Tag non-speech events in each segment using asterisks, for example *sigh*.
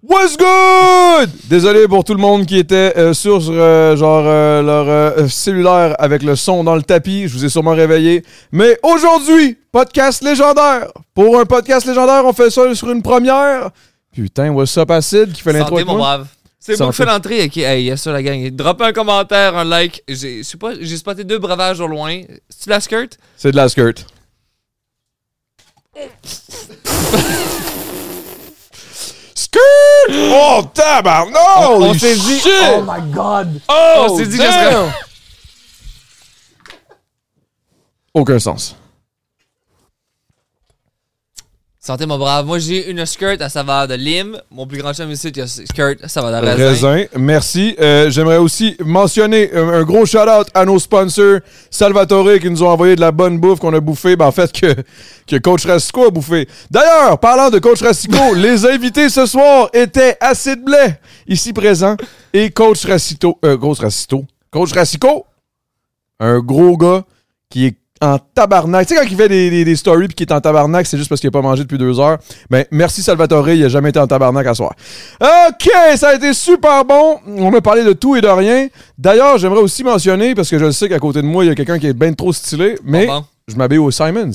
What's good? Désolé pour tout le monde qui était euh, sur euh, genre euh, leur euh, cellulaire avec le son dans le tapis. Je vous ai sûrement réveillé. Mais aujourd'hui, podcast légendaire. Pour un podcast légendaire, on fait ça sur une première. Putain, what's up Acid qui fait l'intro Santé, avec mon moi. brave. C'est moi Santé. qui fais l'entrée. Ok, hey, yes, sir, la gang. Drop un commentaire, un like. J'ai je sais pas, j'ai spoté deux bravages au loin. C'est-tu la skirt? C'est de la skirt. skirt! Oh tabarnak! on Holy s'est dit- shit! Oh my god! Oh, On s'est dit que damn! ce serait- Aucun sens. Santé, mon brave. Moi, j'ai une skirt à saveur de lime. Mon plus grand chum ici, il y a skirt à saveur de raisin. Raisin, merci. Euh, J'aimerais aussi mentionner euh, un gros shout-out à nos sponsors Salvatore qui nous ont envoyé de la bonne bouffe qu'on a bouffée, ben, en fait que, que Coach Rastico a bouffé. D'ailleurs, parlant de Coach Rastico, les invités ce soir étaient Acid Blais, ici présent, et Coach Racito, euh, Coach Racito, Coach Rassico, un gros gars qui est en tabarnak. Tu sais, quand il fait des, des, des stories puis qu'il est en tabarnak, c'est juste parce qu'il n'a pas mangé depuis deux heures. Ben, merci Salvatore, il n'a jamais été en tabarnak à soir. OK, ça a été super bon. On a parlé de tout et de rien. D'ailleurs, j'aimerais aussi mentionner, parce que je le sais qu'à côté de moi, il y a quelqu'un qui est bien trop stylé, mais Bon, Euh, bon. je m'habille au Simons.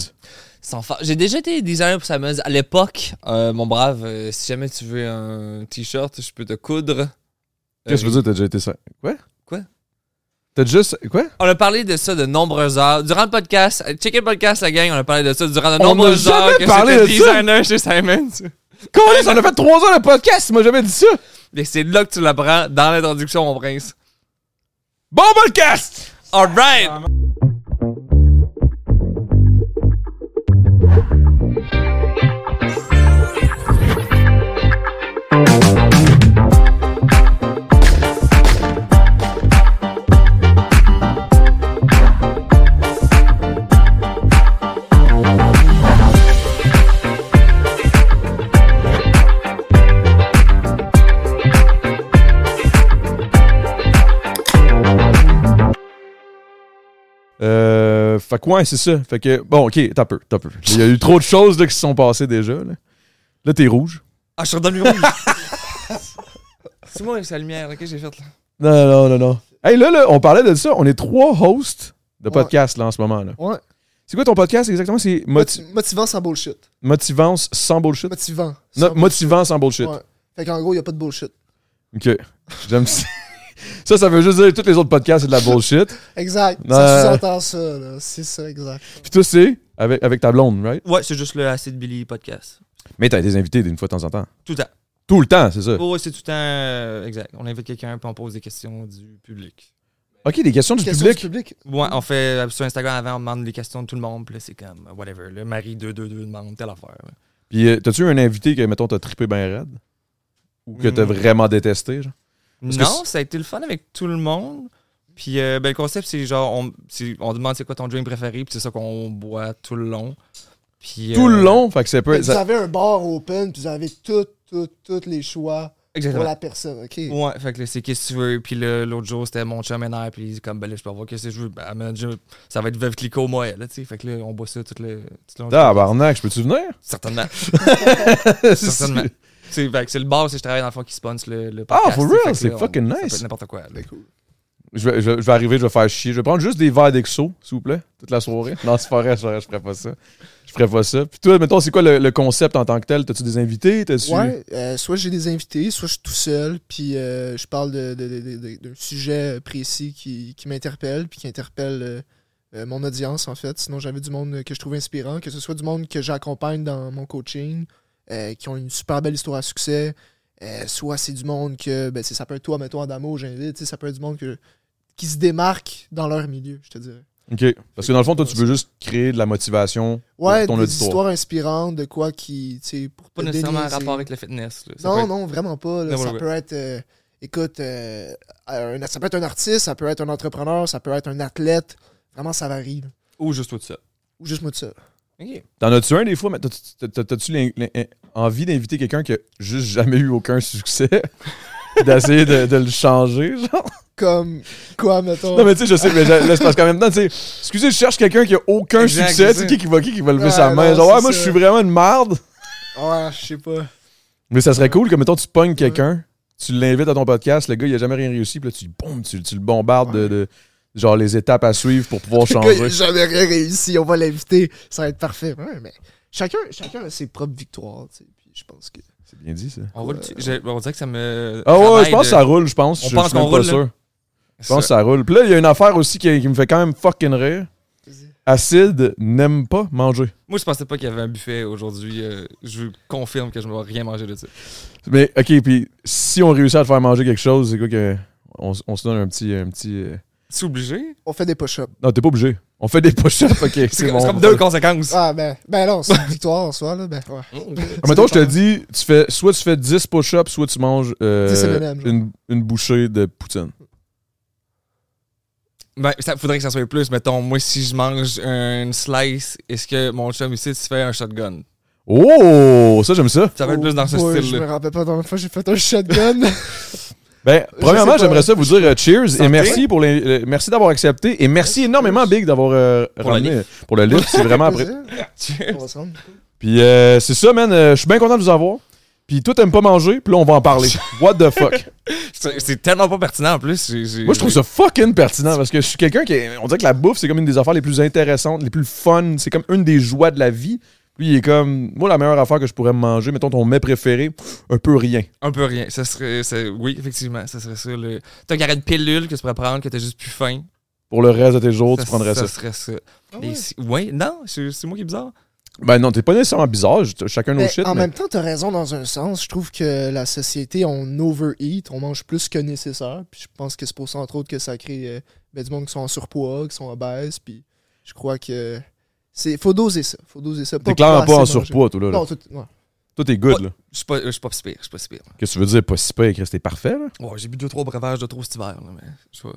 Sans fa- J'ai déjà été designer pour Samuels à l'époque. Euh, mon brave, euh, si jamais tu veux un t-shirt, je peux te coudre. Qu'est-ce que je veux dire, t'as déjà été ça? Quoi? Quoi? T'as juste. Quoi? On a parlé de ça de nombreuses heures. Durant le podcast, euh, checkez le podcast, la gang, on a parlé de ça durant de On nombreuses n'a jamais heures. que parlé c'était de ça. designer chez Simons. Comment ça? On a fait trois heures de podcast, moi jamais dit ça! Mais c'est là que tu l'apprends dans l'introduction, mon prince. Bon podcast! Alright! Euh. Fait que ouais, c'est ça. Fait que. Bon, ok, t'as peu, t'as peu. Il y a eu trop de choses là, qui se sont passées déjà. Là, là t'es rouge. Ah, je suis redonné rouge! *laughs* c'est moi, c'est la lumière, ok, j'ai fait là. Non, non, non, non. Hey, là, là, on parlait de ça. On est trois hosts de podcast là en ce moment. Là. Ouais. C'est quoi ton podcast exactement? C'est Moti- Moti- motivant sans bullshit. Motivance sans bullshit. Motivant. Non, Sans motivant sans bullshit. Ouais. Fait qu'en gros, il a pas de bullshit. Ok. J'aime ça. *laughs* Ça, ça veut juste dire que tous les autres podcasts, c'est de la bullshit. Exact. Euh. Ça sous-entend ça, là. C'est ça, exact. Puis toi, c'est avec, avec ta blonde, right? Ouais, c'est juste le Acid Billy podcast. Mais t'as des invités d'une fois de temps en temps. Tout le temps. Tout le temps, c'est ça. Oh, ouais, c'est tout le temps. euh, exact. On invite quelqu'un, puis on pose des questions du public. Ok, des questions du Question public. du public. Ouais, on fait euh, sur Instagram avant, on demande les questions de tout le monde, puis là, c'est comme, euh, whatever. Le mari 222 demande telle affaire. ouais. Puis euh, t'as-tu un invité que, mettons, t'as trippé bien raide? Ou que t'as Mm. vraiment détesté, genre? Parce que Non, ça a été le fun avec tout le monde. Puis euh, ben, le concept, c'est genre, on, c'est- on demande c'est quoi ton drink préféré, puis c'est ça qu'on boit tout le long. Puis, Tout le euh, long, fait que ça Fait peut... que Vous ça- avez un bar open, puis vous avez tous, tous, tous les choix pour Exactement. la personne, OK? Ouais, fait que là, c'est qu'est-ce que tu veux. Puis là, l'autre jour, c'était mon chum NR, puis il dit comme, ben là, je peux avoir qu'est-ce que je veux. Ben, man, je- ça va être veuve clico, moi, là, tu sais. Fait que là, on boit ça tout le tout le long. Ah, barnac, je peux-tu venir? *laughs* Certainement. Certainement. Certainement. Tu sais, fait que c'est le bar, c'est je travaille dans le fond qui sponsor le, le Ah, podcast. for tu sais, real? fait que C'est là, on- fucking ça peut nice. être N'importe quoi, là. Je vais, je, vais- je vais arriver, je vais faire chier. Je vais prendre juste des verres d'exo, s'il vous plaît, toute la soirée. Non, c'est pas vrai, je, ferais- je ferais pas ça. Je ferais pas ça. Puis toi, mettons, c'est quoi le, le concept en tant que tel? T'as-tu des invités? T'as-tu... Ouais, euh, soit j'ai des invités, soit je suis tout seul, puis euh, je parle de- de- de- de- de- d'un sujet euh, précis qui, qui m'interpelle, puis qui interpelle euh, euh, mon audience, en fait. Sinon, j'avais du monde que je trouve inspirant, que ce soit du monde que j'accompagne dans mon coaching, euh, qui ont une super belle histoire à succès, euh, soit c'est du monde que, ben, c'est- ça peut être toi, mais toi, Adamo, j'invite, tu sais, ça peut être du monde que, qui se démarque dans leur milieu, je te dirais. OK. Parce que dans le fond, toi, tu veux juste créer de la motivation Ouais, pour ton des auditoire. histoires inspirantes, de quoi qui, tu sais, pour Pas te nécessairement un déniaiser. rapport avec le fitness. là. Ça peut Non, être- non, vraiment pas. là. Non, ça ouais, peut être, euh, écoute, euh, un- ça peut être un artiste, ça peut être un entrepreneur, ça peut être un athlète. Vraiment, ça varie. là. Ou juste tout ça. Ou juste moi de ça. Ok. T'en as-tu un des fois? mais t'as-tu- t'as- t'as- T'as-tu l'in- l'in- envie d'inviter quelqu'un qui a juste jamais eu aucun succès? *laughs* Puis d'essayer de, de le changer, genre? Comme quoi, mettons. Non, mais tu sais, je sais, mais je- là, c'est parce qu'en même temps, tu sais, excusez, je cherche quelqu'un qui a aucun Exact, succès. Tu c'est sais, ça. qui qui va, qui qui va lever Ouais, sa main? non, Genre, ouais, c'est moi, ça. je suis vraiment une merde. Ouais, je sais pas. Mais ça serait cool que, mettons, tu pognes quelqu'un, tu l'invites à ton podcast, le gars, il a jamais rien réussi, puis là, tu, boum, tu, tu le bombardes de, de- genre les étapes à suivre pour pouvoir Le gars, il changer. a jamais rien réussi, on va l'inviter, ça va être parfait. Ouais, mais chacun, chacun a ses propres victoires, tu sais, puis je pense que... C'est bien dit, ça. On, roule, tu- j'ai- on dirait que ça me. Ah ouais, je travaille pense de- que ça roule, je pense. On je, je pense suis même qu'on pas roule, là. sûr. Je pense que ça roule. Puis là, il y a une affaire aussi qui, qui me fait quand même fucking rire. Acide n'aime pas manger. Moi, je pensais pas qu'il y avait un buffet aujourd'hui. euh, je vous confirme que je ne vais rien manger de ça. Mais OK, puis si on réussit à te faire manger quelque chose, c'est quoi que on, s- on se donne un petit un petit euh, C'est obligé? On fait des push-ups. Non, t'es pas obligé. On fait des push-ups, OK, C'est c'est comme, bon. c'est comme deux conséquences. Ah, ben, ben non, c'est une victoire en soi, là, ben ouais. Ah, mettons, je te dis, tu fais soit tu fais 10 push-ups, soit tu manges euh, 10 M&M, genre. une, une bouchée de poutine. Ben, ça faudrait que ça soit plus. Mettons, moi, si je mange une slice, est-ce que mon chum ici, tu fais un shotgun? Oh, ça j'aime ça. Ça va être plus dans ce Ouais, Oh, Je style-là. me rappelle pas, la dernière fois, j'ai fait *laughs* un shotgun. Ben, Je sais premièrement, pas. j'aimerais ça vous dire euh, cheers et Santé. merci pour les, euh, merci d'avoir accepté et merci énormément Big d'avoir euh, Pour ramené- le pour le livre, c'est vraiment appré- Plaisir, on va se rendre. Puis euh, c'est ça man, euh, je suis bien content de vous avoir. Puis toi t'aimes pas manger, puis là on va en parler. What the fuck. *laughs* C'est c'est tellement pas pertinent en plus. J'ai- j'ai- Moi, je trouve ça fucking pertinent parce que je suis quelqu'un qui. est- On dirait que la bouffe, c'est comme une des affaires les plus intéressantes, les plus fun. C'est comme une des joies de la vie. Lui, il est comme. Moi, la meilleure affaire que je pourrais manger, mettons ton mets préféré, un peu rien. Un peu rien. Ça serait, ça- oui, effectivement, ça serait ça. Le... T'as une arrêt de pilule que tu pourrais prendre, que t'as juste plus faim. Pour le reste de tes jours, Oh, tu prendrais ça. Ça serait ça. Ah Mais ouais. si- ouais, non, c'est c'est moi qui est bizarre. Ben non, t'es pas nécessairement bizarre, j- chacun nos Mais shit. Ben, en mais- même temps, t'as raison dans un sens. Je trouve que la société, on overeat, on mange plus que nécessaire. Puis je pense que c'est pour ça, entre autres, que ça crée euh, ben, du monde qui sont en surpoids, qui sont obèses. Puis je crois que c'est faut doser ça. Faut doser ça. T'es Pas clairement pour pas en assez manger. surpoids, toi, là. là. Non, tout, ouais. Toi, t'es good, là. Je suis pas, je suis pas si pire, je suis pas si pire. Qu'est-ce que tu veux dire, pas si pire, Chris, t'es parfait, là? Ouais, j'ai bu deux, trois breuvages de trop cet hiver. là, mais je sais pas.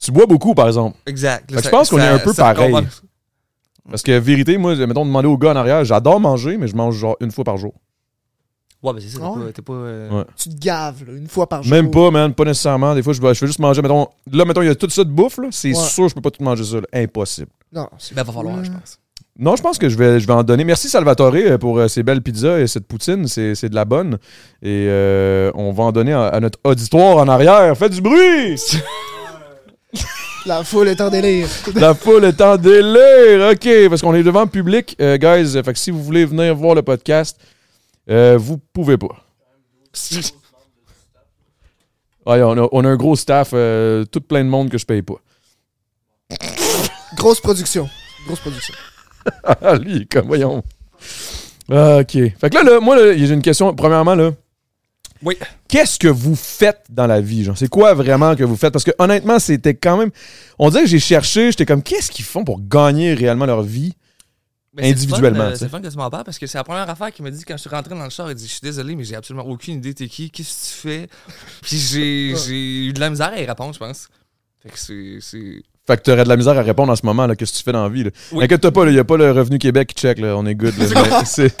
Tu bois beaucoup, par exemple. Exact. là, Fait que ça- je pense qu'on ça- est un peu ça pareil. recommence. Parce que, vérité, moi, mettons, demander au gars en arrière, j'adore manger, mais je mange genre une fois par jour. Ouais, mais c'est ça, t'es Ah ouais. pas. t'es pas, euh, Ouais. Tu te gaves là, une fois par jour. Même pas, man, pas nécessairement. Des fois, je, vais- je vais juste manger, mettons. Là, mettons, il y a tout ça de bouffe, là. C'est Ouais. sûr, je peux pas tout manger ça, là. Impossible. Non, c'est Mm. Ben, va falloir, cool, je là. pense. Non, je pense que je vais, je vais en donner. Merci Salvatore euh, pour euh, ces belles pizzas et cette poutine. C'est c'est de la bonne. Et euh, on va en donner à, à notre auditoire en arrière. Faites du bruit! La foule est en délire. *laughs* La foule est en délire. OK, parce qu'on est devant le public, euh, guys. Fait que si vous voulez venir voir le podcast, euh, vous pouvez pas. *laughs* Ouais, on, a, on a un gros staff, euh, tout plein de monde que je paye pas. Grosse production. Grosse production. Ah, lui, il est comme, voyons. Ah, OK. Fait que là, là, moi, là, j'ai une question. Premièrement, là. Oui. Qu'est-ce que vous faites dans la vie, genre? C'est quoi vraiment que vous faites? Parce que honnêtement, c'était quand même. On dirait que j'ai cherché, j'étais comme, qu'est-ce qu'ils font pour gagner réellement leur vie? Mais c'est Individuellement, fun, euh, tu sais. C'est fun, que tu m'en parles parce que c'est la première affaire qu'il m'a dit quand je suis rentré dans le char. Il dit Je suis désolé, mais j'ai absolument aucune idée, t'es qui, qu'est-ce que tu fais. *laughs* Puis j'ai j'ai eu de la misère à y répondre, je pense. Fait que c'est. c'est- Fait que t'aurais de la misère à répondre en ce moment, là. Qu'est-ce que tu fais dans la vie, là? Oui. Inquiète-toi pas, il y a pas le Revenu Québec qui check, là. On est good, là. Mais *laughs* c'est-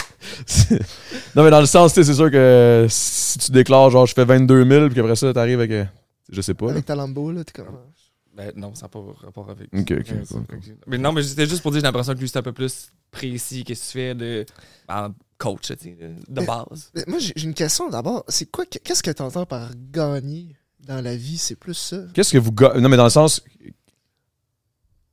c'est- Non, mais dans le sens, tu sais, c'est sûr que si tu déclares, genre, je fais 22 000, puis après ça, t'arrives avec. euh, Je sais pas, là. Avec ta lambeau, là, t'es comme. Ben non, ça n'a pas rapport avec. Ok, ok, Ouais, c'est- cool, ok. Mais non, mais c'était juste pour dire j'ai l'impression que lui, c'est un peu plus précis, qu'est-ce que tu fais de. ben, coach, tu sais, de base. Mais Moi, j'ai j'ai une question d'abord. C'est quoi que- Qu'est-ce que t'entends par gagner dans la vie C'est plus ça. Qu'est-ce que vous. ga- Non, mais dans le sens.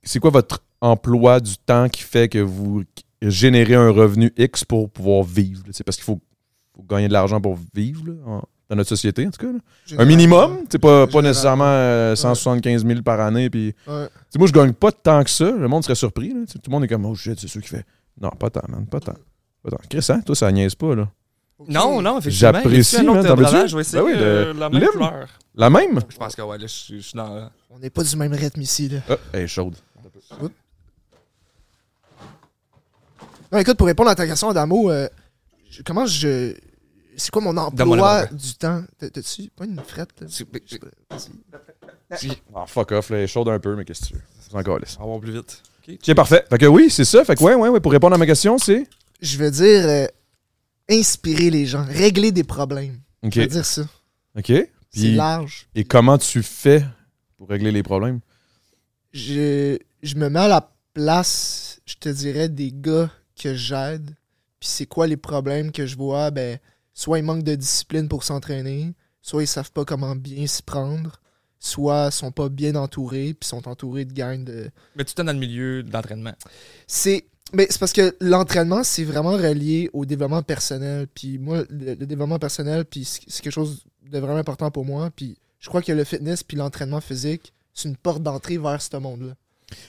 C'est quoi votre emploi du temps qui fait que vous générez un revenu X pour pouvoir vivre? là? C'est parce qu'il faut, faut gagner de l'argent pour vivre là, en- dans notre société, en tout cas. là. Un minimum, c'est pas, pas Général. nécessairement euh, 175 000 par année. Puis, Ouais. Tu sais, moi, je gagne pas tant que ça. Le monde serait surpris. là. Tu sais, Tout le monde est comme, oh shit, c'est sûr qui fait. Non, pas tant, man, pas tant. Pas tant. Chris, hein, toi, ça niaise pas, là. Ok. Non, non, effectivement. J'apprécie, Y a-tu un man, autre t'en veux-tu? breuvage? Je vais essayer Ben oui, le- euh, la même lime. couleur. La même? Je pense que ouais, là, je suis- je suis dans. On n'est pas du même rythme ici, là. Ah, elle est chaude. Non, écoute, pour répondre à ta question, Adamo, euh, je- comment je. C'est quoi mon Donne-moi la emploi du temps T'as- T'as-tu pas une frette, là? C'est- Ah, fuck off, là, elle est chaude un peu, mais qu'est-ce que tu veux? C'est encore laisse. On va plus vite. Ok. Ok, parfait. Fait que oui, c'est ça. Fait que ouais, ouais, ouais, pour répondre à ma question, c'est. Je veux dire, euh, inspirer les gens, régler des problèmes. Ok. Je veux dire ça. Ok. C'est Puis, large. et comment tu fais pour régler les problèmes? Je, je me mets à la place, je te dirais, des gars que j'aide. Puis c'est quoi les problèmes que je vois? Ben, soit ils manquent de discipline pour s'entraîner, soit ils savent pas comment bien s'y prendre, soit sont pas bien entourés, puis sont entourés de gangs de. Mais tout le temps dans le milieu d'entraînement. C'est. Mais c'est parce que l'entraînement, c'est vraiment relié au développement personnel. Puis moi, le, le développement personnel, puis c'est c'est quelque chose de vraiment important pour moi. Puis je crois que le fitness puis l'entraînement physique, c'est une porte d'entrée vers ce monde-là.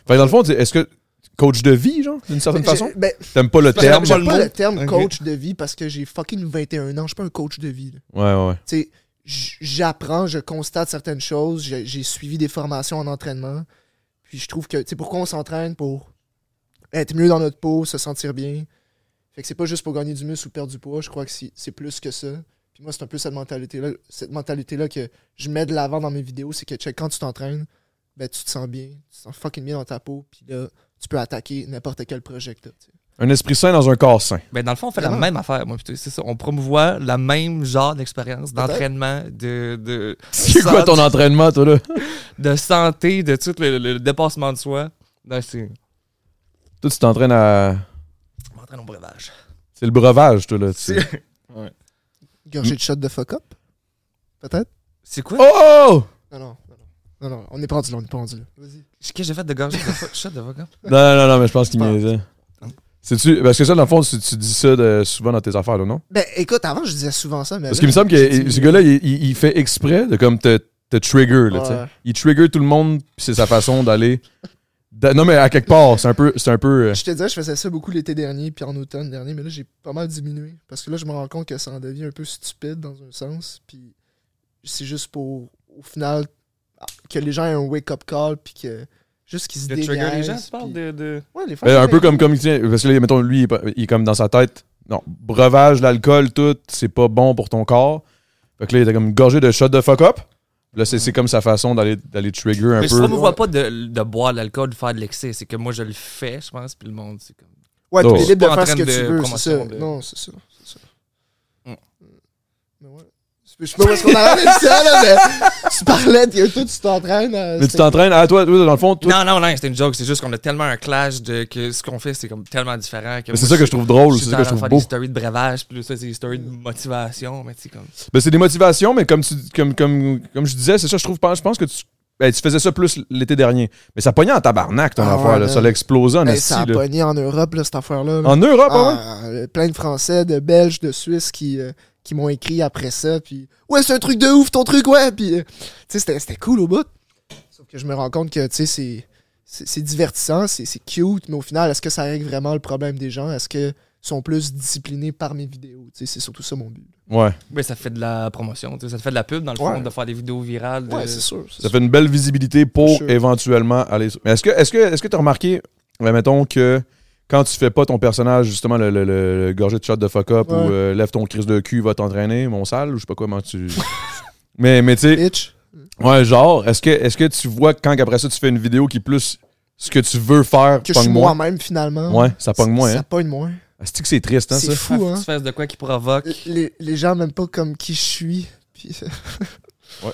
Fait que dans le fond, t'es- est-ce que coach de vie, genre, d'une certaine J'ai- façon? ben, T'aimes pas le parce que terme? j'ai Ouais, le J'aime pas mot. le terme Ok. coach de vie parce que j'ai fucking 21 ans. Je suis pas un coach de vie. là. ouais, ouais. Tu sais, j- j'apprends, je constate certaines choses. J'ai j'ai suivi des formations en entraînement. Puis je trouve que, tu sais, pourquoi on s'entraîne pour être mieux dans notre peau, se sentir bien. Fait que c'est pas juste pour gagner du muscle ou perdre du poids. Je crois que c'est c'est plus que ça. Puis moi, c'est un peu cette mentalité-là, cette mentalité-là que je mets de l'avant dans mes vidéos. C'est que, check, quand tu t'entraînes, ben, tu te sens bien. Tu te sens fucking bien dans ta peau. Puis là, tu peux attaquer n'importe quel projet que t'as, tu sais. Un esprit sain dans un corps sain. Ben, dans le fond, on fait Vraiment. la même affaire, moi, putain, c'est ça. On promouvoit la même genre d'expérience, Peut-être. d'entraînement, de, de, C'est quoi Ça- ton entraînement, toi, là? de santé, de tout le, le dépassement de soi. Non, c'est. Toi, tu t'entraînes à... Je m'entraîne au breuvage. C'est le breuvage, toi, là. tu sais. Mm. Gorgée de shot de fuck-up? Peut-être? C'est quoi? Oh! Non, non, non, non. Non, non, on est pas rendu là, on est pas rendu là. Vas-y. Qu'est-ce que j'ai fait de gorgée de fuck? hein? Shot de vodka? Non, non, non, non, mais je pense qu'il Je pense. niaisait. C'est-tu... Parce que ça, dans le fond, tu, tu dis ça de- souvent dans tes affaires, là, non? Ben, écoute, avant, je disais souvent ça, mais. Parce là, qu'il me semble que j'ai dit- ce gars-là, il, il- il fait exprès de comme te, te trigger, là, tu sais. Ouais. Il trigger tout le monde, puis c'est sa façon d'aller... d'a- Non, mais à quelque part, c'est un peu... C'est un peu... euh, Je te disais, je faisais ça beaucoup l'été dernier, puis en automne dernier, mais là, j'ai pas mal diminué. Parce que là, je me rends compte que ça en devient un peu stupide dans un sens, puis c'est juste pour, au final, que les gens aient un wake-up call, puis que. Juste qu'ils se De déniaisent. trigger les gens, tu puis- parles? De, de... Ouais, les fois, Ben, un j'avais- peu comme, comme il tient- parce que là, mettons, lui, il est pas- il est comme dans sa tête. Non, breuvage, l'alcool, tout, c'est pas bon pour ton corps. Fait que là, il était comme gorgé de shot de fuck up. Là, c'est c'est comme sa façon d'aller d'aller trigger un Mais je peu. promouvois pas de, de boire de l'alcool, de faire de l'excès. C'est que moi, je le fais, je pense, puis le monde, c'est comme. Ouais, Oh. tu es Pas libre de en faire ce que train de tu veux, c'est promotion ça. de- Non, c'est ça. c'est ça. Mm. Hmm. Mais ouais. Je sais pas où est-ce qu'on en a avec ça, là, mais tu parlais, de- toi, tu t'entraînes. à- Mais tu t'entraînes. Ah, toi, toi, dans le fond, toi- Non, non, non, c'était une joke. C'est juste qu'on a tellement un clash de que ce qu'on fait, c'est comme tellement différent. Que Mais c'est moi, ça que je trouve drôle, suis c'est ça que je dans trouve le faire des beau. stories de breuvage, puis ça, c'est des stories de motivation. Mais c'est comme. Ben, c'est des motivations, mais comme, tu, comme, comme, comme je disais, c'est ça, je trouve. Je pense que tu, ben, tu faisais ça plus l'été dernier. Mais ça pognait en tabarnak, ton Ah affaire. ouais, là. man. ça l'explosait en Hey, esti, ça a là. pogné en Europe, là, cette affaire-là. là. En Europe, ah ouais? Ah, euh, plein de Français, de Belges, de Suisses qui, euh, qui m'ont écrit après ça. Puis, ouais, c'est un truc de ouf, ton truc, ouais. Puis, euh, tu sais, c'était- c'était cool au bout. Sauf que je me rends compte que, tu sais, c'est- c'est c'est divertissant, c'est c'est cute, mais au final, est-ce que ça règle vraiment le problème des gens? Est-ce qu'ils sont plus disciplinés par mes vidéos? Tu sais, c'est surtout ça mon but. Ouais. Ben, ça fait de la promotion, tu sais, ça fait de la pub, dans le fond, Ouais. de faire des vidéos virales. de- Ouais, c'est sûr. c'est Ça sûr. fait une belle visibilité pour Sure. éventuellement aller. sur- Mais est-ce que est-ce que est-ce que t'as remarqué, ben, mettons que quand tu fais pas ton personnage justement le, le, le- le gorgé de shot de fuck up Ouais. ou euh, lève ton crise de cul va t'entraîner mon sale ou je sais pas quoi, comment tu. *laughs* mais mais tu sais Bitch. ouais genre est-ce que est-ce que tu vois quand après ça tu fais une vidéo qui est plus ce que tu veux faire Que je pogne suis moins. moi-même, finalement. Ouais, ça pogne moins. Ça Hein? pogne moins. Asti que c'est triste hein ça. C'est Faut fou, que hein? tu fasses de quoi qui provoque. les, les gens même pas comme qui je suis. Puis... *laughs* Ouais.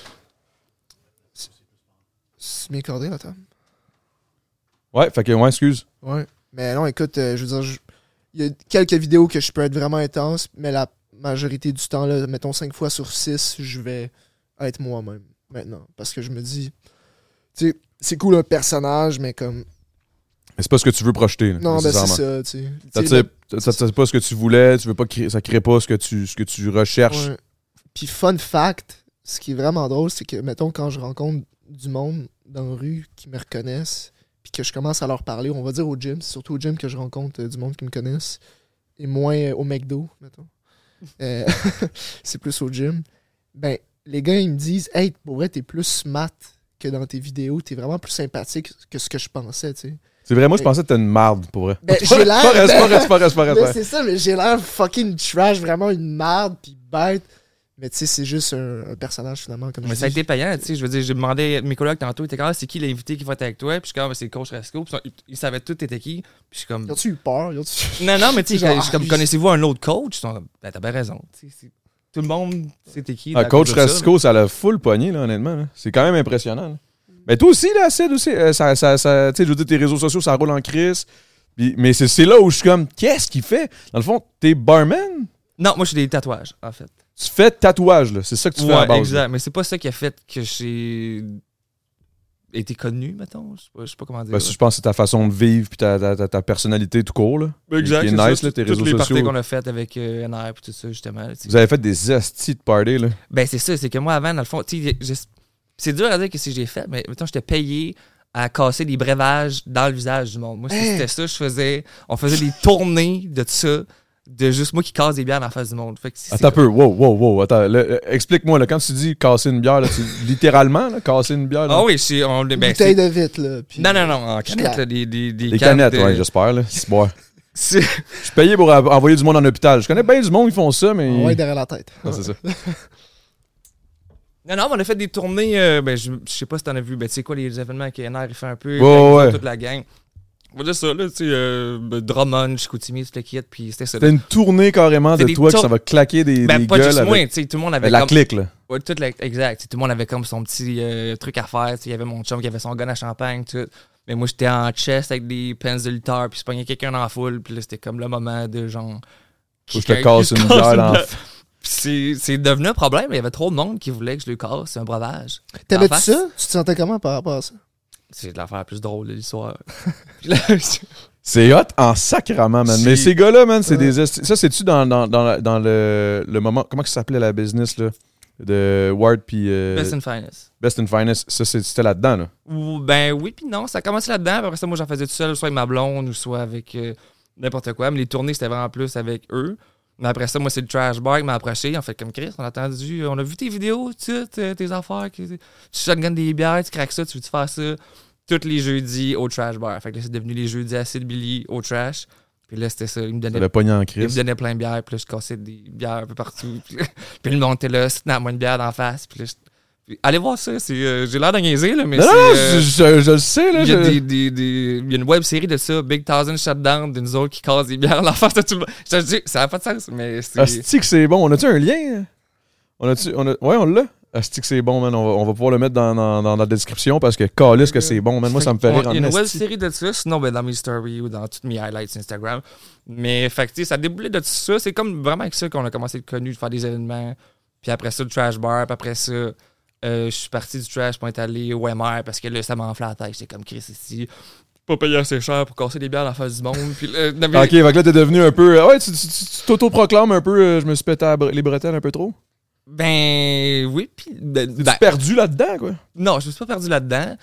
C'est- C'est bien cordé, là, Tom. Ouais, fait que ouais, excuse. Ouais. Mais non, écoute, euh, je veux dire, je- il y a quelques vidéos que je peux être vraiment intense, mais la majorité du temps, là, mettons 5 fois sur 6, je vais être moi-même maintenant. Parce que je me dis, tu sais, c'est cool un personnage, mais comme. Mais c'est pas ce que tu veux projeter. là, Non, ben c'est nécessairement. ça, tu sais. Ça Tu te- sais. ça te- c'est pas ce que tu voulais, tu veux pas créer, ça crée pas ce que tu ce que tu recherches. Ouais. Puis fun fact, ce qui est vraiment drôle, c'est que, mettons, quand je rencontre du monde dans la rue qui me reconnaissent, puis que je commence à leur parler, on va dire au gym, c'est surtout au gym que je rencontre euh, du monde qui me connaissent, et moins euh, au McDo, *laughs* mettons. Euh, *laughs* c'est plus au gym. Ben, les gars, ils me disent, hey, pour vrai, t'es plus smart que dans tes vidéos, t'es vraiment plus sympathique que ce que je pensais, tu sais. C'est vrai, moi je Mais- pensais que t'étais une marde pour vrai. Ben, *laughs* j'ai l'air- Pas reste, pas reste, pas reste, pas reste, Mais pas reste. c'est ça, mais j'ai l'air fucking trash, vraiment une merde, puis bête. Mais tu sais, c'est juste un, un personnage finalement. Comme Mais je ça a dis. été payant, tu sais. Je veux dire, j'ai demandé à mes collègues tantôt, ils étaient comme, Ah, c'est qui l'invité qui va être avec toi? Puis je suis comme, Ah, c'est le coach Rasco. Puis ils- ils savaient tout, t'étais qui. Puis je suis comme, Ils ont-tu eu peur? Ils ont-tu- non, non, mais tu sais, *laughs* Genre, je suis comme, ah, connaissez-vous un autre coach? Ils sont comme, Ben, t'as bien raison. Tu sais, c'est- Tout le monde, c'était qui? Ah, la coach cause de ça, Rasco, ça l'a full pogné, là, honnêtement. là. C'est quand même impressionnant. là. Mais toi aussi, là, Sid, aussi, euh, ça, ça, ça- tu sais, je veux dire, tes réseaux sociaux, ça roule en crise. Puis- mais c'est c'est là où je suis comme, qu'est-ce qu'il fait? Dans le fond, t'es barman? Non, moi, je suis des tatouages, en fait. Tu fais tatouage, là. C'est ça que tu fais à la ouais, base. exact. Mais c'est pas ça qui a fait que j'ai été connu, mettons. Je sais pas, je sais pas comment dire. Ben, ça, je pense que c'est ta façon de vivre puis ta, ta, ta- ta personnalité tout court. Là. qui est c'est nice, ça, là, tes toutes réseaux les sociaux. parties qu'on a faites avec euh, NR et tout ça, justement. là, tu sais. Vous avez fait des estis de party. Là. Ben, c'est ça, c'est que moi, avant, dans le fond, tu sais, je- c'est dur à dire que si j'ai fait, mais mettons, j'étais payé à casser des breuvages dans le visage du monde. Moi, si c'était ça, je faisais. On faisait des tournées de ça, de juste moi qui casse des bières dans la face du monde. Fait que c'est- Attends un Ah, peu. Wow, wow, wow. Attends, là, euh, explique-moi. Là, quand tu dis casser une bière, là, tu- littéralement, là, casser une bière. là. Ah oui, c'est. on- ben, Bouteille c'est- de vite, là. puis- Non, non, non, en Clac. canette, là, des, des, des Les cannes canettes, de- ouais, j'espère. Là. C'est bon. C'est- Je suis payé pour av- envoyer du monde en hôpital. Je connais bien du monde qui font ça, mais. Ouais, derrière la tête. Ah, c'est *laughs* ça. Non, non, mais on a fait des tournées. euh, ben, je, je sais pas si t'en as vu. Ben, tu sais quoi, les événements que NR il fait un peu. Ouais, ouais, ouais. Toute la gang. On va dire ça, là, tu sais, euh, ben, Drummond, Chicoutimi, tout le kit, puis c'était ça. là. T'as une tournée carrément de C'est des toi que tours- ça va claquer des, Ben, des pas gueules. juste avec- moi, tu sais, tout le monde avait avec la comme- clique, là. Ouais, tout la- exact. Tout le monde avait comme son petit euh, truc à faire. tu sais, Il y avait mon chum qui avait son gun à champagne, tout. Mais moi, j'étais en chest avec des pins de lutteur, puis je pognais quelqu'un dans la foule, puis là, c'était comme le moment de genre. Faut que je te casse une bière dans Puis c'est c'est devenu un problème. Il y avait trop de monde qui voulait que je le casse. C'est un breuvage. T'avais-tu face. ça? Tu te sentais comment par rapport à ça? C'est de l'affaire la plus drôle de l'histoire. Puis là, je- C'est hot en sacrament, man. C'est- Mais ces gars-là, man, c'est Ouais. des esti- Ça, c'est-tu dans, dans, dans, la- dans le, le moment. Comment que ça s'appelait la business, là De Ward puis euh, Best and finest. Best in Finance. Ça, c'est- c'était là-dedans, là. Ou- Ben oui, puis non, ça a commencé là-dedans. puis Après ça, moi, j'en faisais tout seul, soit avec ma blonde ou soit avec euh, n'importe quoi. Mais les tournées, c'était vraiment plus avec eux. Mais après ça, moi, c'est le trash bar qui m'a approché. Ils ont fait comme Chris, on a entendu, on a vu tes vidéos, tu sais, euh, tes tes affaires. que- Tu shotguns des bières, tu craques ça, tu veux-tu faire ça? Tous les jeudis au trash bar. Fait que là, c'est devenu les jeudis à Sid Billy au trash. Puis là, c'était ça. Ils me Ça donnaient l'a pogné en Il me crise. donnait plein de bières, puis là, je cassais des bières un peu partout. Puis, *laughs* là- puis le monde était là, se tenant à moi une bière d'en face. Puis là, je- puis allez voir ça, c'est, euh, j'ai l'air d'un niaiser, là, mais Non, non, c'est, non, je, euh, je- je le sais, là. il y, a je- des, des- des- il y a une web série de ça, Big Thousand Shutdown, d'une zone qui casse des bières en *laughs* face de tout le monde. Je te dis, ça n'a pas de sens, mais c'est. Asti que Ah, c'est bon. On a-tu un lien? On a-tu. On a... Ouais, on l'a. Asti que c'est bon, man. On va, on va pouvoir le mettre dans, dans, dans la description parce que calisse que c'est bon, man. Moi, ça me fait Ouais, rire en Il y a une web esti. série de ça, sinon ben, dans mes stories ou dans toutes mes highlights Instagram. Mais fait que, tu sais, ça déboulait de tout ça. C'est comme vraiment avec ça qu'on a commencé à être connu, de faire des événements. Puis après ça, le trash bar. Puis après ça, euh, je suis parti du trash pour être allé au MR parce que là, ça m'enflait la tête. J'étais comme Chris ici. Pas payer assez cher pour casser des bières dans la face du monde. Puis là, non, mais- Ok, fait que là, t'es devenu un peu. euh, Ouais, tu, tu, tu- tu t'auto-proclames un peu. euh, je me suis pété à bre- les bretelles un peu trop. Ben oui. Puis, ben, T'es-tu ben, perdu là-dedans, quoi? non, je me suis pas perdu là-dedans.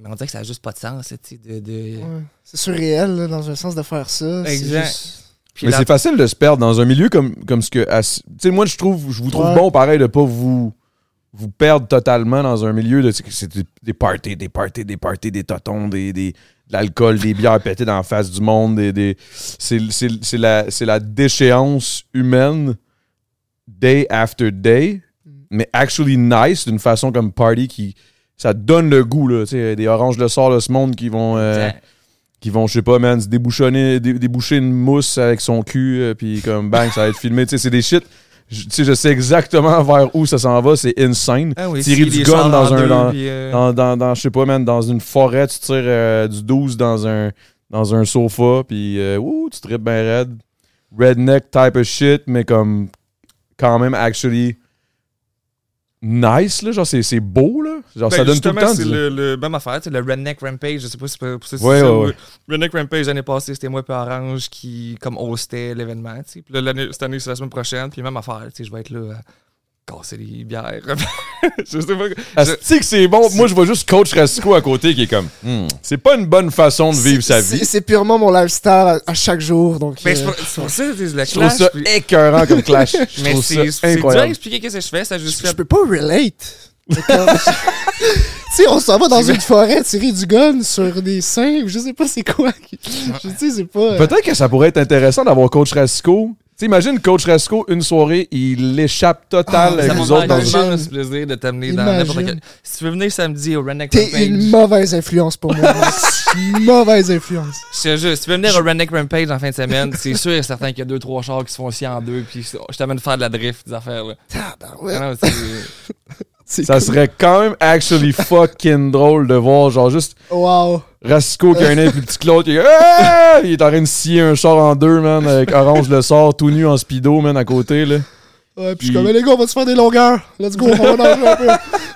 Mais on dirait que ça n'a juste pas de sens, tu sais, de. de... Ouais. C'est surréel, là, dans un sens, de faire ça. C'est Exact. juste- Puis mais là- c'est facile de se perdre dans un milieu comme, comme ce que. à- Tu sais, moi, je trouve, je vous trouve Ouais. bon, pareil, de pas vous vous perdre totalement dans un milieu de c'est des, des parties, des parties, des parties, des totons, des, des- de l'alcool, des bières pétées dans la face du monde, des, des- c'est c'est- c'est la c'est la déchéance humaine day after day, Mm. mais actually nice d'une façon comme party qui ça donne le goût là, tu sais, des oranges le sort de ce monde qui vont euh, Exact. qui vont, je sais pas, man, se débouchonner, dé- déboucher une mousse avec son cul, euh, puis comme bang, ça va être filmé. Tu sais, c'est des shit. Je- Tu sais, je sais exactement vers où ça s'en va, c'est insane. Ah oui, Tirer si, du les gun chars dans un. deux, Dans, puis, euh, dans, dans, dans- je sais pas, man, dans une forêt, tu tires euh, du 12 dans un, dans un sofa, puis euh, ouh, tu tripes bien raide. Redneck type of shit, mais comme quand même actually nice, là. Genre, c'est c'est beau, là. Genre, Ben, Oh, ça donne tout le justement, temps. c'est du- le, le- même affaire, c'est le Redneck Rampage, je sais pas si c'est pour ça. si Ouais, c'est ça, ouais, ou- ouais. Redneck Rampage l'année passée, c'était moi et Orange qui comme hostait l'événement, tu sais. Puis là, l'année- cette année, c'est la semaine prochaine, puis même affaire, tu sais, je vais être là à casser les bières. *laughs* je sais pas. je- Asti Ah, que c'est bon. Moi, je vois juste Coach Rasco à côté qui est comme, Hmm, c'est pas une bonne façon de vivre sa C'est- vie. C'est purement mon lifestyle à, à chaque jour. Donc, Ben, euh, c'est pour c'est pour ça que c'est le Je trouve clash. ça puis- écœurant comme *laughs* clash. Je mais trouve c'est ça c'est dur à incroyable. expliquer qu'est-ce que je fais, ça juste je, fait- je peux pas relate. Mais comme- tu sais, on s'en va dans une forêt tirer du gun sur des seins ou je sais pas c'est quoi. Je sais, c'est pas. euh, Peut-être que ça pourrait être intéressant d'avoir Coach Rasco. Tu sais, imagine Coach Rasco, une soirée, il l'échappe total Ah, avec Ça nous m'a autres. fait Dans... le- tellement le plaisir de t'amener dans Imagine. n'importe quel. Si tu veux venir samedi au Redneck T'es Rampage. une mauvaise influence pour moi. Alex. Une mauvaise influence. Je te jure, si tu veux venir au Redneck Rampage en fin de semaine, c'est sûr et certain qu'il y a deux, trois chars qui se font aussi en deux, puis je t'amène faire de la drift, des affaires là. *laughs* Tabarouette. Ah non, c'est- C'est Ça cool. serait quand même *laughs* actually fucking drôle de voir, genre, juste Wow. Rassico qui a un œil plus petit que l'autre, qui est, Ah! il est en train de scier un char en deux, man, avec Orange le sort, tout nu en speedo, man, à côté, là. Ouais, puis je suis Il- comme, les gars, on va se faire des longueurs. Let's go, on va nager un peu.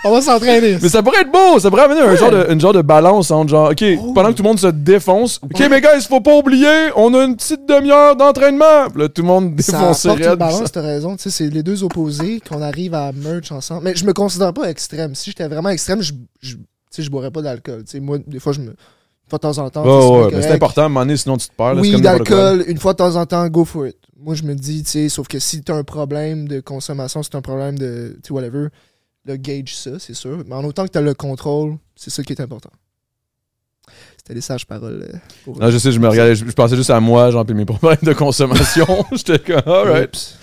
On va s'entraîner. Mais ça pourrait être beau, ça pourrait amener un genre de, une genre de balance entre genre, OK, pendant que tout le monde se défonce, OK, mais gars, il faut pas oublier, on a une petite demi-heure d'entraînement. Puis Là, tout le monde Ça défonce apporte une raide. puis ça- balance, t'as raison. Tu sais, c'est les deux opposés qu'on arrive à merge ensemble. Mais je me considère pas extrême. Si j'étais vraiment extrême, je, je, tu sais, je boirais pas d'alcool. Tu sais, moi, des fois, je me... Une fois de temps en temps, Ouais, tu sais, ouais, bien mais c'est correct. important, à un moment donné, sinon tu te perds. là, c'est Oui, comme n'importe quoi. d'alcool, une fois de temps en temps, go for it. Moi, je me dis, tu sais, sauf que si t'as un problème de consommation, si t'as un problème de, tu sais, whatever, le gauge ça, c'est sûr. Mais en autant que t'as le contrôle, c'est ça qui est important. C'était les sages paroles. euh, pour- Non, je sais, je me regardais, je, je pensais juste à moi, genre, puis mes problèmes de consommation. *laughs* J'étais comme, alright. Oups.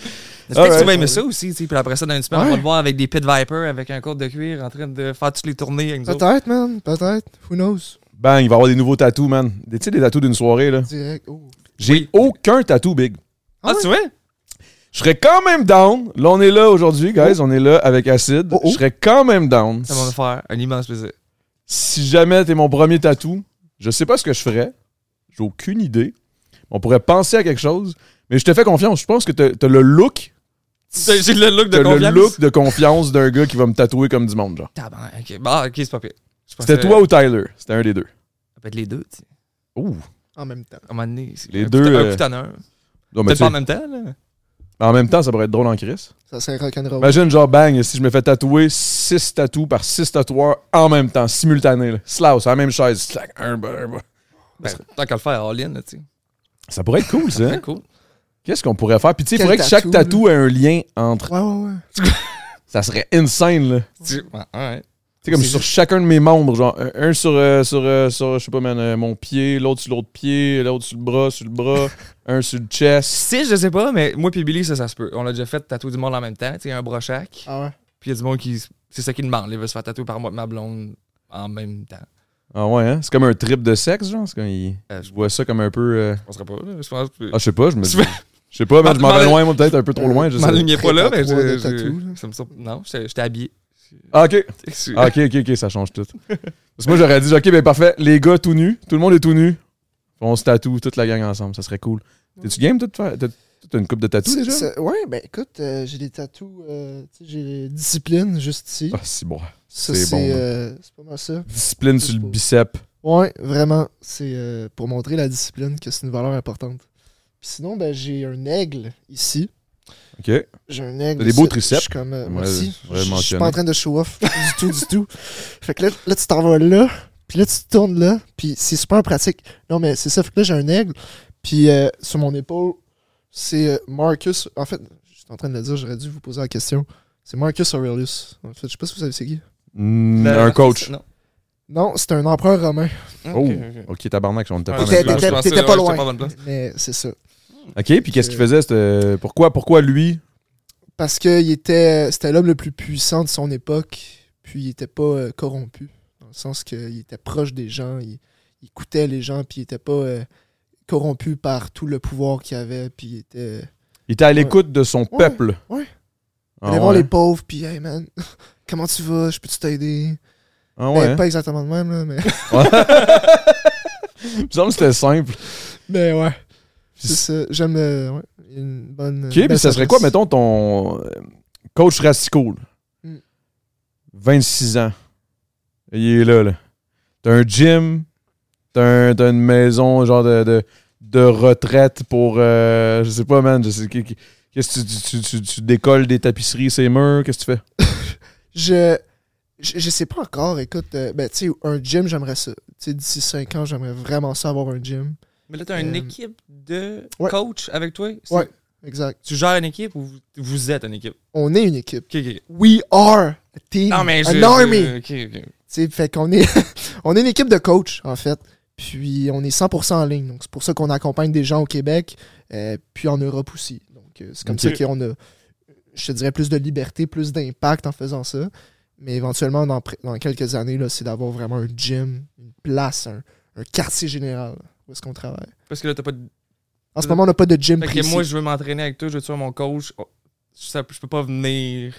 Peut-être que tu vas Alright. aimer ça aussi, tu sais. Puis après ça, dans une semaine, on va te voir avec des pit vipers, avec un code de cuir, en train de faire toutes les tournées avec nous autres. Peut-être, man. Peut-être. Who knows? Bang, il va y avoir des nouveaux tatous, man. Des- Tu sais, des tatous d'une soirée, là. Direct. Oh. J'ai aucun tatou, big. Ah, tu vois? Je serais quand même down. Là, on est là aujourd'hui, guys. On est là avec Acid. Oh, oh. Je serais quand même down. Ça va me faire un immense plaisir. Si jamais t'es mon premier tatou, je sais pas ce que je ferais. J'ai aucune idée. On pourrait penser à quelque chose. Mais je te fais confiance. Je pense que t'as t'as le look. J'ai j'ai le look T'as de le confiance. look de confiance d'un gars qui va me tatouer comme du monde, genre. Tabarnak, ok. Bah, ok, c'est pas pire. Je pensais- C'était toi ou Tyler? C'était un des deux. Ça peut être les deux, tu sais. Ouh. En même temps. À un moment donné, c'est- Les un deux, coup- euh, Ben, Un coup t'en as un. Non, mais Peut-être tu pas en sais, même temps, là. en même temps, ça pourrait être drôle en crise. Ça serait rock'n'roll. Imagine, genre, bang, si je me fais tatouer six tatous par six tatoueurs en même temps, simultané. là. Slow, c'est la même chaise. Slack, un, un, un. Ben, tant qu'à le faire all-in, là, tu sais. Ça pourrait être cool, ça. hein? *laughs* C'est cool. Qu'est-ce qu'on pourrait faire? Puis tu sais, il Quel faudrait que chaque tatou, tatou ait un lien entre. Ouais, ouais, ouais. Ça serait insane, là. Tu- ouais, ouais. Tu sais, comme C'est sur chacun de mes membres, genre, un, un sur, euh, sur, euh, sur, je sais pas, man, euh, mon pied, l'autre sur l'autre pied, l'autre sur le bras, sur le bras, *laughs* un sur le chest. Si, je sais pas, mais moi puis Billy, ça, ça se peut. On l'a déjà fait tatouer du monde en même temps, tu sais, un brochac. Ah ouais. Puis il y a du monde qui. s- C'est ça qu'il demande, il veut se faire tatouer par moi et ma blonde en même temps. Ah ouais, hein? C'est comme un trip de sexe, genre. C'est comme, il- Euh, je vois ça comme un peu. euh, Je penserais pas, là. Je pense que. Ah, je sais pas, je me Tu dis. veux- Je sais pas, man, je m'en vais M'en- loin, moi, peut-être un peu trop loin, je Je sais. m'alignais pas là, mais je. Trois de je- tatou, là. ça me semble- Non, j'étais j'étais habillé. *laughs* Ah, ok. Ah, ok, ok, ok, ça change tout. Parce que moi, j'aurais dit, ok, ben parfait, les gars tout nus, tout le monde est tout nu. On se tatoue toute la gang ensemble, ça serait cool. T'es-tu game, toi, de faire. t'as- T'as une coupe de tatou C'est- déjà? c'est- Ouais, ben écoute, euh, j'ai des tatous. euh, tu sais, j'ai discipline juste ici. Ah, c'est bon. Ça, c'est c'est bon, là. euh, c'est pas mal ça. Discipline sur le bicep. Ouais, vraiment. C'est euh, pour montrer la discipline que c'est une valeur importante. Puis sinon, ben, j'ai un aigle ici. OK. J'ai un aigle. T'as des beaux ici. triceps. Je suis comme. euh, J'aimerais- merci. j'aimerais Je je suis mentionner. pas en train de show off *laughs* du tout, du tout. Fait que là, là tu t'en vas là. Puis là, tu te tournes là. Puis c'est super pratique. Non, mais c'est ça. Fait que là, j'ai un aigle. Puis euh, sur mon épaule, c'est euh, Marcus. En fait, je suis en train de le dire, j'aurais dû vous poser la question. C'est Marcus Aurelius. En fait, je sais pas si vous savez c'est qui. Mm, Ben, un coach. Non. Ah, Non, c'est un empereur romain. Oh. OK, tabarnak, on était pas Ouais, dans la T'étais même t'es- place. t'es- t'étais pas ouais, j'étais pas à loin. bonne place. Mais c'est ça. OK, puis qu'est-ce qu'il faisait? c'était- Pourquoi, pourquoi lui? Parce que il était, c'était l'homme le plus puissant de son époque, puis il était pas euh, corrompu, dans le sens qu'il était proche des gens, il, il écoutait les gens, puis il était pas euh, corrompu par tout le pouvoir qu'il avait, puis il était... Il était à l'écoute de son Ouais, peuple. ouais. Il Ah allait voir ouais. les pauvres, puis « Hey man, *laughs* comment tu vas? Je peux-tu t'aider? Ah Ben, ouais. Pas exactement de même, là, *laughs* mais... Il me semble que c'était simple. Euh, mais Ben, ouais, Puis *laughs* c'est ça. J'aime euh, ouais, une bonne... OK, puis ça serait quoi, mettons, ton euh, coach Rastico? là? Mm. 26 ans. Il est là, là. T'as un gym, t'as un- t'as une maison, genre de, de, de retraite pour. euh, je sais pas, man. je sais- qu'est- qu'est- Qu'est-ce que tu, tu, tu, tu décolles des tapisseries, ces murs? Qu'est-ce que tu fais? Je, je, je sais pas encore, écoute, euh, ben tu sais, un gym, j'aimerais ça. Tu sais, d'ici 5 ans, j'aimerais vraiment ça avoir un gym. Mais là, t'as une Euh, équipe de ouais. coach avec toi. C'est- Ouais. Exact. Tu gères une équipe ou vous- vous êtes une équipe? On est une équipe. Ok, ok. We are a team. Non, mais je. an je- army. ok, ok. Tu sais, fait qu'on est, *laughs* on est une équipe de coach, en fait. Puis on est 100% en ligne. Donc c'est pour ça qu'on accompagne des gens au Québec, euh, puis en Europe aussi. Donc euh, c'est comme Ok. ça qu'on a, je te dirais, plus de liberté, plus d'impact en faisant ça. Mais éventuellement, dans, pr- dans quelques années, là, c'est d'avoir vraiment un gym, une place, un, un quartier général où est-ce qu'on travaille. Parce que là, t'as pas de. En ce moment, on n'a pas de gym Fait que précis. moi, je veux m'entraîner avec toi, je veux tuer mon coach. Oh, ça- je peux pas venir.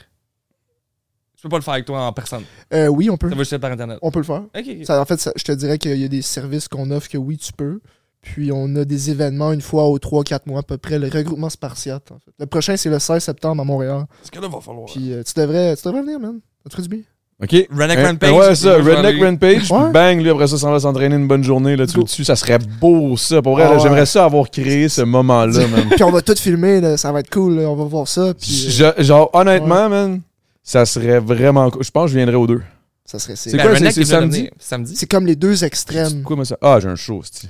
Tu peux pas le faire avec toi en personne. Euh, oui, on peut. Ça va juste être par Internet. On peut le faire. Ok, ok. Ça, en fait, ça- je te dirais qu'il y a des services qu'on offre que oui, tu peux. Puis on a des événements une fois aux 3-4 mois à peu près, le regroupement spartiate. en fait. Le prochain, c'est le 16 septembre à Montréal. Ce que là, va falloir. Puis euh, tu, devrais, tu devrais venir, man. Ça te ferait du bien. OK. Redneck Hein? Rampage. Ouais, ça, Moi, je vais Redneck aller- Rampage. puis Ouais. Bang, lui, après ça, s'en va s'entraîner une bonne journée. Là, tu le Go. tues, ça serait beau, ça. Pour vrai, Ah là, ouais. j'aimerais ça avoir créé ce *laughs* moment-là, man. Puis on va tout filmer, là, ça va être cool, là, on va voir ça. Puis euh, Je- genre, honnêtement, man, ça serait vraiment cool. Je pense que je viendrais aux deux. ça serait C'est c'est Ben, quoi, Redneck, c'est- il c'est vient de samedi? venir. Samedi. C'est comme les deux C'est extrêmes. quoi, moi, ça? Ah, j'ai un show, c'ti.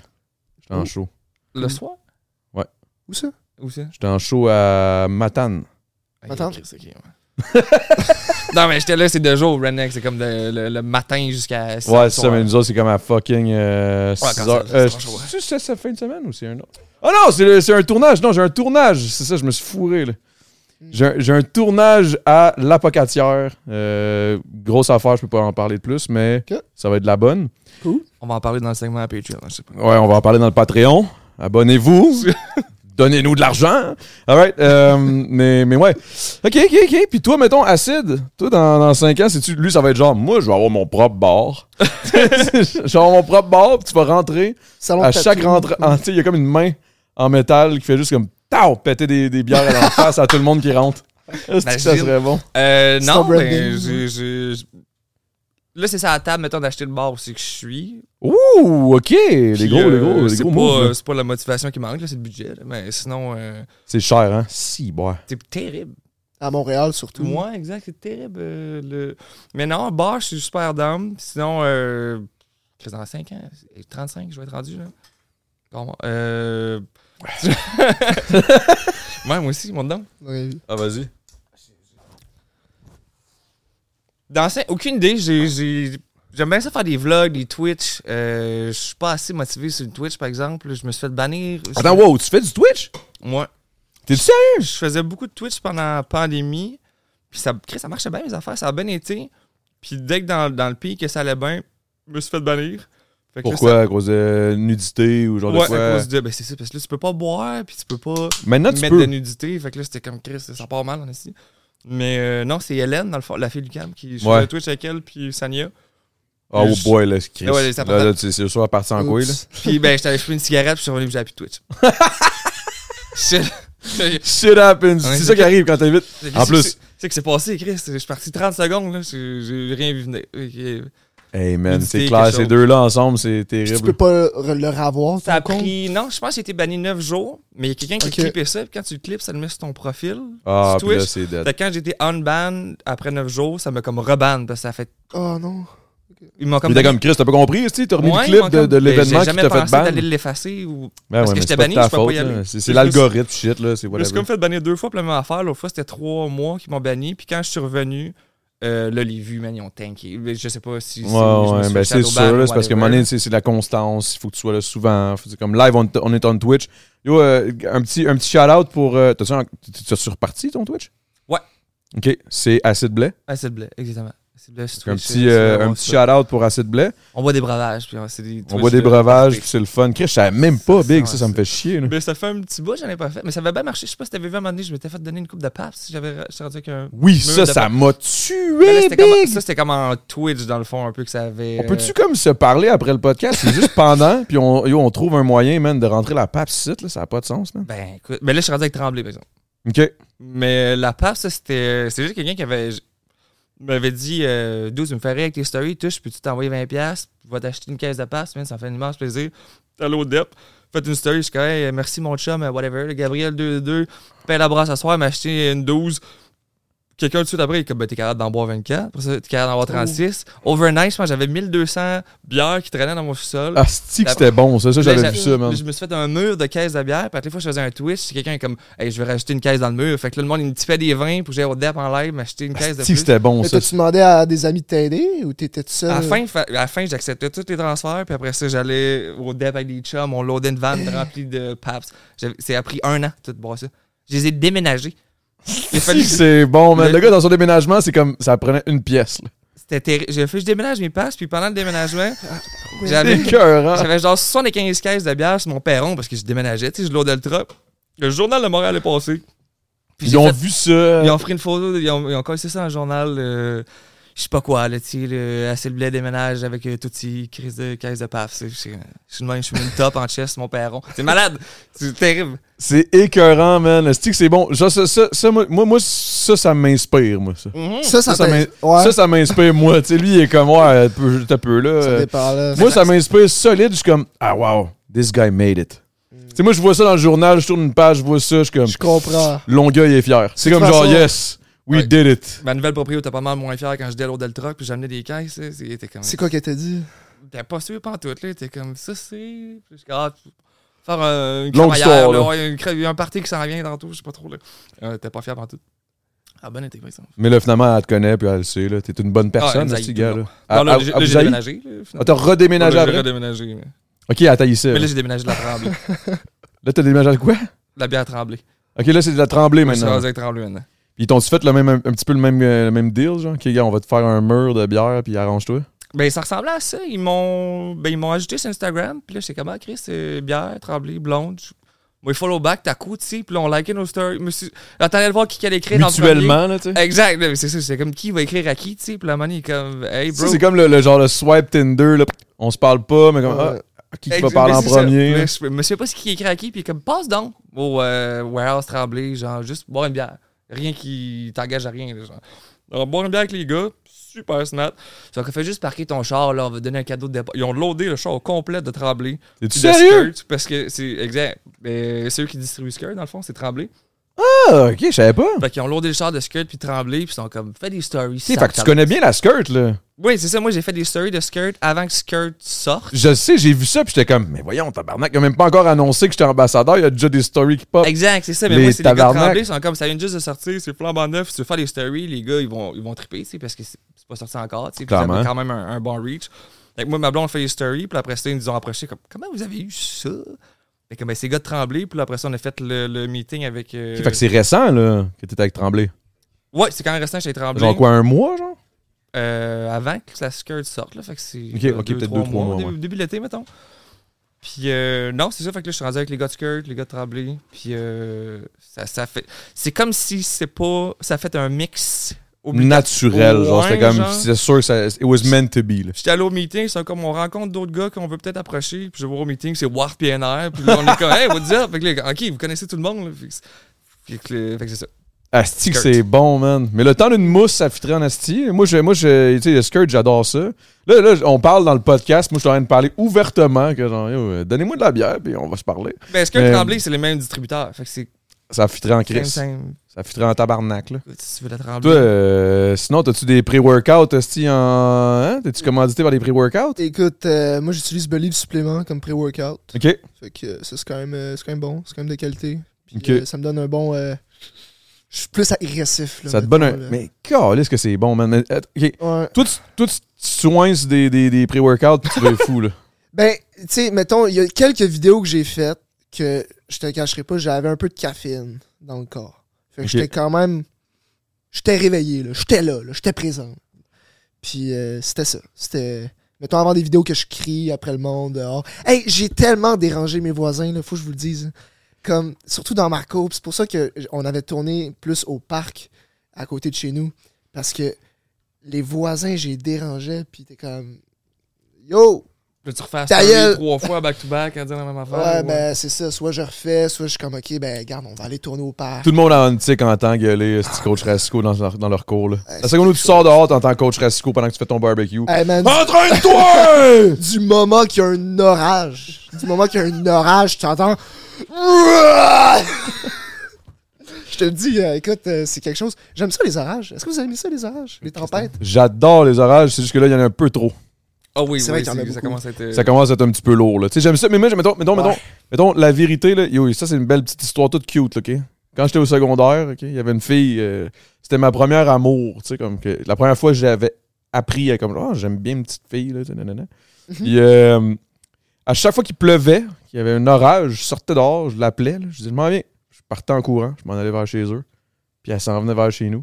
J'étais en Oh. show. Le soir Où ça Ou ça J'étais en show à Matane. Ok, Attends. Chris, ok, ouais. *laughs* non, mais j'étais là, c'est de jour, Redneck. C'est comme de- le, le matin jusqu'à. Ouais, c'est ça, samedi soir. mais nous autres, c'est comme à fucking. Euh, quand six c'est- heures. c'est Euh, un show, ouais. c'est c'est cette fin de semaine ou c'est un autre? Ah non, c'est le- c'est un tournage. Non, j'ai un tournage. C'est ça, je me suis fourré, là. J'ai un- j'ai un tournage à l'apocatière. Euh, grosse affaire, je peux pas en parler de plus, mais Ok. ça va être de la bonne. On va en parler dans le segment à Patreon. Je sais pas. Ouais, on va en parler dans le Patreon. *laughs* Abonnez-vous. Donnez-nous de l'argent. All right. euh, mais, mais ouais. OK, OK, OK. Puis toi, mettons, Acide, toi, dans, dans 5 ans, c'est-tu, lui, ça va être genre, moi, je vais avoir mon propre bar. *laughs* je vais avoir mon propre bar, puis tu vas rentrer. Salon À de chaque tatou. rentrée, en- tu sais, il y a comme une main en métal qui fait juste comme, tao, péter des, des bières à l'en face à tout le monde qui rentre. *laughs* Est-ce que ça Imagine. serait bon? Euh, C'est non, ton branding. mais j'ai- j'ai- j'ai- Là, c'est ça à la table, mettons, d'acheter le bar aussi que je suis. Ouh, OK. Les Puis, gros, les euh, gros, les c'est gros pas, moves, là. euh, C'est pas la motivation qui manque, là, c'est le budget. là. Mais sinon, euh, C'est cher, hein? Si, boire. c'est terrible. À Montréal, surtout. Moi, exact, c'est terrible. euh, le... Mais non, bar, je suis super down. Sinon, euh... Chris, dans 5 ans, 35, je vais être rendu, là. Comment? Euh... *laughs* ouais, moi aussi, mon don. Ouais. Ah, vas-y. Dans cinq- aucune idée. j'ai- j'ai- J'aime bien ça faire des vlogs, des Twitch. Euh, je suis pas assez motivé sur le Twitch, par exemple. Je me suis fait bannir. Attends, wow, tu fais du Twitch? Moi, T'es sérieux? je faisais beaucoup de Twitch pendant la pandémie. Puis ça, Chris, ça marchait bien, mes affaires. Ça a bien été. Puis dès que dans, dans le pays que ça allait bien, je me suis fait bannir. Fait que là, Pourquoi? À cause de nudité ou genre ça- de Ouais, à quoi? cause de- ben, c'est ça, parce que là, tu peux pas boire, puis tu peux pas Maintenant, tu mettre de peux. nudité. Fait que là, c'était comme Chris, ça part mal, en ici. Mais euh, non, c'est Hélène, dans le fond, la fille du calme, qui je Ouais. faisais Twitch avec elle, puis Sania. Oh Je- boy, là, Chris. Ouais, ouais, ça là, là, partage. tu sais, c'est sûr, parti en couille, là. Oups. Puis ben, j'étais allé fumer une cigarette, puis je suis revenu, puis j'ai *laughs* appuyé Twitch. Shit. Shit happens. Ouais, c'est c'est ça qui arrive quand t'invites. En plus. C'est c'est que c'est passé, Chris. Je suis parti 30 secondes, là. J'ai j'ai rien vu venir. Ok. Hey, man, Nudité, c'est clair, quelque ces chose. deux-là ensemble, c'est Puis tu peux terrible. pas re- le revoir, Ça a ton compte? pris. Non, je pense que j'ai été banni 9 jours, mais il y a quelqu'un qui Ok. a clippé ça, puis quand tu le clips, ça le met sur ton profil. Ah, tu puis là, Twitch. c'est dead. Fait que quand j'étais on-ban, après 9 jours, ça m'a comme reban, parce que ça fait. Oh non. Ils m'ont Puis comme. t'es comme Chris, t'as pas compris, tu sais, t'as remis Ouais, le ils m'ont clip de, comme- de Ben, l'événement qui J'ai t'a jamais fait pensé ban. d'aller l'effacer ou. Ben, parce ouais, que mais j'étais c'est pas banni, de ta je peux pas faute, y aller. là. C'est c'est Je me l'algorithme, shit, là, c'est Je me suis whatever. comme fait bannir deux fois pour la même affaire. L'autre fois, c'était trois mois qu'ils m'ont banni. Puis quand je suis revenu, euh, là, les vues, man, ils ont tanké. Mais Je sais pas si. si Ouais, je me ouais, suis ben fait c'est shadowban sûr, là, ou c'est parce que whatever. mon c'est c'est de la constance, il faut que tu sois là souvent. Faut dire, comme live, on, on est on Twitch. Yo, euh, un petit, un petit shout-out pour. euh, T'as-tu un- t'as-tu reparti ton Twitch? Ouais. Ok, c'est Acid Blais. Ah, c'est le blé, exactement. C'est le blé, c'est Un Twitch, petit, c'est euh, vraiment un petit ça. shout-out pour Acid Blais. On boit des breuvages. Puis on, c'est des On Twitch, boit des là, breuvages, parfait. puis c'est le fun. Chris, je savais même pas, Ça, Big, ça, ça, ça me ça. fait *laughs* chier. là. Mais Ben, ça fait un petit bout, j'en ai pas fait. Mais ça avait bien marché. Je sais pas si t'avais vu à un moment donné, je m'étais fait donner une coupe de paps. J'avais j'étais rendu avec un. Oui, ça, de ça pas- m'a Mais là, tué, c'était comme- Big! ça, euh, c'était comme en Twitch, dans le fond, un peu que ça avait. On peut-tu comme se parler après le podcast? C'est juste pendant, puis on, yo, on trouve un moyen, man, de rentrer la pape site, là, ça n'a pas de sens, là. euh, Ben, écoute. Mais là, je suis rendu avec Tremblay, par exemple. Ok. Mais la PAF, ça, c'était. C'est juste quelqu'un qui avait. m'avait dit euh, Dude, tu me ferais avec tes stories, touche, puis tu t'envoyer 20$, tu vas t'acheter une caisse de PAF, man, ça me fait un immense plaisir. Allô, au DEP. Faites une story, je suis comme, Hey, merci mon chum, euh, whatever. Le Gabriel 2-2, paye la brasse à soir, m'a acheté une 12. Quelqu'un tout de suite après, il est comme, ben, t'es capable d'en boire 24, après ça, t'es capable d'en boire 36. Overnight, je pense, que j'avais 1200 bières qui traînaient dans mon sous-sol. Asti Ah, que c'était bon, ça, ça, Là, j'avais j'a- vu ça, man. Ben, Je me suis fait un mur de caisses de bière. Puis à toutes les fois, que je faisais un Twitch. c'est Quelqu'un est comme, hey, je vais rajouter une caisse dans le mur. Fait que là, le monde, il me tipait des vins pour que j'aille au DEP en live, m'acheter une caisse de Asti que plus. c'était bon, Mais ça. t'as-tu demandé à des amis de t'aider ou t'étais tout seul? À la fin, fa- à la fin j'acceptais tous les transferts. Puis après ça, j'allais au DEP avec des chums. On loadait *laughs* une vanne remplie de paps. J'avais- C'est a pris un an, tout boire ça. Je les ai déménagés. Il a fallu- Asti que c'est bon, man. Le- Le gars, dans son déménagement, c'est comme, ça prenait une pièce, là. C'était terrible. J'ai fait, je déménage mes passes. Puis pendant le déménagement, C'est j'avais *laughs* écœurant. J'avais genre 75 caisses de bière sur mon perron parce que je déménageais, tu sais, je loadais le truck. Le journal de Montréal est passé. Puis Ils j'ai ont fait- vu ça. Ils ont pris une photo, ils ont, ils ont collé ça à un journal, euh, je sais pas quoi, là, tu sais, le- assez le blé déménage avec euh, Tutti, crise de caisse de paf. c'est- c'est- Je suis de même, je suis une top en chest, mon perron. C'est malade, c'est terrible. C'est écœurant, man. cest que c'est bon? Ça, ça, ça, ça, moi, moi, ça, ça m'inspire, moi, ça. Ça, ça, Ça, ça t'in- ouais, Ça, ça m'inspire, moi. Tu sais, lui, il est comme, ouais, t'as peu- t'as peu, là. ça euh, dépend, là. Moi, ça m'inspire solide. Je suis comme, ah, wow, this guy made it. Mm. Tu sais, moi, je vois ça dans le journal, je tourne une page, je vois ça, je suis comme, Je comprends. Longueuil est fier. C'est De comme toute genre, façon- yes, we Ouais. did it. Ma nouvelle proprio était pas mal moins fière quand je disais à l'eau del truck, puis j'amenais des caisses, là, c'est- était comme. C'est quoi qu'elle t'a dit? T'es pas sûr, pas en tout, là. T'es comme ça, c'est. Puis je suis comme, ah, tu- faire un, une Longue crémaillère, histoire, là, là. ouais, une cré- un party qui s'en vient dans tout, je sais pas trop, là. Euh, T'es pas fier en tout. Ah, ben, t'es ça. Mais là, finalement, elle te connaît, puis elle le sait, là. T'es une bonne elle personne, nous ce haït petit tout le gars, long. là. Non, Elle- là, elle- j'ai elle là, vous j'ai haït? déménagé. là, Ah, finalement. t'as redéménagé Là, j'ai après? redéménagé. là. Ok, elle taillissait. Mais là, Là, j'ai déménagé de la tremblée. t'as déménagé à quoi? La bière tremblée. Ok, là, c'est de la tremblée Je suis maintenant. rendu avec tremblée maintenant. Puis ils t'ont-tu fait le même, un, un petit peu le même, euh, le même deal, genre? Ok, gars, on va te faire un mur de bière, puis arrange-toi. Ben, ça ressemblait à ça. Ils m'ont ben, ils m'ont ajouté sur Instagram. Puis là, j'étais comme, ah, Chris, euh, bière, tremblée, blonde. Je- Moi, follow back, t'as coup, tu sais. Puis là, on likait nos stories. Je me suis- J'attendais de voir qui allait écrire dans le premier. Mutuellement, là, tu sais. Exact, là, mais c'est ça, c'est comme qui va écrire à qui, tu sais, puis la money est comme Hey Ça, bro. C'est comme le, le genre le swipe Tinder, là. On se parle pas, mais comme, ah, Ouais. à qui Ex- va parler mais en c'est ça. premier? Mais je me souviens pas ce qui écrit à qui, puis comme passe donc au euh, warehouse tremblé, genre juste boire une bière. Rien qui t'engage à rien, là, genre. Alors, boire une bière avec les gars, super smart. Ça fait juste parquer ton char, là, on va te donner un cadeau de départ. Ils ont loadé le char au complet de tremblé. T'es-tu Puis de sérieux? Skirt, Parce que c'est exact. Euh, c'est eux qui distribuent Skirt, dans le fond, c'est tremblé. Ah, ok, je savais pas. Fait qu'ils ont loadé le char de Skirt, puis tremblé, puis ils sont comme, fais des stories. Tu sais, ça fait que tu t'en- connais bien la skirt, là. Oui, c'est ça. Moi, j'ai fait des stories de skirt avant que skirt sorte. Je sais, j'ai vu ça, puis j'étais comme, mais voyons, tabarnak, il a même pas encore annoncé que j'étais ambassadeur, il y a déjà des stories qui pop. Exact, c'est ça. Mais Les moi, c'est les gars tabarnak. tremblés. Ils sont comme, ça vient juste de sortir, c'est flambant neuf. Si tu veux faire des stories, les gars, ils vont, ils vont triper, tu sais, parce que c'est c'est pas sorti encore, tu sais. Puis ça Clairement. a quand même un, un bon reach. Fait que moi, ma blonde fait des stories, puis après ça, ils nous ont approché comme, comment vous avez eu ça? Fait que, ben, c'est les gars de tremblés, puis là, après ça, on a fait le, le meeting avec. euh, Fait que c'est récent, là, que t'étais avec Tremblay. Ouais, c'est quand même restant chez Tremblay. Genre quoi, un mois, genre? euh, avant que la skirt sorte. Là, fait que c'est Ok, euh, ok, deux, peut-être trois deux, trois mois, mois, début, ouais. début de l'été, mettons. Puis euh, non, c'est ça. Fait que là, je suis rendu avec les gars de skirt, les gars de Tremblay. Puis euh, ça, ça fait. C'est comme si c'est pas. Ça fait un mix obligatoire. Naturel, genre, c'était Ouais, comme, genre. c'est sûr que ça, it was meant to be, là. J'étais allé au meeting, c'est comme on rencontre d'autres gars qu'on veut peut-être approcher. Puis je vais au meeting, c'est Warp PNR. Puis là, on est comme, hey, what's up? Fait que là, ok, vous connaissez tout le monde. là. Fait que c'est- fait que le- fait que c'est ça. Asti que Skirt. c'est bon, man. Mais le temps d'une mousse, ça fitterait en Asti. Moi, je, moi je, tu sais, le skirt, j'adore ça. Là, là, on parle dans le podcast. Moi, je suis en train de parler ouvertement que genre, Yo, euh, donnez-moi de la bière, puis on va se parler. Mais Ben, Skirt Euh, Tremblay, c'est les mêmes distributeurs. Fait que c'est. Ça fitterait en Crème, crise. Ça fitterait en tabarnak, là. Si tu veux la Tremblay. Toi, euh, sinon, t'as-tu des pré-workouts, Asti, en. Hein? T'es-tu commandité par des pré-workouts? Écoute, euh, moi, j'utilise Believe Supplément comme pré-workout. Ok. Fait que euh, ça, c'est quand, même, euh, c'est quand même bon, c'est quand même de qualité. Puis, Ok. euh, ça me donne un bon. euh, je suis plus agressif. Là, Ça te donne un. mettons, là. Mais, est-ce que c'est bon, man. Mais, euh, Ok. Ouais. Toi, tu- toi, tu tu soignes des, des, des pré-workouts, puis tu vas être fou, là. Ben, tu sais, mettons, il y a quelques vidéos que j'ai faites que je te cacherai pas, j'avais un peu de caféine dans le corps. Fait que Ok. j'étais quand même. J'étais réveillé, là. J'étais là, là. J'étais présent. Puis euh, c'était ça. C'était. Mettons avant des vidéos que je crie après le monde dehors. Hey, j'ai tellement dérangé mes voisins, là, faut que je vous le dise. Comme, surtout dans Marco. Puis C'est pour ça que j- on avait tourné plus au parc à côté de chez nous. Parce que les voisins, j'ai dérangé, puis t'es comme. Yo! Là, tu refais la Ta story gueule. trois fois back-to-back à dire la même affaire. Ouais, ou- euh? ben c'est ça. Soit je refais, soit je suis comme, ok, ben regarde, on va aller tourner au parc. Tout le monde en tic entend gueuler euh, ce coach Rasco dans leur, dans leur cours. Là. Ouais, Euh, La seconde où tu sors dehors, t'entends coach Rasco pendant que tu fais ton barbecue. Hey, man, *laughs* Entraîne-toi! du moment qu'il y a un orage, du moment qu'il y a un orage, tu entends. *laughs* je te le dis, euh, écoute, euh, c'est quelque chose. J'aime ça les orages. Est-ce que vous aimez ça les orages, les tempêtes? J'adore les orages, c'est juste que là, il y en a un peu trop. Ah oui, C'est oui, vrai qu'il y en a c'est- beaucoup. ça commence à être. euh, Ça commence à être un petit peu lourd. là. Tu sais, J'aime ça, mais moi, mettons, mettons, Ouais. mettons, mettons, la vérité, là, yo, ça c'est une belle petite histoire toute cute. là, OK? Quand j'étais au secondaire, OK, il y avait une fille, euh, c'était ma première amour. tu sais, Comme que, la première fois que j'avais appris à comme, Ah, j'aime bien une petite fille. Là, tu sais, nanana. Puis, *laughs* euh, à chaque fois qu'il pleuvait, qu'il y avait un orage, je sortais dehors, je l'appelais, là, je disais, je m'en viens. Je partais en courant, je m'en allais vers chez eux. Puis elle s'en venait vers chez nous.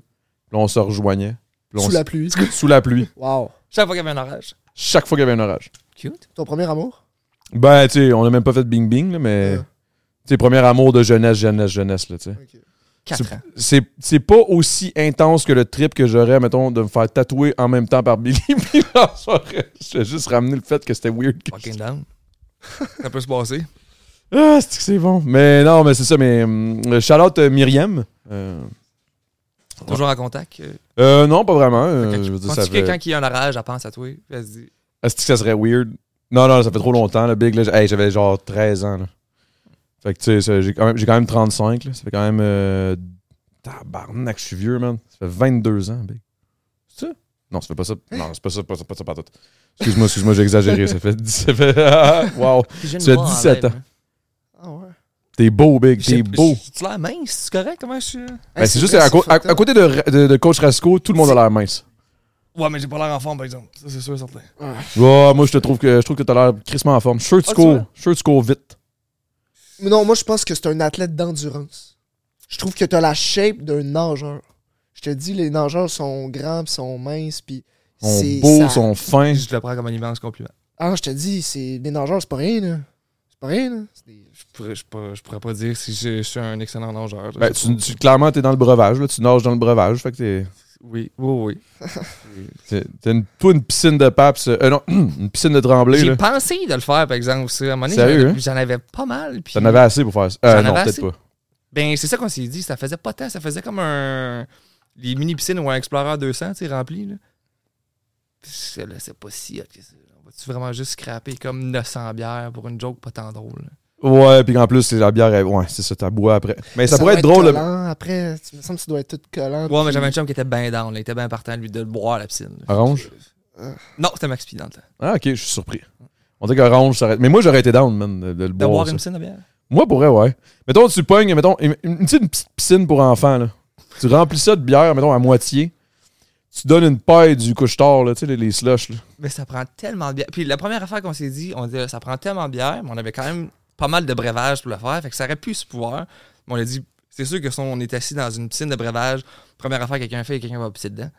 Puis là, on se rejoignait. Puis là, on Sous s- la pluie. sous la pluie. Wow. Chaque fois qu'il y avait un orage. Chaque fois qu'il y avait un orage. Cute. Ton premier amour? Ben, tu sais, on a même pas fait de bing-bing, là, mais. Ouais. Tu sais, premier amour de jeunesse, jeunesse, jeunesse, là, tu sais. Ah, Ok. 4 ans. C'est c'est pas aussi intense que le trip que j'aurais, mettons, de me faire tatouer en même temps par Billy. *laughs* Puis là, j'aurais- je vais juste ramener le fait que c'était weird. que- *laughs* Fucking down. Ça peut se passer. Ah, c'est que c'est bon. Mais non, mais c'est ça. Mais hum, Charlotte euh, Myriam. euh, Toujours en contact. euh, euh, non, pas vraiment. euh, quand je tu- veux dire, quand ça tu- fait- quelqu'un qui a un orage, elle pense à toi. puis Elle se dit Est-ce que ça serait weird? Non, non, ça fait trop longtemps, le Big. là. J- hey, j'avais genre 13 ans. Là. Fait que, tu sais, ça- j'ai quand, même- j'ai quand même 35. là. Ça fait quand même. Euh, tabarnak, je suis vieux, man. Ça fait 22 ans, Big. C'est ça? Non, ça fait pas ça. Non, c'est pas ça, pas ça, pas ça, pas tout. Excuse-moi, excuse-moi, j'ai exagéré. Ça fait. dix- Ça fait *laughs* wow. Tu as 17 ans. Ah ouais. T'es beau, Big. T'es beau. Tu l'air mince, c'est correct? Comment je suis. Ah, Ben, c'est juste à, co- à- à côté de, de- de Coach Rasco, tout le monde a l'air mince. Ouais, mais j'ai pas l'air en forme, par exemple. Ça, c'est sûr et certain. Ouais, moi, je te trouve que je trouve que t'as l'air crissement en forme. Je suis sûr que tu Ah, tu cours. vois? Je suis sûr que tu cours vite. Mais non, moi, je pense que c'est un athlète d'endurance. Je trouve que t'as la shape d'un nageur. Je te dis, les nageurs sont grands, pis sont minces, puis Ils sont c'est beaux, ça- ils sont fins. Je te le prends comme un immense compliment. Ah, je te dis, c'est les nageurs, c'est pas rien, là. C'est pas rien, là. C'est des- Je pourrais, je pourrais, je pourrais pas dire si je, je suis un excellent nageur. Ben, tu, tu- clairement, t'es dans le breuvage. Là. Tu nages dans le breuvage. Fait que t'es, Oui, oui, t'es- t'es une, toi, une piscine de paps. euh, non, *clears throat* une piscine de oui. tremblay. J'ai Là. pensé de le faire, par exemple. aussi. À un moment donné, Sérieux, j'en avais- hein? j'en avais pas mal. Puis... T'en avais assez pour faire ça. Euh, J'en non, avais peut-être assez. pas. Ben, c'est ça qu'on s'est dit. Ça faisait pas tant. Ça faisait comme un. Les mini-piscines ou un Explorer 200, tu sais, rempli, là. Puis c'est- là, c'est pas si hot que ça. On va-tu vraiment juste scraper comme 900 bières pour une joke pas tant drôle? là? Ouais, puis en plus, c'est la bière. elle- Ouais, c'est ça, t'as bois après. Mais ça, pourrait doit être drôle. là. collant. Après, tu me semble que tu dois être tout collant. Ouais, mais puis- j'avais un chum qui était bien down. là. Il était bien partant, lui, de le boire à la piscine. là. Orange? Non, c'était Max P dans le temps. Ah, ok, je suis surpris. On dit qu'orange, ça aurait... Mais moi, j'aurais été down, man, de, de le De boire. boire ça. une piscine de bière. Moi, pour vrai, ouais. Mettons, tu pognes, mettons, une, une- tu sais, une petite piscine pour enfants, là. Tu remplis ça de bière, mettons, à moitié. Tu donnes une paille du couche-tard, là, tu sais, les, les slushs, là. Mais ça prend tellement de bière. Puis la première affaire qu'on s'est dit, on dit ça prend tellement de bière, mais on avait quand même pas mal de breuvages pour le faire. Fait que ça aurait pu se pouvoir. Mais on a dit, c'est sûr que si on est assis dans une piscine de breuvage, première affaire que quelqu'un fait, quelqu'un va pisser dedans.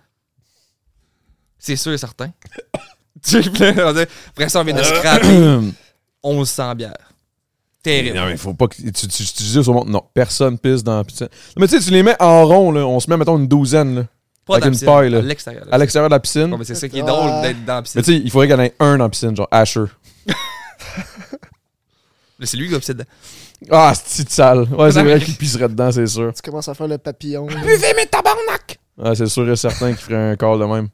C'est sûr et certain. *coughs* Tu sais, puis là, on dit, Après ça, on vient Euh. de scraper *coughs* *clears throat* 1100 bières. Terrible. Non, mais faut pas que tu, tu, tu dis au monde, non, personne pisse dans la piscine. Non, Mais tu sais, tu les mets en rond, là. On se met, mettons, une douzaine, là, Pas avec dans la une piscine, paille, là. À l'extérieur. à l'extérieur de la piscine. Ouais, mais c'est ça qui est Ah. drôle d'être dans la Mais piscine. tu sais, il faudrait qu'il y en ait un dans la piscine, genre Asher. Là, C'est lui qui va pisser dedans. Ah, c'est petite sale. Ouais, c'est Non, mais- vrai qu'il pisserait dedans, c'est sûr. Tu commences à faire le papillon. Ah, là. mes tabarnak! Ouais, c'est sûr et certain qu'il ferait un call de même.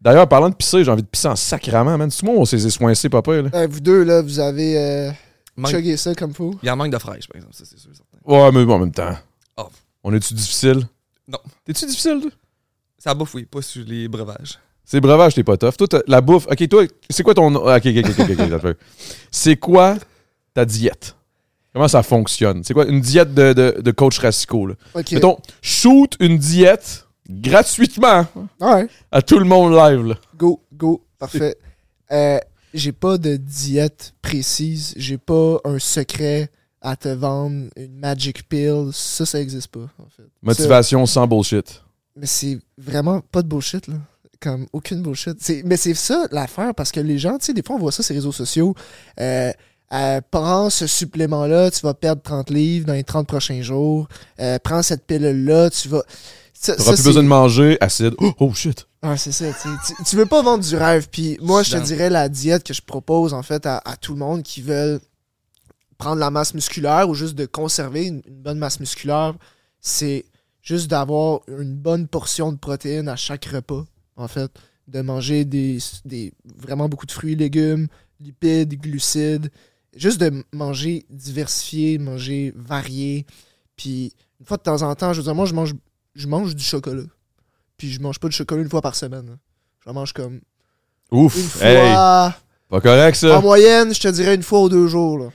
D'ailleurs, parlant de pisser, j'ai envie de pisser en sacrament, man. Tout le monde, on s'est soincé, papa, là. Euh, vous deux, là, vous avez euh, Manque- chugué ça comme fou. Il en manque de fraîche, par exemple. Ça, c'est sûr et certain. Ouais, mais bon, en même temps. Oh. On est-tu difficile? Non. T'es-tu difficile, toi? Ça bouffe, oui, pas sur les breuvages. C'est breuvage, t'es pas tough. Toi, t'as- la bouffe. Ok, toi, c'est quoi ton. Ok, ok, ok, ok, ok, attends un peu. C'est quoi ta diète? Comment ça fonctionne? C'est quoi une diète de, de, de coach Rassico? Là? Ok. Mettons, shoot une diète gratuitement Ouais. à tout le monde live. Là. Go, go, parfait. Euh, j'ai pas de diète précise, j'ai pas un secret à te vendre, une magic pill, ça, ça existe pas, en fait. Ça- Motivation sans bullshit. mais c'est vraiment pas de bullshit, là. Comme aucune bullshit. C'est- mais c'est ça l'affaire, parce que les gens, tu sais, des fois, on voit ça sur les réseaux sociaux. Euh, euh, prends ce supplément-là, tu vas perdre 30 livres dans les 30 prochains jours. Euh, prends cette pilule-là, tu vas. Ça, T'auras ça, plus c'est- besoin de manger, acide. Oh, oh, shit. Ouais, c'est ça. tu sais, Tu, tu veux pas vendre du rêve. Puis moi, je te Dans- dirais la diète que je propose en fait à, à tout le monde qui veulent prendre la masse musculaire ou juste de conserver une, une bonne masse musculaire, c'est juste d'avoir une bonne portion de protéines à chaque repas, en fait. De manger des, des vraiment beaucoup de fruits, légumes, lipides, glucides. Juste de manger diversifié, manger varié. Puis une fois de temps en temps, je veux dire, moi, je mange, je mange du chocolat. Puis je mange pas de chocolat une fois par semaine. Je mange comme une Ouf. fois. Hey, pas correct, ça. En moyenne, je te dirais une fois ou deux jours. là.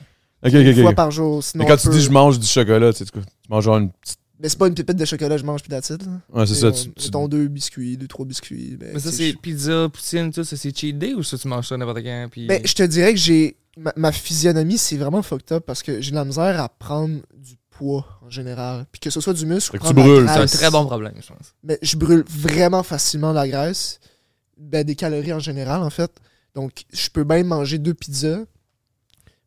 ok, Une ok, fois ok. par jour. Sinon Mais quand un tu peu- dis je mange du chocolat, tu sais, tu tu manges genre une petite. Mais c'est pas une pépite de chocolat, je mange plus d'attitude. Ouais, c'est ça. Tu, tu- Mettons deux biscuits, deux, trois biscuits. ben, Mais ça, tu c'est sais, pizza, poutine, tout ça, c'est cheat day ou ça, tu manges ça n'importe quand? Puis... je- Ben, je te dirais que j'ai. Ma, ma physionomie, c'est vraiment fucked up parce que j'ai de la misère à prendre du poids en général. Puis que ce soit du muscle. Fait ou que tu prendre de la brûles, c'est un graisse. très bon problème, je pense. mais je brûle vraiment facilement la graisse, ben, des calories en général, en fait. Donc, je peux même manger deux pizzas,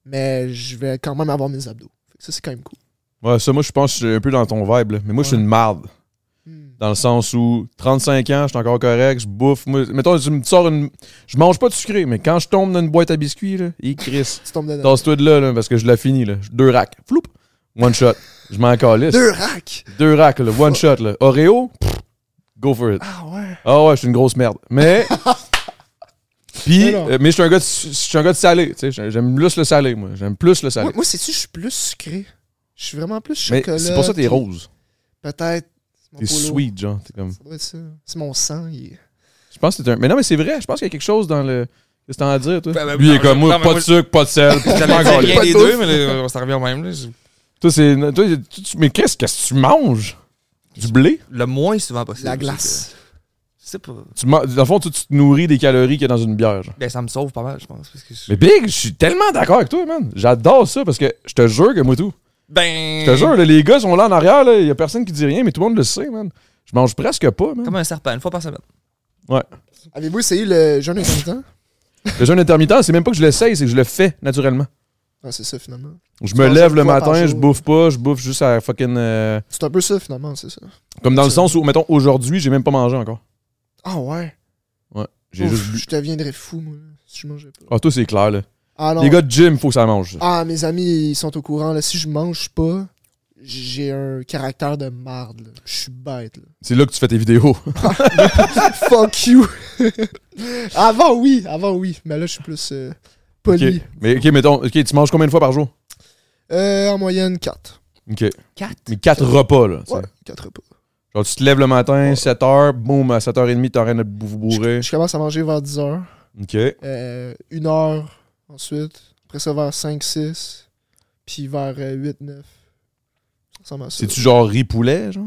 mais je vais quand même avoir mes abdos. Fait que ça, c'est quand même cool. Ouais, ça, moi, je pense que je suis un peu dans ton vibe, là. Mais moi, je suis Ouais. une marde. Hmm. Dans le sens où 35 ans, je suis encore correct, je bouffe. Moi, mettons, tu me sors une. Je mange pas de sucré, mais quand je tombe dans une boîte à biscuits, là, il crisse. Tu tombes dedans. Tasse-toi de là, là, parce que je l'ai fini, là. Deux racks. Floup. One shot. Je m'en calisse. Deux racks! Deux racks, là. One shot, là. Oreo, pff, go for it. Ah ouais! Ah ouais, je suis une grosse merde. *laughs* Mais. Puis, Mais non. euh, mais je suis un gars de, je suis un gars de salé. tu sais. J'aime plus le salé, moi. J'aime plus le salé. Moi, moi c'est-tu, je suis plus sucré. Je suis vraiment plus mais chocolat. c'est pour ça que t'es puis rose. Peut-être. c'est mon T'es polo. sweet, genre. T'es comme. Ça doit être ça. C'est mon sang. il est- Je pense que t'es un. Mais non, mais c'est vrai. Je pense qu'il y a quelque chose dans le. Qu'est-ce que t'en as à dire, toi? Ben, ben, Lui, il est non, comme je- moi, non, mais pas moi, de sucre, pas de *laughs* sel. J'allais Encore dire rien là. des Pas deux, tous. mais là, on s'en revient au même. là. Je- Toi, c'est. toi, tu- tu- Mais Chris, qu'est-ce que tu manges? Du blé? Le moins souvent possible. La glace. Je sais pas. Tu man- Dans le fond, tu, tu te nourris des calories qu'il y a dans une bière, genre. Ben, ça me sauve pas mal, je pense. Parce que je- Mais Big, je suis tellement d'accord avec toi, man. J'adore ça parce que je te jure que moi tout. Ben. Je te jure, là, les gars sont là en arrière, là, il y a personne qui dit rien, mais tout le monde le sait, man. Je mange presque pas, man. Comme un serpent, une fois par semaine. Avez-vous essayé le jeûne intermittent? Le jeûne intermittent, c'est même pas que je l'essaye, c'est que je le fais naturellement. Ah, c'est ça, finalement. Je Tu me manges lève une le fois par matin, jour. je bouffe pas, je bouffe juste à fucking. euh, C'est un peu ça, finalement, c'est ça. Comme dans le C'est- sens où, mettons, aujourd'hui, j'ai même pas mangé encore. Ah ouais? J'ai Ouf, juste bu. Je deviendrais fou, moi, si je mangeais pas. Ah, toi, c'est clair, là. Ah non. Les gars de gym, faut que ça mange. Ah, mes amis, ils sont au courant. Là. Si je mange pas, j'ai un caractère de marde. là. Je suis *laughs* bête. Là. C'est là que tu fais tes vidéos. Fuck you! *laughs* avant, oui. Avant, oui. Mais là, je suis plus euh, OK. poli. Mais, OK, mettons, OK, tu manges combien de fois par jour? Euh, en moyenne, 4. OK. Quatre. Mais quatre repas, là. tu sais. Ouais, 4 repas. Genre, tu te lèves le matin, 7h, boum, à 7h30, t'es en train de vous bourrer. Je, je commence à manger vers 10 heures. OK. Euh, une heure ensuite. Après ça, vers 5, 6. Puis vers 8, 9. Ça ressemble à ça. C'est-tu genre riz poulet, genre?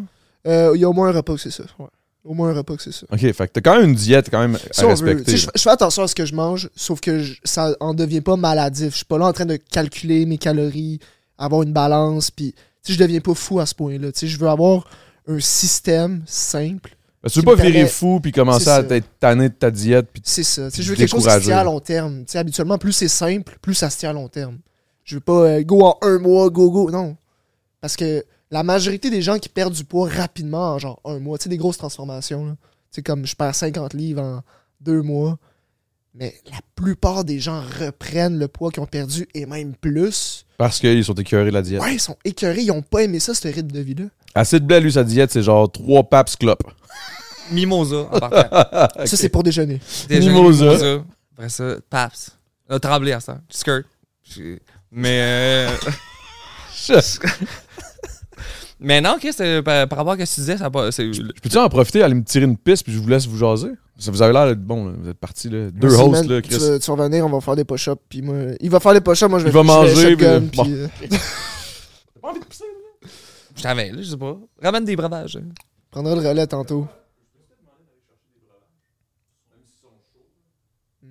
Euh, Il y a au moins un repas que c'est ça. Ouais. Au moins un repas que c'est ça. OK, fait que t'as quand même une diète quand même Si à on veut. Tu respecter. sais, Je, je fais attention à ce que je mange, sauf que je- ça en devient pas maladif. Je suis pas là en train de calculer mes calories, avoir une balance, puis tu sais, je deviens pas fou à ce point-là. Tu sais, je veux avoir un système simple. Parce que tu qui veux me pas virer permet- fou puis commencer C'est à ça. être tanné de ta diète. Puis... C'est ça. Tu sais, Puis je veux quelque chose qui se décourager. tient à long terme. Tu sais, habituellement, plus c'est simple, plus ça se tient à long terme. Je veux pas euh, go en un mois, go, go. Non. Parce que la majorité des gens qui perdent du poids rapidement en genre un mois, tu sais, des grosses transformations, là. Tu sais, comme je perds 50 livres en deux mois. Mais la plupart des gens reprennent le poids qu'ils ont perdu et même plus. Parce qu'ils sont écœurés de la diète. Ouais, ils sont écœurés, ils ont pas aimé ça, ce rythme de vie-là. Acide blé, lui, sa diète, c'est genre trois papes clopes. Mimosa, *laughs* en partant. Ça, c'est pour déjeuner. Déjeuner, Mimosa. Après ça, Paps. Euh, tremblé à ça. Skirt. J'ai- Mais. euh, *laughs* Je Mais non, Chris, euh, par, par rapport à ce que tu disais, ça a pas. c'est- peux-tu en profiter, aller me tirer une piste puis je vous laisse vous jaser? Ça, vous avez l'air d'être bon, là. vous êtes partis, là. Deux Merci, hosts, man. là, *laughs* Tu, Chris. vas- tu vas venir, on va faire des push-ups. Puis moi, il va faire les push-ups, moi je vais Il va je vais manger, shotgun, puis- puis, euh, Je t'avais, là, je sais pas. Ramène des breuvages. hein. prendra le relais tantôt. Hmm.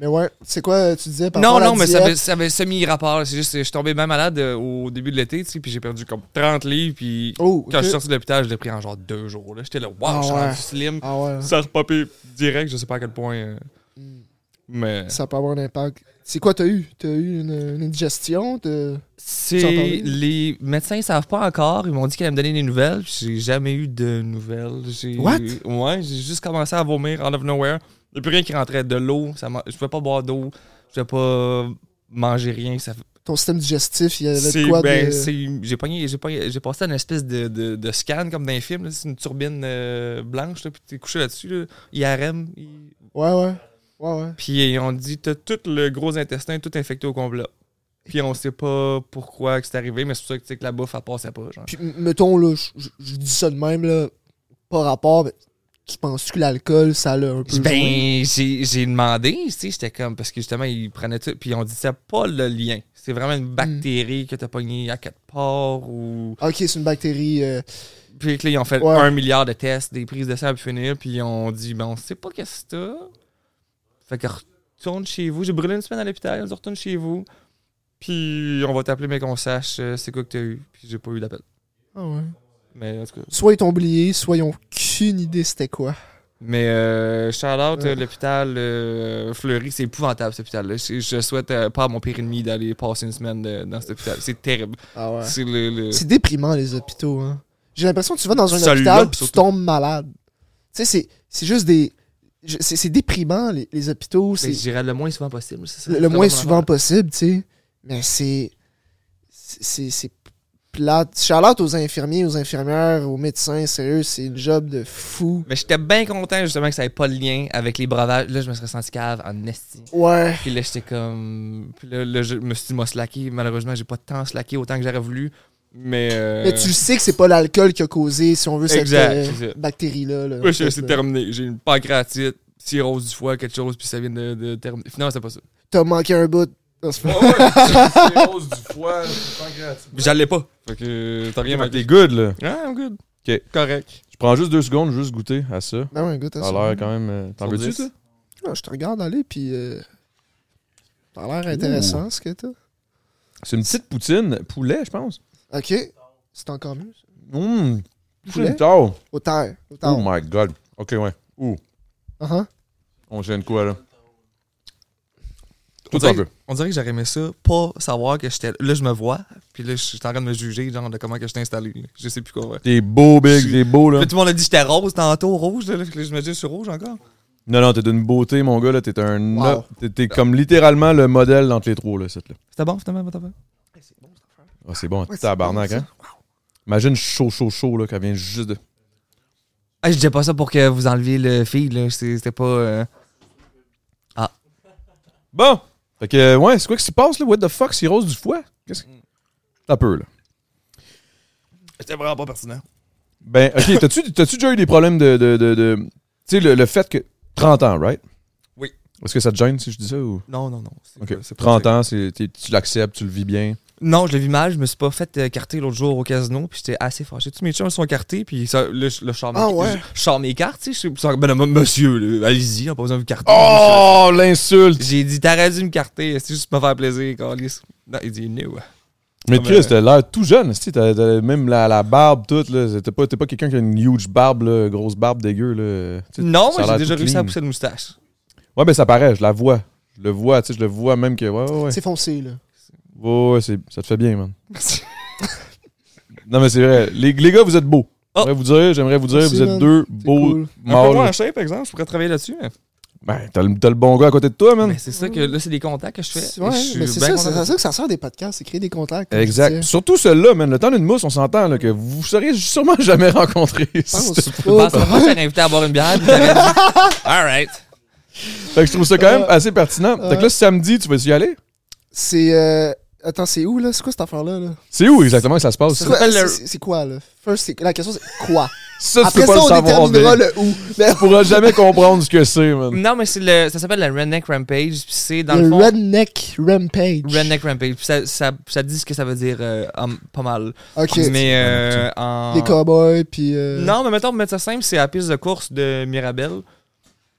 Mais ouais, c'est quoi euh, tu disais par Non, rapport à non, la mais ça diète? avait, ça avait semi-rapport. là. C'est juste que je suis tombé bien malade euh, au début de l'été, tu sais, puis j'ai perdu comme 30 livres, puis Oh, quand ok. je suis sorti de l'hôpital, je l'ai pris en genre deux jours. là. J'étais là, wow, Ah je suis rendu ouais. slim. Ah ouais, Ça a repopé direct, je sais pas à quel point. euh, Mm. Mais. ça peut avoir un impact. C'est quoi t'as eu? T'as eu une, une indigestion? t'as- Tu en C'est parlais? les médecins ils savent pas encore. Ils m'ont dit qu'ils allaient me donner des nouvelles. puis J'ai jamais eu de nouvelles. J'ai- What? Ouais, j'ai juste commencé à vomir out of nowhere. Il n'y a plus rien qui rentrait. De l'eau, ça m'a- je pouvais pas boire d'eau. Je pouvais pas manger rien. Ça... Ton système digestif, il y avait C'est de quoi ben, de... c'est- j'ai pogné- j'ai pogné- j'ai passé à une espèce de, de- de scan comme dans les films. là. C'est une turbine euh, blanche là, puis t'es couché là-dessus. là. IRM. il- Ouais, ouais. Ouais, ouais. Puis ils ont dit t'as tout le gros intestin tout infecté au complet. Puis on sait pas pourquoi que c'est arrivé, mais c'est pour ça que, tu sais, que la bouffe elle passait pas. Genre. Puis m- mettons, là, je- je je dis ça de même, là, pas rapport, mais tu penses que l'alcool, ça l'a un peu joué? Ben, j'ai j'ai demandé, tu sais, j'étais comme, parce que justement, ils prenaient tout, puis on dit, c'est pas le lien. C'est vraiment une bactérie que t'as pognée à quelque part, ou. Ok, c'est une bactérie... euh, Puis que là, ils ont fait Ouais. un milliard de tests, des prises de sang à plus finir, puis on dit, ben, on sait pas qu'est-ce que c'est. Fait que retourne chez vous. J'ai brûlé une semaine à l'hôpital, on dit, retourne chez vous, puis on va t'appeler, mais qu'on sache euh, c'est quoi que t'as eu, puis j'ai pas eu d'appel. Ah ouais. Mais en tout cas. Soit ils t'ont oublié, soit ils ont qu'une idée c'était quoi. Mais euh, shout out, Ouais. euh, l'hôpital euh, Fleury, c'est épouvantable cet hôpital-là. Je, je souhaite euh, pas à mon pire ennemi d'aller passer une semaine euh, dans cet hôpital. C'est terrible. Ah ouais. C'est le. le- C'est déprimant, les hôpitaux. Hein. J'ai l'impression que tu vas dans un Celui-là, hôpital puis tu surtout. tombes malade. Tu sais, c'est- c'est juste des. je- C'est c'est déprimant, les, les hôpitaux. Mais C'est J'irai ben, le moins souvent possible. c'est ça. le, le C'est moins vraiment souvent important. possible, tu sais. Mais c'est. C'est c'est plate. Charlotte aux infirmiers, aux infirmières, aux médecins, sérieux, c'est une job de fou. Mais j'étais bien content justement que ça n'ait pas de lien avec les breuvages. Là, je me serais senti cave en esti. Ouais. Puis là, j'étais comme. Puis là, là, je me suis dit, m'a slacké. Malheureusement, j'ai pas tant slacké autant que j'aurais voulu. Mais. euh, Mais tu le sais que c'est pas l'alcool qui a causé, si on veut, cette Exact, euh, c'est ça. bactérie-là. là, en Ouais, c'est fait, c'est là. terminé. J'ai une pancréatite, cirrhose du foie, quelque chose, puis ça vient de, de terminer. Finalement, c'était pas ça. T'as manqué un bout. Non, c'est pas- Cirrhose du foie, J'allais pas. Fait que euh, t'as Rien, rien mais manqué. t'es good, là. Ah, I'm good. Ok. Correct. Je prends juste deux secondes, juste goûter à ça. Ben ouais, goûte à Ça ça. a l'air quand même. euh, T'en Sur veux-tu, dix. ça? Ah, je te regarde aller, puis. euh, T'as l'air intéressant, ce que t'as. C'est une petite poutine, poulet, je pense. Ok. C'est encore mieux. ça. Hum, Poulet? poulet. tard. Au terre. Au terre. Oh my god. Ok, ouais. Ouh, Uh-huh. on gêne quoi, là? Tout On dirait- un peu. On dirait que j'aurais aimé ça, pas savoir que j'étais. Là, je me vois, puis là, je suis en train de me juger, genre, de comment que je t'ai installé. là. Je sais plus quoi. ouais. T'es beau, Je- Big, t'es beau, là. Là, tout le monde a dit que j'étais rose tantôt, rouge, là, là, fait que là, je me dis, je suis rouge encore. Non, non, t'es d'une beauté, mon gars, là. T'es un. Wow. op- T'es t'es comme littéralement le modèle d'entre les trois, là, cette, là. C'était bon, finalement, votre affaire? Ah, c'est bon, Ouais, c'est tabarnak, bon, ça. hein? Imagine chaud, chaud, chaud, là, qu'elle vient juste de. Ah, je disais pas ça pour que vous enleviez le feed, là. c'est- C'était pas. euh, Bon! Fait que, euh, ouais, c'est quoi qui se passe, là? What the fuck, cirrhose du foie? Qu'est-ce que. T'as peu, là. C'était vraiment pas pertinent. Ben, ok, t'as-tu t'as-tu déjà eu des problèmes de. de, de, de- tu sais, le, le fait que. 30 ans, right? Oui. Est-ce que ça te gêne si je dis ça ou. Non, non, non. c'est Ok, pas- c'est pas 30 ans, c'est- t'es- tu l'acceptes, tu le vis bien. Non, je l'ai vu mal. Je me suis pas fait euh, carter l'autre jour au casino, puis j'étais assez fâché. Tous mes chums sont cartés, puis ça, là, je, là, je sors mes, Ah ouais? je- je sors mes cartes, tu sais. je suis- ça- Ben, non, monsieur, là, allez-y, on a pas besoin de vous carter. Oh, l'insulte! J'ai dit, t'aurais dû me carter, c'est juste pour me faire plaisir, Carlis. Non, il dit, no. Mais Comme, Chris, euh, t'as l'air tout jeune, tu t'as même la, la barbe toute, là. T'es pas, t'es pas quelqu'un qui a une huge barbe, là, grosse barbe dégueu, là. Tu sais, Non, ça a moi, j'ai l'air déjà tout réussi à clean. pousser une moustache. Ouais, ben ça paraît, je la vois. Je le vois, tu sais, je le vois même que. Ouais, ouais, ouais. C'est foncé, là. Ouais, ouais, c'est- ça te fait bien, *laughs* man. Non, mais c'est vrai. Les, les gars, vous êtes beaux. Oh. J'aimerais vous dire, j'aimerais vous dire, Merci, vous êtes man. deux C'est beaux cool. Un peu moins mâles. en shape, par exemple, je pourrais travailler là-dessus. mais- Ben, t'as le t'as le bon gars à côté de toi, man. Mais c'est ça que là, c'est des contacts que je fais. C'est- Ouais, et je suis mais c'est bien ça, content c'est de à ça que ça sert des podcasts, c'est créer des contacts. comme je Exact. *laughs* disais. Surtout celle-là, man. Le temps d'une mousse, on s'entend là, que vous serez sûrement *laughs* jamais rencontrés. Je *laughs* pense. C'était- Bah, Oh, ça va, j'aurais invité à boire une bière. puis t'aurais dit, *laughs* All right. *laughs* fait que je trouve ça quand même assez pertinent. Euh, Fait que là, samedi, tu vas y aller? C'est. euh, Attends, c'est où, là? C'est quoi cette affaire-là? là? C'est où exactement que ça se passe? C'est Ça, quoi- s'appelle c'est- le- c'est- c'est quoi, là? First, c'est- la question, *laughs* c'est quoi? ça, tu Après peux ça, pas le on savoir. déterminera mais le où. Mais Tu pourras jamais *laughs* comprendre ce que c'est, man. Non, mais c'est le, ça s'appelle la Redneck Rampage. Puis c'est *laughs* dans le, le fond. Redneck Rampage. Redneck Rampage. Puis ça, ça, ça dit ce que ça veut dire euh, en- pas mal. Ok. Mais euh, en. Des cowboys, puis. euh, Non, mais mettons, pour mettre ça simple, c'est la piste de course de Mirabel.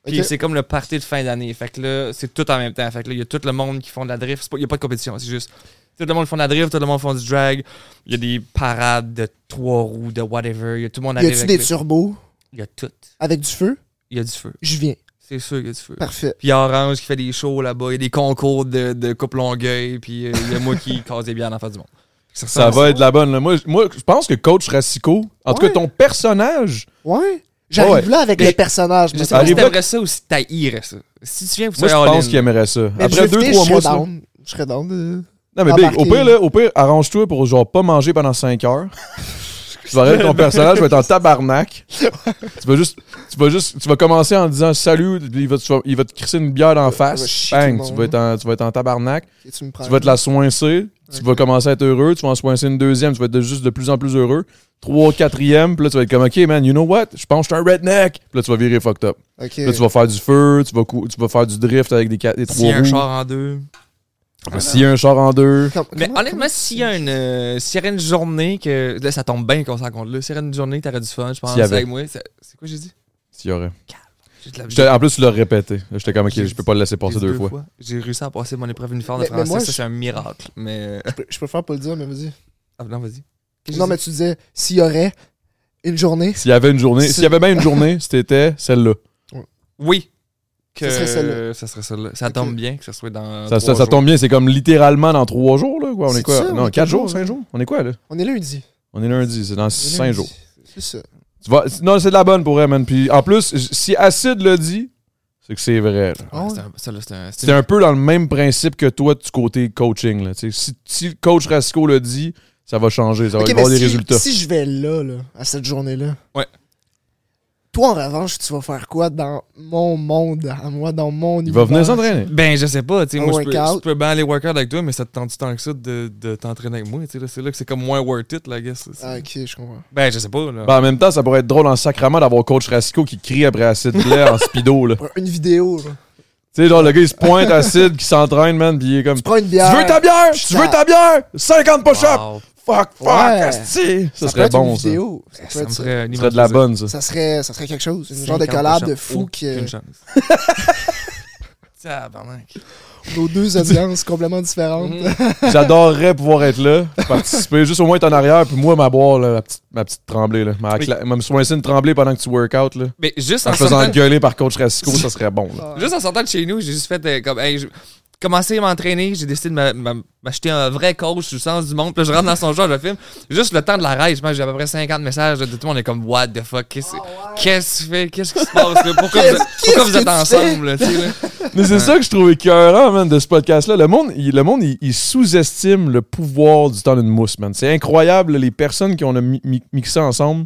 Puis ok. c'est comme le party de fin d'année. Fait que là, c'est tout en même temps. Fait que là, il y a tout le monde qui font de la drift. C'est pas- Il n'y a pas de compétition, c'est juste. Tout le monde font de la drift, tout le monde font du drag. Il y a des parades de trois roues, de whatever. Il y a tout le monde Y arrive a-tu avec des le- turbos Il y a tout. avec du feu? Il y a du feu. Je viens. C'est sûr qu'il y a du feu. Parfait. Puis il y a Orange qui fait des shows là-bas. Il y a des concours de, de coupe longueuil. Puis euh, il y a moi *laughs* qui casse des bières en face du monde. Ah, Ça va être de la bonne. Là. Moi, je- moi, je pense que Coach Rassico, en tout Ouais. cas ton personnage, Ouais. J'arrive Ouais. là avec Mais- le personnage. Je mais sais pas si Arrive là- t'aimerais ça ou si t'haïrais ça. Si tu viens, vous moi je soyez all-in. pense qu'il aimerait ça. Mais Après je vais deux, éviter, trois je mois, serais ça- down. Je serais down euh, de. Non, mais Big, au Embarquer. pire, là, au pire, arrange-toi pour genre pas manger pendant 5 heures. tu vas arrêter ton personnage, tu vas être en tabarnak. tu vas juste, tu vas juste, tu vas commencer en disant salut, puis il va, te- il va te crisser une bière d'en va face. chier Bang, tout le tu monde. hein. vas être en, tu vas être en tabarnak. Et tu me prends. Tu vas te la soincer, tu vas commencer à être heureux, tu vas en soincer une deuxième, tu vas être de- juste de plus en plus heureux. Trois, quatrième, puis là, tu vas être comme, OK, man, you know what? Je pense que je suis un redneck. Puis là, tu vas virer fucked up. Ok. Puis là, tu vas faire du feu, tu vas, cou- tu vas faire du drift avec des, ca- des S'il y trois a un roues. char en deux. Après, S'il y a un char en deux. Comme- Mais comment- honnêtement, s'il y a une, euh, s'il y a une journée que. Là, ça tombe bien qu'on se rencontre là. S'il y a une journée que t'aurais du fun, je pense, S'il y avait. avec moi. ça- C'est quoi j'ai dit? S'il y aurait. J'ai de la J'étais- en plus, tu l'as répété. J'étais comme, ok, J'ai je peux pas le laisser j'ai passer dit deux, fois. J'ai réussi à passer mon épreuve uniforme de Mais- mais français. moi, ça, je- c'est un miracle. Mais. euh, Je pr- Je préfère pas le dire, mais vas-y. *laughs* Ah, non, vas-y. Qu'est-ce que Non, j'ai mais dit? tu disais, s'il y aurait une journée. S'il y avait une journée, C'est- s'il y avait bien une journée, c'était celle-là. Oui. Que Ce serait celle-là. Ça serait celle-là. Ça Ok. tombe bien que ça soit dans. Ça, ça, trois ça jours. tombe bien, c'est comme littéralement dans trois jours, là. Quoi. On est, C'est quoi? ça, on non, est quatre toujours, jours, cinq jours. On est quoi, là? On est lundi. On est lundi, c'est dans On est cinq lundi. jours. C'est ça. Tu vas- Non, c'est de la bonne pour elle, man. Puis en plus, j- si Acid le dit, c'est que Ah, c'est vrai. là. Ah Ouais, c'est un- celle-là, c'est un- c'est C'est un peu dans le même principe que toi du côté coaching. Là. Tu sais, Si, si le coach Rasco le dit, ça va changer. Ça va Ok, y mais avoir des si, résultats. Si je vais là, là, à cette journée-là. Ouais. Toi, en revanche, tu vas faire quoi dans mon monde, à moi, dans mon Il va venir univers? s'entraîner. Ben, je sais pas, tu sais, Un moi, je peux, workout. je peux bien aller workout avec toi, mais ça te tente du temps que ça de, de t'entraîner avec moi, tu sais, là, c'est là que c'est comme moins worth it, là, I guess. C'est- Ah, ok, je comprends. Ben, je sais pas, là. Ben, en même temps, ça pourrait être drôle en sacrament d'avoir coach Rasco qui crie après Acid Blair en speedo. là. Pour Une vidéo, là. Tu sais, genre, le gars, il se pointe Acid, qui s'entraîne, man, puis il est comme... Tu prends une Tu bière. veux ta bière? Je Tu veux ta bière? 50 push-ups! Wow. Fuck, fuck, Ouais. asti! Ça, peut serait être une bon, ça. Ça vidéo. Ça, Eh, peut Ça me être ça. ferait une serait de la bonne, ça. Ça serait, ça serait quelque chose. Un genre de collab de fou que Une chance. *laughs* Tabarnak. *laughs* nos deux audiences complètement Mhm. différentes. J'adorerais pouvoir être là, participer, juste au moins être en arrière, puis moi, ma boire, là, ma, petite, ma petite tremblée. Là. Ma, Oui. Ah, cla- ma me soincer de trembler pendant que tu workout. Là. Mais juste En en se faisant sortant, engueuler par coach Rasco, ça serait bon. là. Ah. juste en sortant de chez nous, j'ai juste fait euh, comme, hey, je- commencer à m'entraîner, j'ai décidé de m'a- m'a- m'acheter un vrai coach du sens du monde, puis là, je rentre dans son *laughs* genre, je filme. Juste le temps de la ride, je pense que j'ai à peu près 50 messages de tout le monde, on est comme, what the fuck, qu'est-ce qu'est-ce que tu fais, qu'est-ce qui se passe, là? pourquoi, vous, Qu'est-ce pourquoi vous que êtes tu ensemble, là, tu sais, là? Mais c'est ça que je trouve écœurant, man, de ce podcast-là. Le monde, il, le monde, il, il sous-estime le pouvoir du temps d'une mousse, man. C'est incroyable, les personnes qui ont mi- mi- mixé ensemble,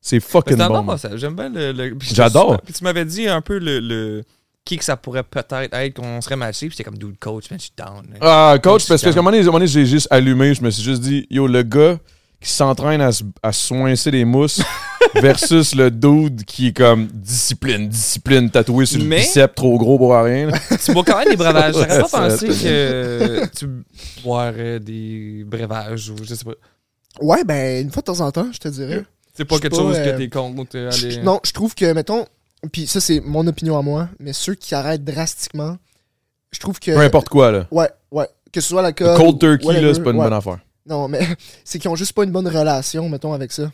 c'est C'est fucking un bon. bon man. passage. J'aime bien le. le- puis J'adore. tu- Puis tu m'avais dit un peu le, le- qui que ça pourrait peut-être être qu'on serait matché. Puis j'étais comme dude coach, man, je suis down. *laughs* là. Ah, coach, Coach parce que à un Cam. moment donné, à un moment donné, j'ai juste allumé. Je me suis juste dit, yo, le gars qui s'entraîne à, se- à se soincer les *laughs* mousses versus le dude qui est comme discipline, discipline, tatoué sur Mais- le bicep, trop gros pour rien. là. tu bois quand même des breuvages. J'aurais pas Ça, pensé c'est- que tu boire euh, des breuvages ou je sais pas. Ouais, ben, une fois de temps en temps, je te dirais. C'est pas Je sais quelque pas, chose euh, que t'es contre. euh, Je- aller- non, je trouve que, mettons, puis ça, c'est mon opinion à moi, mais ceux qui arrêtent drastiquement, je trouve que. Peu importe quoi, *laughs* là. Ouais, ouais. Que ce soit la Le colle cold ou turkey, là, Euh, whatever, c'est pas une ouais. bonne affaire. Non, mais *laughs* c'est qu'ils ont juste pas une bonne relation, mettons, avec ça.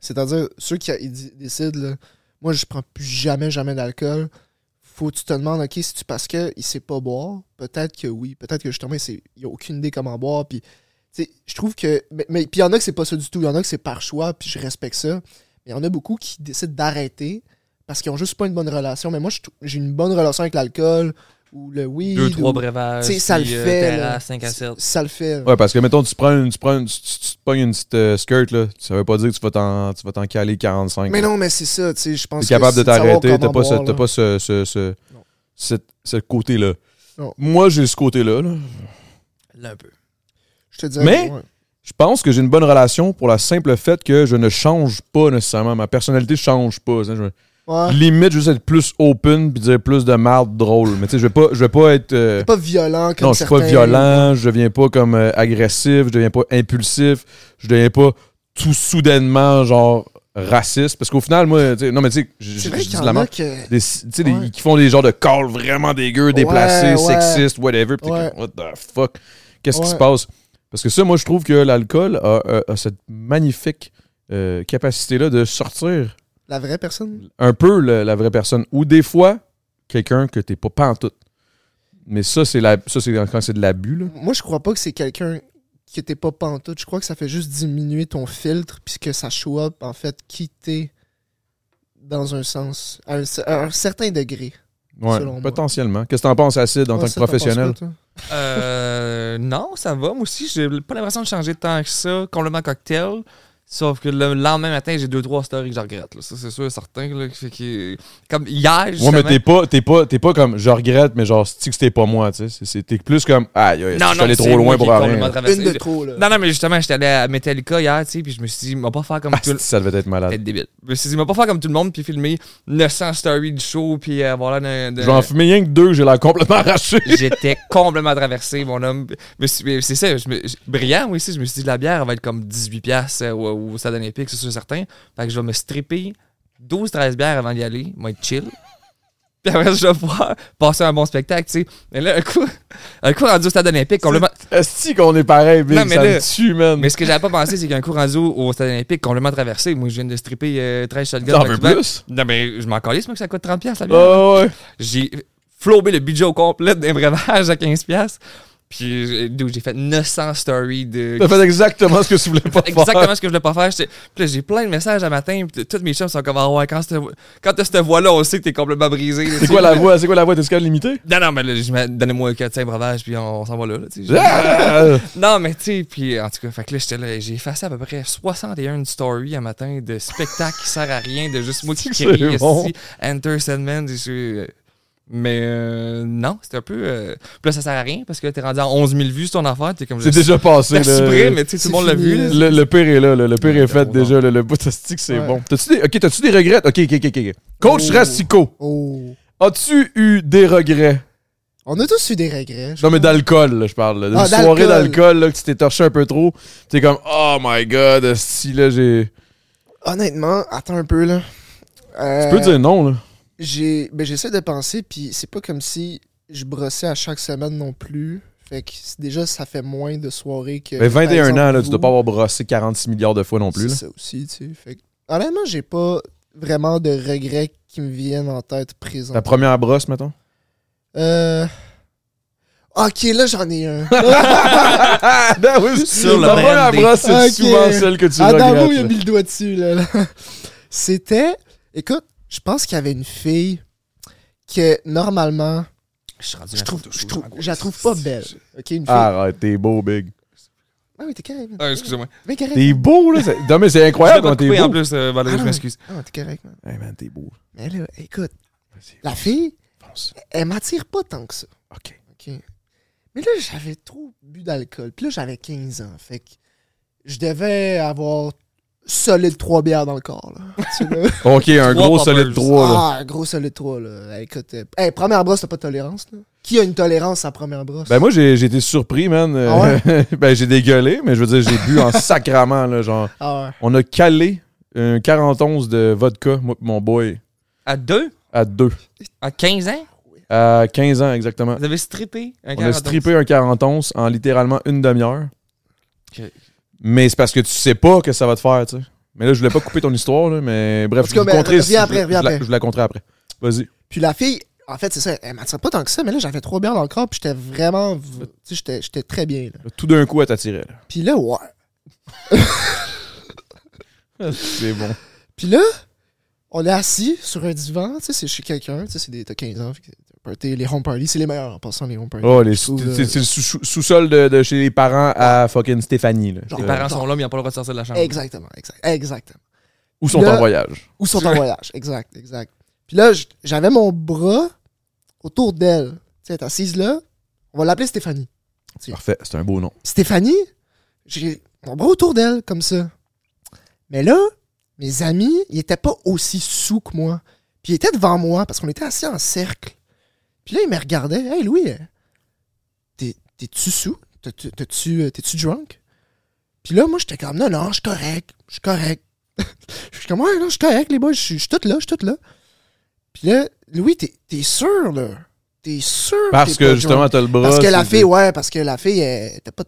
C'est-à-dire, ceux qui ils di- décident, là, moi, je prends plus jamais, jamais d'alcool. Faut que tu te demandes, OK, si tu parce que il sait pas boire, peut-être que oui. Peut-être que justement, c'est- il a aucune idée comment boire. Puis, tu sais, je trouve que. Mais, mais- puis, il y en a que c'est pas ça du tout. Il y en a que c'est par choix, puis je respecte ça. Mais il y en a beaucoup qui décident d'arrêter parce qu'ils ont juste pas une bonne relation. Mais moi, je trou- j'ai une bonne relation avec l'alcool ou le weed. Deux, trois ou- breuvages. tu sais, ça le puis, euh, fait. là. terrasse, cinq à sept. Ça le fait. là. Ouais, parce que mettons, tu prends une, tu prends une, tu, tu- tu te pognes une petite euh, skirt, là. Ça veut pas dire que tu vas t'en, tu vas t'en caler 45. Mais là. non, mais c'est ça, tu sais, je pense T'es capable que de c'est savoir t'arrêter, t'as comment pas, ce, boire, t'as là. pas ce, ce, ce, Non. cette- ce côté-là. Non. Moi, j'ai ce côté-là, là. Là, un peu. Je te dirais Mais- que, ouais. Je pense que j'ai une bonne relation pour la simple fait que je ne change pas nécessairement. Ma personnalité change pas. tu sais, je- Ouais. Limite, je vais juste être plus open puis dire plus de marde drôle. Mais tu sais, je vais pas, je vais pas être. euh, T'es pas violent comme non, je suis pas certains. violent. Je deviens pas comme euh, agressif. Je deviens pas impulsif. Je deviens pas tout soudainement genre raciste. Parce qu'au final, moi, tu sais, non mais tu sais, je C'est je- vrai je qu'il dis y de en la a merde. que. Des- tu sais, des- Ouais. qui font des genres de calls vraiment dégueux, déplacés, Ouais, ouais. sexistes, whatever. Puis t'es Ouais. comme, what the fuck? Qu'est-ce qui Ouais. se passe? Parce que ça, moi, je trouve que l'alcool a, a- a cette magnifique euh, capacité-là de sortir La vraie personne. un peu le- la vraie personne. Ou des fois, quelqu'un que t'es pas pantoute. Mais ça, c'est la, ça, c'est quand c'est de l'abus, là. Moi, je crois pas que c'est quelqu'un qui t'es pas pantoute. Je crois que ça fait juste diminuer ton filtre, puisque ça show up, en fait, qui t'es dans un sens, à un, cer- à un certain degré. Ouais, Selon moi. potentiellement. Qu'est-ce que t'en penses, Acide, en Ouais, tant que ça, t'en penses quoi, professionnel? toi? Euh, *laughs* non, ça va. Moi aussi, j'ai pas l'impression de changer tant que ça. Complètement cocktail. Sauf que le lendemain matin, j'ai deux, trois stories que je regrette. là. Ça, c'est sûr, et certain. Là, Fait que- comme hier, Ouais, justement, mais t'es pas, t'es pas, t'es pas comme, je regrette, mais genre, si c'était pas moi, tu sais. C'est- c'est- T'es plus comme, aïe, aïe, je suis allé c'est trop loin moi pour qui ai rien. complètement traversé. Une de trop, là. Non, non, mais justement, j'étais allé à Metallica hier, tu sais, puis je me suis dit, m'a pas faire comme Ah, tout le ça devait être malade. Peut-être débile. Je me suis dit, m'a pas faire comme tout le monde, puis filmer 900 stories du show, puis avoir là Je vais en fumer rien que deux, j'ai l'air complètement *laughs* arraché. J'étais complètement traversé, mon homme. Mais c'est mais c'est ça, je me- je- brillant, moi aussi. Je me suis dit, la bière elle va être comme 18$ piastres, euh, au, au stade olympique, c'est sûr, certain. Fait que je vais me stripper 12-13 bières avant d'y aller. Moi, être chill. Puis après, ça, je vais pouvoir passer un bon spectacle, tu sais. Mais là, un coup, un coup rendu au stade olympique, complètement. Est-ce qu'on est pareil, Big? Non, mais ça là- me tue, man. Mais ce que j'avais pas pensé, c'est qu'un coup rendu au Stade Olympique, complètement traversé, moi, je viens de stripper euh, 13 shotguns. T'en back veux to back. plus? Non, mais je m'en calisse, moi, que ça coûte 30$, piastres, la bière. Ah ouais. J'ai flobé le budget au complet d'un breuvage à 15$. piastres. Puis, euh, dude, j'ai fait 900 *laughs* stories de. T'as fait exactement ce que tu voulais pas faire. Exactement ce que je voulais pas faire. J'étais- Puis là, j'ai plein de messages à matin. Puis t- toutes mes chums sont comme, ah ouais, quand cette voix- quand t'as cette voix-là, on sait que t'es complètement brisé. C'est quoi la voix? C'est quoi la voix? T'es capable de l'imiter? Non, non, mais là, je mets- donnez-moi 4-5 breuvages, puis on, on s'en va là. là, tu sais. *laughs* Ah! Non, mais tu sais, puis en tout cas, fait que là, j'étais là, j'ai effacé à peu près 61 stories un matin de spectacle qui sert à rien, de juste moi qui C'est crie, ici, bon. Enter Sandman, je suis, euh, Mais euh, non, c'était un peu. euh, Puis là, ça sert à rien parce que t'es rendu à 11 000 vues sur ton affaire, t'es comme. C'est je- déjà passé. t'as suppré, là. mais tu sais, tout c'est le monde l'a fini, vu. là. là. Le, le pire est là, le, le pire est fait Ouais, déjà, le, le bout de stick, c'est Ouais. bon. T'as-tu des... Ok, t'as-tu des regrets? Ok, ok, ok, ok. Coach Oh. Rastico, Oh. as-tu eu des regrets? On a tous eu des regrets. je Non, mais pense. d'alcool, là, je parle. là. D'une Ah, soirée d'alcool. d'alcool, là, que tu t'es torché un peu trop. T'es comme, oh my god, si, là, j'ai. Honnêtement, attends un peu là. Tu Euh, peux dire non, là. J'ai, ben j'essaie de penser, puis c'est pas comme si je brossais à chaque semaine non plus. Fait que c'est- déjà, ça fait moins de soirées que. Ben, 21 par exemple, ans, là, tu vous. dois pas avoir brossé 46 milliards de fois non plus, là. C'est ça aussi, tu sais. Fait que, honnêtement, j'ai pas vraiment de regrets qui me viennent en tête présent. Ta première brosse, *laughs* mettons. Euh. Ok, là, j'en ai un. Ben oui, Sur le ta première branding. brosse, c'est Ok. souvent celle que *laughs* tu Adamo, regrettes. il a là. mis le doigt dessus, là. là. C'était. Écoute, je pense qu'il y avait une fille que, normalement, Je suis rendu je là, trouve, photo, je trouve, suis je la trouve pas belle. Ok, une fille. Ah, Arrête, t'es beau, Big. oui, t'es correct. man. Ah, excusez-moi. Ben, correct. T'es beau, là. c'est- Non, mais c'est Je l'ai incroyable pas quand t'es coupé en beau. plus, euh, Valérie, Ah, je m'excuse. Ah, t'es correct, man. Hey, man, t'es beau. Mais là, écoute, Vas-y, la fille, fonce. elle m'attire pas tant que ça. OK. OK. Mais là, j'avais trop bu d'alcool. Puis là, j'avais 15 ans. Fait que je devais avoir solide 3 bières dans le corps. *laughs* Là. Tu sais, là. OK, un Trois gros poppers. solide 3, là. ah, un gros solide 3. Là. Hey, Écoute, euh, hey, première brosse, t'as pas de tolérance. Là. Qui a une tolérance à première brosse? Ben moi, j'ai j'ai été surpris, man. Euh, Ah *laughs* ben j'ai dégueulé, mais je veux dire, j'ai bu en *laughs* sacrament, là, genre. Ah, On a calé un 41 de vodka, moi pis mon boy, À 2, à 2. à 15 ans, À 15 ans, exactement. vous avez strippé un On a 41. strippé un 41 en littéralement une demi-heure. Ok. Mais c'est parce que tu sais pas que ça va te faire, tu sais. Mais là, je voulais pas couper ton histoire, là, mais En bref, tout je cas, vais vous mais contrer- reviens je- après, reviens je la- après. Je la conterai après. Vas-y. Puis la fille, en fait, c'est ça, elle m'attire pas tant que ça. Mais là, j'avais 3 bières dans le corps. Puis j'étais vraiment. Euh. Tu sais, j'étais- j'étais très bien. Là. Tout d'un coup, elle t'attirait. là. Puis là, ouais. *laughs* C'est bon. Puis là, on est assis sur un divan, tu sais, c'est chez quelqu'un, tu sais, c'est des, t'as 15 ans, fait que t'as un party, les home parties, c'est les meilleurs en passant, les home parties. Oh, les- Je trouve, c'est euh, c'est le sous- sous-sol de, de chez les parents à fucking Stéphanie. Là. Genre, Les parents sont là, mais ils n'ont pas le droit de sortir de la chambre. Exactement, exact, exactement. Où sont Là- en voyage? Ou sont en voyage, exact, exact. Puis là, j- j'avais mon bras autour d'elle, tu sais, elle est assise là, on va l'appeler Stéphanie. Parfait, c'est un beau nom. Stéphanie, j'ai mon bras autour d'elle, comme ça. Mais là, mes amis, ils étaient pas aussi sous que moi. Puis ils étaient devant moi, parce qu'on était assis en cercle. Puis là, ils me regardaient. Hey, Louis, euh, t'es- t'es-tu sous? T'as-tu- T'as-tu euh, t'es-tu drunk? Puis là, moi, j'étais comme, non, non, je suis correct. Je suis correct. *laughs* Je suis comme, ouais, non, je suis correct, les boys. Je suis je suis tout là, je suis tout là. Puis là, Louis, t'es t'es sûr, là? T'es sûr? Parce t'es que pas justement, t'as le bras. parce que la c'est- fille, ouais, parce que la fille, elle était pas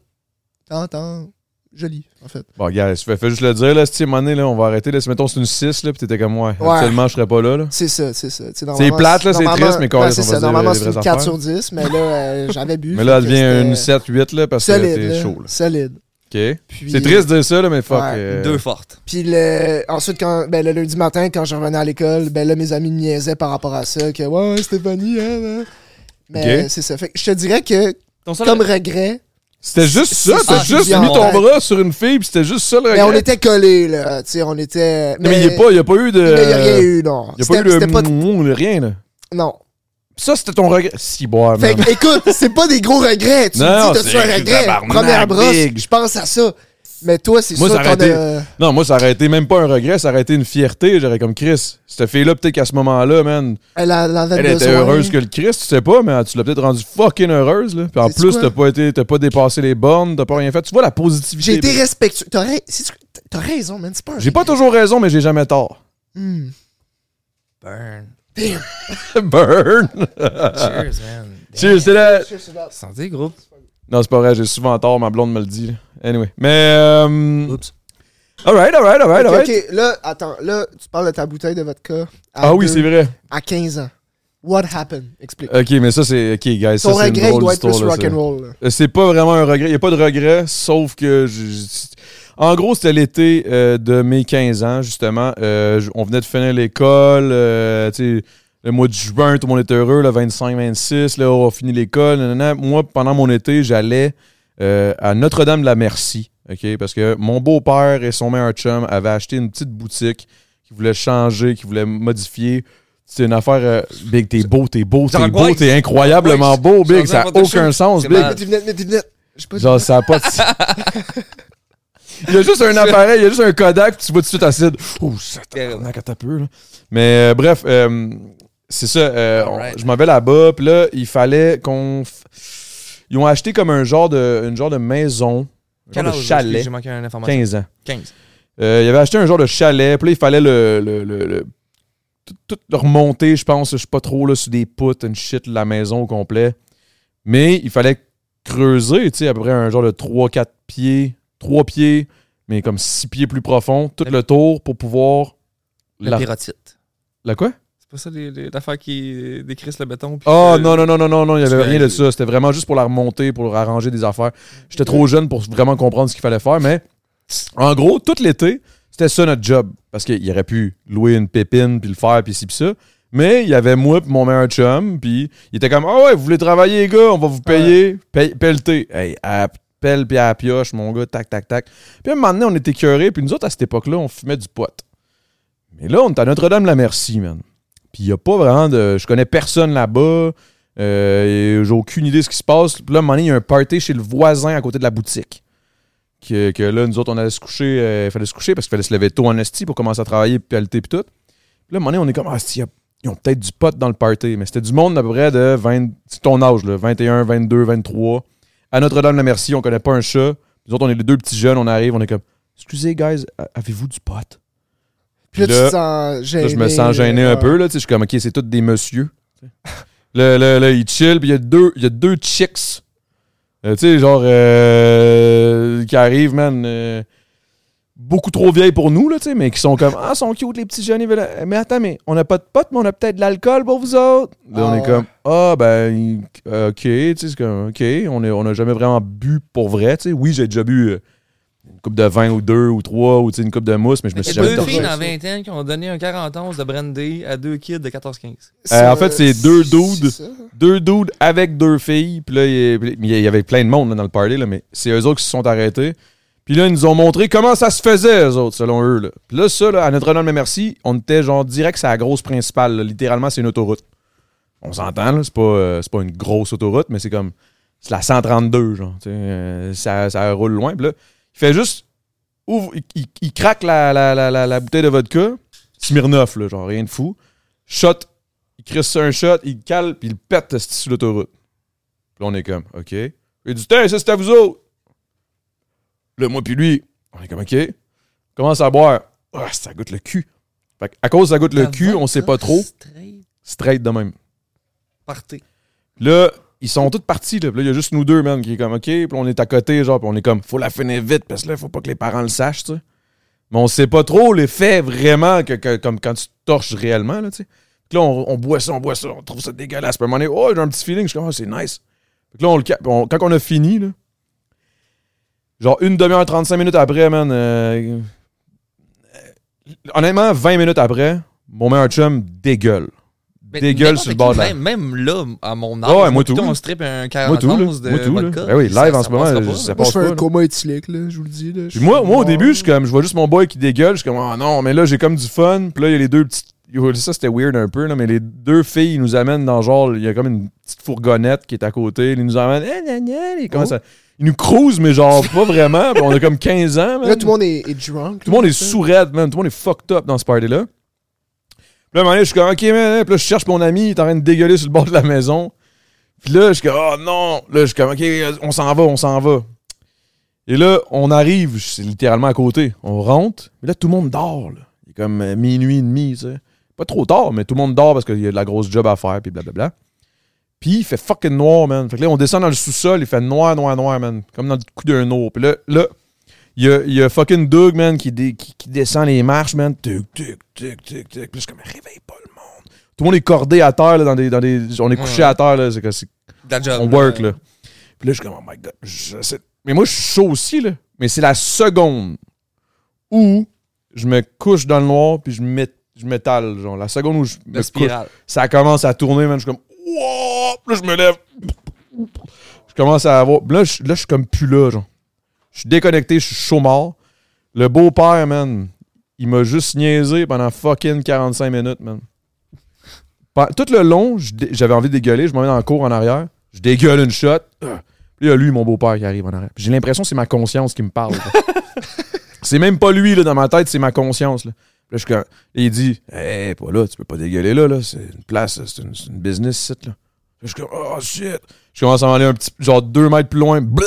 tant, tant jolie, en fait. Bon, gars, je fais, fais juste le dire, là, si mané, là, on va arrêter. Là, si mettons, c'est une 6, là, pis t'étais comme, ouais, Ouais. actuellement, je serais pas là. là. C'est ça, c'est ça. Tu sais, C'est normalement, plate, là, c'est normalement- triste, mais quand ouais, même, c'est on va ça. dire Normalement, les c'est vraies une 4 affaires. sur 10, mais là, euh, j'avais bu. *laughs* Mais là, elle fait que devient c'était une 7, 8, là, parce Solide, que là, t'es chaud, là. Solide. OK? Puis, C'est triste de dire ça, là, mais fuck. Ouais, euh, Deux fortes. Puis le, ensuite, quand, ben, le lundi matin, quand je revenais à l'école, ben là, mes amis me niaisaient par rapport à ça, que ouais, ouais, Stéphanie, hein, hein. Mais Ok. euh, c'est ça. Fait que je te dirais que, Ton seul- comme regret, C'était juste ça, Ah, t'as c'est juste mis bien. ton bras sur une fille, pis c'était juste ça, le ben, on regret. était collés, là. Tu sais, on était. Non, Mais il y a pas- il y a pas eu de. mais il y a rien eu, non. Il y a pas eu C'était- c'était pas- de. mou, le Rien, là. Non. Pis Ça, c'était ton regret. Si, boire, Ah, Fait man. que, écoute, c'est pas des gros regrets. Tu Non, me dis, t'as-tu c'est un regret? tabarnak, Première brosse, big. je pense à ça. Mais toi, c'est euh, sûr Moi, qu'on ça aurait été- a... Non, moi, ça aurait été même pas un regret, ça aurait été une fierté. J'aurais comme Chris. Cette fille-là, peut-être qu'à ce moment-là, man, Elle, a- en avait elle était besoin. heureuse que le Christ, tu sais pas, mais tu l'as peut-être rendue fucking heureuse, là. Puis en Sais-tu plus, quoi? t'as pas été, t'as pas dépassé les bornes, t'as pas rien fait. Tu vois la positivité. J'ai été bro. respectueux. T'as ra- si tu- t'as raison, man. C'est pas un J'ai pas regret. toujours raison, mais j'ai jamais tort. Hmm. Burn. Damn. Burn! *laughs* Cheers, man. Cheers, c'est là. Cheers to that. Santé, groupe. Non, c'est pas vrai, j'ai souvent tort, ma blonde me le dit. là. Anyway. Mais. Euh... Oups. Alright, alright, alright, Ok, alright. ok, là, attends, là, tu parles de ta bouteille de vodka. à Ah oui, deux- c'est vrai. À 15 ans. What happened? Explique. Ok, mais ça, c'est. Ok, guys, ça, Ton c'est une regret, il drôle doit être d'histoire. plus là, ça. rock'n'roll. là. Euh, C'est pas vraiment un regret. Il n'y a pas de regret, sauf que. je- je- En gros, c'était l'été euh, de mes 15 ans, justement. Euh, je- on venait de finir l'école. euh, tu sais, le mois de juin, tout le monde était heureux. Le 25, 26, là, on a fini l'école. nanana. Moi, pendant mon été, j'allais euh, à Notre-Dame-de-la-Merci. ok, Parce que mon beau-père et son meilleur chum avaient acheté une petite boutique qui voulait changer, qui voulait modifier. C'est une affaire. euh, Big, t'es beau, t'es beau, t'es beau, J'angoisse. t'es incroyablement beau, Big. J'enlève Ça n'a votre aucun chou. sens, C'est Big. malade. Mets tes lunettes, mets tes lunettes. Je sais pas. Genre, ça a pas de- *laughs* Il y a juste un appareil, il y a juste un Kodak, puis tu vois tout de suite acide. Ouh, ça tabarnak, attends un peu, là. Mais euh, bref, euh, c'est ça. euh, on- Alright. je m'en vais là-bas, puis là, il fallait qu'on. f- Ils ont acheté comme un genre de, une genre de maison, un genre de âge, chalet, J'ai manqué une information. 15 ans. 15. Euh, il avait acheté un genre de chalet, puis là, il fallait le, le, le- le- tout, tout le remonter, je pense, je sais pas trop, là, sur des poutres, une shit, la maison au complet. Mais il fallait creuser, tu sais, à peu près un genre de 3-4 pieds, 3 pieds, mais comme 6 pieds plus profond, tout le tour pour pouvoir... Le la- pyrotite. la quoi? C'est pas ça les- les- l'affaire qui décrisse le béton? puis Oh que- non, non, non, non, non, non, il n'y avait tu rien de fais- ça. C'était vraiment juste pour la remonter, pour arranger des affaires. J'étais trop jeune pour vraiment comprendre ce qu'il fallait faire, mais en gros, tout l'été, c'était ça notre job. Parce qu'il aurait pu louer une pépine, puis le faire, puis ci, puis ça. Mais il y avait moi, puis mon meilleur chum, puis il était comme Ah ouais, vous voulez travailler, les gars, on va vous payer. Paye- pelleter. Hey, à pelle, puis à la pioche, mon gars, tac, tac, tac. Puis à un moment donné, on était curés, puis nous autres, à cette époque-là, on fumait du pot. Mais là, on est à Notre-Dame-la-Merci, man. Puis il n'y a pas vraiment de. Je connais personne là-bas. Euh, et J'ai aucune idée de ce qui se passe. Puis là, à un moment donné, il y a un party chez le voisin à côté de la boutique. Que, que là, nous autres, on allait se coucher. euh, Il fallait se coucher parce qu'il fallait se lever tôt en esti pour commencer à travailler, puis halter, puis tout. Puis là, à un moment donné, on est comme, ah, si, y a- ils ont peut-être du pot dans le party. Mais c'était du monde à peu près de 20. C'est ton âge, là, 21, 22, 23. À Notre-Dame-la-Merci, on connaît pas un chat. Nous autres, on est les deux petits jeunes, on arrive, on est comme, excusez, guys, a- avez-vous du pot? Puis là, Là, tu te sens gêné. Là, je me sens gêné euh, un peu. Là, tu sais, je suis comme, OK, c'est tous des messieurs. Là, là, là, ils chillent. Puis il y, a deux- il y a deux chicks. Euh, tu sais, genre, euh, qui arrivent, man. euh, beaucoup trop vieilles pour nous, là, tu sais, mais qui sont comme, ah, sont cute, les petits jeunes. ils veulent- Mais attends, mais on n'a pas de potes, mais on a peut-être de l'alcool pour vous autres. Là, on Ah est ouais. comme, ah, ben, euh, OK, tu sais, c'est comme, OK, on est- on n'a jamais vraiment bu pour vrai, tu sais. Oui, j'ai déjà bu. euh, une coupe de vin ou deux ou trois ou tu sais, une coupe de mousse, mais je me Il y suis a jamais deux torché. filles ça. dans vingtaine qui ont donné un 41 de brandy à deux kids de 14-15. Euh, en fait, c'est deux dudes. ça. deux dudes avec deux filles. Puis là, il il y avait plein de monde là, dans le party, là, mais c'est eux autres qui se sont arrêtés. Puis là, ils nous ont montré comment ça se faisait, eux autres, selon eux. Là. Puis là, ça, là, à Notre-Dame-Merci, on était genre direct sur la grosse principale. là. Littéralement, c'est une autoroute. On s'entend, là, c'est pas, euh, c'est pas une grosse autoroute, mais c'est comme. C'est la 132, genre. tu sais, euh, ça, ça roule loin. Puis là, il fait juste. ouvre- il, il- il craque la, la, la, la, la bouteille de vodka. Smirnoff, là, genre, rien de fou. Shot il crisse un shot, il cale, puis il pète esti, sur l'autoroute. Puis là, on est comme, OK. Il dit, tiens, ça, c'est à vous autres. Là, moi, puis lui, on est comme, OK. Commence à boire. Ah, ça goûte le cul. Fait que, à cause, ça goûte le La cul, on sait vodka pas trop. straight, Straight de même. Partez. Là, ils sont tous partis. Là, Puis là, il y a juste nous deux, man, qui est comme, OK. Puis là, on est à côté, genre, puis on est comme, faut la finir vite, parce que là, faut pas que les parents le sachent, tu sais. Mais on sait pas trop l'effet vraiment que, que- comme quand tu te torches réellement, là, tu sais. Puis là, on, on boit ça, on boit ça, on trouve ça dégueulasse. Puis à un moment donné, oh, j'ai un petit feeling, je suis comme, Ah, c'est nice. Puis là, on le cap- on- quand on a fini, là, genre une demi-heure, 35 minutes après, man, euh, euh, honnêtement, 20 minutes après, mon meilleur chum dégueule. Mais Dégueule Ben, n'importe sur le qui, bord de la- Même, même là, à mon âge, Ouais, moi, moi plutôt, tout. on strip un Moi tout, là. 41 de Moi tout, là. vodka. Ben oui, Ça- live en ça ce moment, passera je- pas, ça là. passe Moi, je fais pas, là. un coma éthylique, là, je vous le dis. Là. Puis moi, moi, au début, je suis comme, je vois juste mon boy qui dégueule, je suis comme, oh non, mais là, j'ai comme du fun. Puis là, il y a les deux petites. Yo, Ça, c'était weird un peu, là, mais les deux filles, ils nous amènent dans genre, il y a comme une petite fourgonnette qui est à côté. Ils nous amènent, eh, gna, gna, ils, Oh. commencent à- ils nous cruisent, mais genre, pas vraiment. Puis on a comme 15 ans. man. Là, tout le monde est, est drunk. Tout le monde est sourd, sous. man. Tout le monde est fucked up dans ce party-là. Puis là, à un moment donné, je suis comme, OK, man. hein. Puis là, je cherche mon ami. Il est en train de dégueuler sur le bord de la maison. Puis là, je suis comme, oh non. Là, je suis comme, OK, on s'en va, on s'en va. Et là, on arrive. C'est littéralement à côté. On rentre. Mais là, tout le monde dort, là. Il est comme euh, minuit et demi, tu sais. Pas trop tard, mais tout le monde dort parce qu'il y a de la grosse job à faire, puis blablabla. Puis il fait fucking noir, man. Fait que là, on descend dans le sous-sol, il fait noir, noir, noir, man. Comme dans le coup d'un eau. Puis là, là, il y a, il y a fucking Doug, man, qui, dé- qui, qui descend les marches, man. Tic, tic, tic, tic, tic. Puis je suis comme, réveille pas le monde. Tout le monde est cordé à terre, là, dans des, dans des, on est couché Ouais. à terre, là. C'est que c'est That job, on work, là. Puis là, je suis comme, oh my god. je sais- Mais moi, je suis chaud aussi, là. Mais c'est la seconde où je me couche dans le noir, puis je m'é- je m'étale, genre. La seconde où je me La couche, spirale. ça commence à tourner, man. Je suis comme, wow! Puis là, je me lève. Je commence à avoir. Puis Là, je, là, je suis comme plus là, genre. Je suis déconnecté, je suis chaud mort. Le beau-père, man, il m'a juste niaisé pendant fucking 45 minutes, man. Pen- Tout le long, je dé- j'avais envie de dégueuler. Je me mets dans le cours en arrière. Je dégueule une shot. Ah. Puis là, lui, mon beau-père qui arrive en arrière. Puis J'ai l'impression que c'est ma conscience qui me parle. là. c'est même pas lui, là, dans ma tête, c'est ma conscience. Là, Puis là je suis comme- et il dit Hé, pas là, tu peux pas dégueuler là, là. c'est une place, là. c'est une, c'est une business site. Là. Là, Je suis comme Oh shit. Je commence à m'en aller un petit, genre deux mètres plus loin. Blah!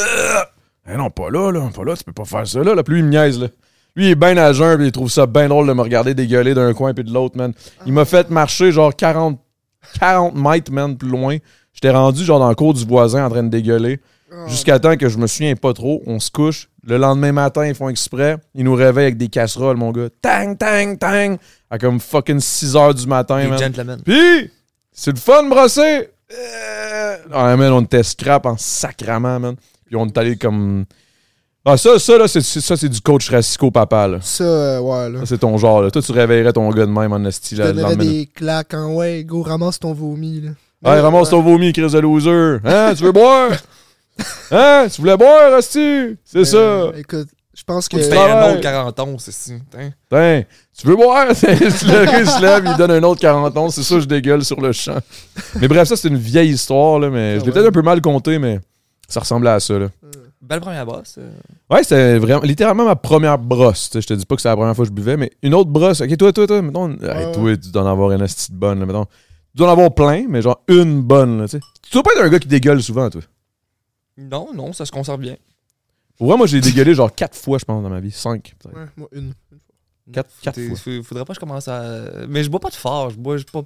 Eh non, pas là, là, pas là, tu peux pas faire ça là. là. Puis lui, il me niaise. Là. Lui, il est bien à jeun, puis il trouve ça bien drôle de me regarder dégueuler d'un coin puis de l'autre, man. Il m'a fait marcher genre 40, 40 mètres, man, plus loin. J'étais rendu genre dans le cours du voisin en train de dégueuler. Jusqu'à temps que je me souviens pas trop, on se couche. Le lendemain matin, ils font exprès. Ils nous réveillent avec des casseroles, mon gars. Tang, tang, tang. À comme fucking 6 heures du matin, Les man. gentlemen. Puis, c'est le fun de brosser. Euh... Ah, man, on était scrap en sacrament, man. Puis on est allé comme. Ah, ça, ça, là, c'est, c'est- ça, c'est du coach Rassico Papa, là. Ça, euh, ouais, là. Ça, c'est ton genre, là. Toi, tu réveillerais ton gars de même en esti, Je là, te le donnerais lendemain. des claques en ouais, go, ramasse ton vomi, là. Hey, ramasse ton vomi, crise de loser. Hein, tu veux *laughs* boire? Hein, tu voulais boire, esti? C'est Euh, ça. Écoute, je pense que. Tu fais travailles. un autre hein? 40 ans, c'est si. Putain. Tiens, tu veux boire? *laughs* le gars, il se lève, il donne un autre 40 ans. C'est ça, je dégueule sur le champ. Mais bref, ça, c'est une vieille histoire, là, mais je Ah l'ai ouais. peut-être un peu mal compté, mais ça ressemblait à ça, là. Belle première bosse. euh. Ouais, c'était vraiment, littéralement ma première brosse. tu sais, Je te dis pas que c'est la première fois que je buvais, mais une autre brosse. Ok, toi, toi, toi, mettons. hey, ouais. toi, tu dois en avoir une petite bonne, là, mettons. Tu dois en avoir plein, mais genre une bonne, là, tu sais. Tu dois pas être un gars qui dégueule souvent, toi. Non, non, ça se conserve bien. Pour vrai, moi, j'ai dégueulé genre quatre fois, je pense, dans ma vie. Cinq. peut-être. Ouais, moi, une. Quatre, quatre T'es- fois. faut- Faudrait pas que je commence à. Mais je bois pas de fort. Je bois, je bois,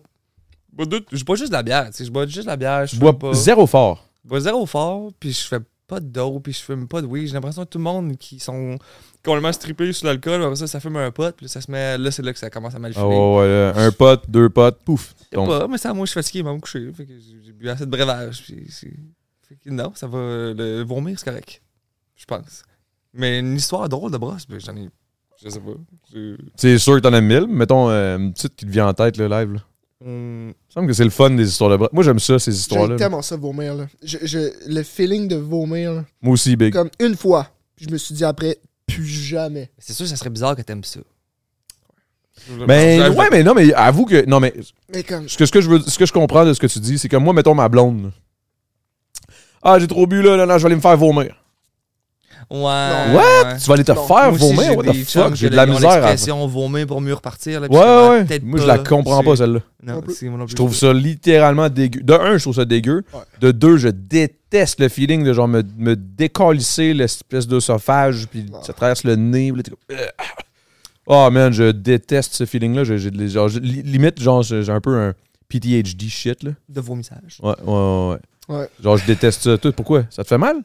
je bois, deux- je bois juste de la bière. tu sais, Je bois juste de la bière. Je Je bois fume pas. zéro fort. Je bois zéro fort, puis je fais pas de dope, puis je fume pas de weed. J'ai l'impression que tout le monde qui sont complètement strippés sur l'alcool, après ça, ça fume un pot, puis là, ça se met. Là, c'est là que ça commence à mal Ah fumer. ouais, ouais, là, un pote, deux potes, pouf. Je sais pas, mais ça, moi, je suis fatigué, il m'a me coucher. Fait que j'ai j'ai bu assez de breuvage. Puis c'est- fait que non, ça va. Le vomir, c'est correct. Je pense. Mais une histoire drôle de brosse, ben, j'en ai. Je sais pas. J'ai- C'est sûr que t'en as mille. Mettons euh, une petite qui te vient en tête, le live. Là. Hum, Il me semble que c'est le fun des histoires de bras. Moi, j'aime ça, ces histoires-là. J'aime tellement ça, vomir, là. Je, je- le feeling de vomir, là. Moi aussi, Big. Comme une fois. Puis je me suis dit après, plus jamais. C'est sûr, ça serait bizarre que t'aimes ça. Ben, ouais, mais non, mais avoue que. Non, mais Mais comme. ce que, ce que je veux, ce que je comprends de ce que tu dis, c'est que moi, mettons ma blonde. là. Ah, j'ai trop bu, là, là, là, je vais aller me faire vomir. Ouais. What? Tu vas aller te Non, faire Moi aussi, vomir? j'ai What the des chums fuck? que J'ai de là, la ils ont misère à l'expression vomir pour mieux repartir. Là, puis Ouais, je suis ouais. comme, peut-être Moi, je la comprends pas, C'est- celle-là. Non, Non plus. c'est moi non plus. Je trouve ça littéralement dégueu. De un, je trouve ça dégueu. Ouais. De deux, je déteste le feeling de genre me, me décalisser l'espèce d'œsophage, puis Ah. ça traverse le nez. puis là, t'es comme, euh, ah. Oh man, je déteste ce feeling-là. J'ai- j'ai de les- genre, j'ai- li- limite, genre, j'ai j'ai un peu un PTHD shit, là. De vomissage. Ouais, ouais, ouais. ouais. Ouais. Genre, je déteste ça. Toi, pourquoi? Ça te fait mal?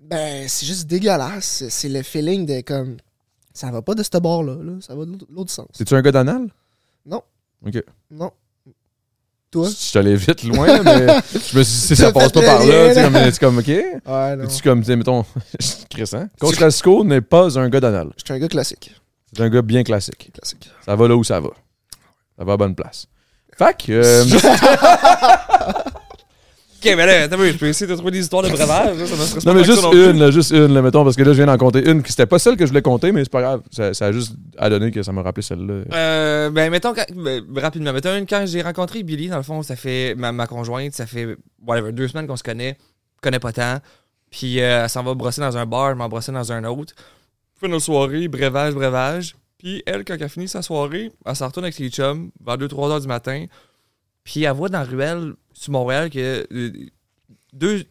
Ben, c'est juste dégueulasse. C'est- C'est le feeling de comme. Ça va pas de ce bord-là, là. Ça va de l'autre- l'autre sens. C'est-tu un gars d'anal? Non. Toi? Je suis allé vite loin, là, mais je me suis dit, si ça T'as passe fait pas le par là, lien, tu sais, là. comme, c'est comme, OK. Ouais, non. Es-tu Je comme, tu sais, mettons, *laughs* Crescent. hein? Coach Rasco n'est pas un gars d'anal. suis un gars classique. C'est un gars bien classique. Classique. Ça va là où ça va. Ça va à bonne place. Fac, euh, Ok, mais là, t'as vu, je peux essayer de trouver des histoires de breuvage. là, ça me stresse non, pas mais tant que juste ça non plus. une, là, juste une, là, mettons, parce que là, je viens d'en compter une. qui- C'était pas celle que je voulais compter, mais c'est pas grave. Ça, ça a juste à donner que ça m'a rappelé celle-là. Euh, ben, mettons, quand- ben, rapidement, mettons une, quand j'ai rencontré Billy, dans le fond, ça fait ma, ma conjointe, ça fait whatever, deux semaines qu'on se connaît, connaît pas tant. Puis euh, elle s'en va brosser dans un bar, je m'en brossais dans un autre. Fait nos soirées, breuvage, breuvage. Puis elle, quand elle finit sa soirée, elle s'en retourne avec ses chums vers 2-3 heures du matin. Puis elle voit dans la ruelle, sur Montréal, que euh, deux,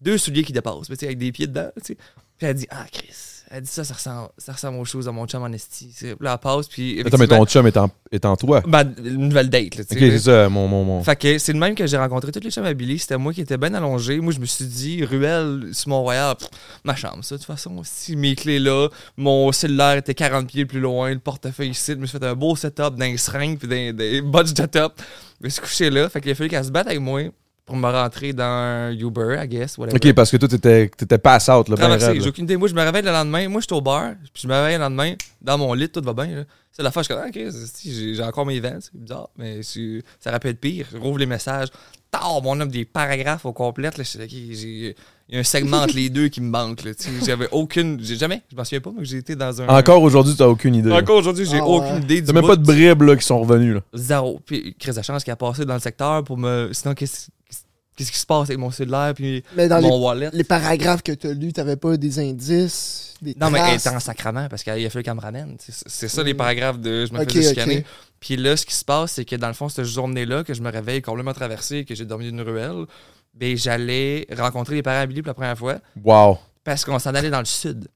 deux souliers qui dépassent, mais tu sais, avec des pieds dedans. tu sais. Puis elle dit Ah, Chris, Elle dit ça, ça ressemble, ça ressemble aux choses à mon chum en esti. C'est- Là, elle passe, puis. Attends, mais ton effectivement- chum est en, est en toi. Ben, une nouvelle date, là, tu Ok, sais. c'est ça, mon. mon, mon. Fait que c'est le même que j'ai rencontré toutes les chums à Billy. C'était moi qui étais bien allongé. Moi, je me suis dit, ruelle sur Mont-Royal, pff, ma chambre, ça. De toute façon, si mes clés là, mon cellulaire était 40 pieds plus loin, le portefeuille ici, je me suis fait un beau setup d'un seringue puis d'un d'un budge de top. Je me suis couché là. Fait qu'il a fallu qu'elle se batte avec moi pour me rentrer dans un Uber, I guess, whatever. Ok, parce que toi, t'étais t'étais pass out, là, ben raide, Traversé, là. Ah, j'ai aucune idée. Moi, je me réveille le lendemain. Moi, je suis au bar, puis je me réveille le lendemain, dans mon lit, tout va bien. là. C'est la fois, je suis comme, Ah, ok, c'est- j'ai j'ai encore mes veines, c'est bizarre, mais c'est- ça aurait pu être pire. Je rouvre les messages, tard, mon homme, des paragraphes au complet. Là, je suis, ok, j'ai- il y a un segment entre les deux qui me manque. là, tu sais. J'avais aucune. J'ai jamais, je m'en souviens pas, mais j'ai été dans un. Encore aujourd'hui, t'as aucune idée. là. Encore aujourd'hui, j'ai Ah ouais. aucune idée T'as du même pas bout. de bribes, là, qui sont revenues, là. Zéro. Puis, crise de chance qui a passé dans le secteur pour me. Sinon, qu'est-ce qu'est-ce qui se passe avec mon cellulaire, puis Mais dans mon les, wallet? les paragraphes que t'as lus, t'avais pas des indices, des Non, mais elle traces. était en sacrament parce qu'il a fallu qu'elle me ramène. C'est- C'est ça les Mm. paragraphes de je me Ok, faisais ok. scanner. Puis là, ce qui se passe, c'est que dans le fond, cette journée-là, que je me réveille complètement traversé, que j'ai dormi d'une ruelle, ben, j'allais rencontrer les parents à Billy pour la première fois Wow. parce qu'on s'en allait dans le sud.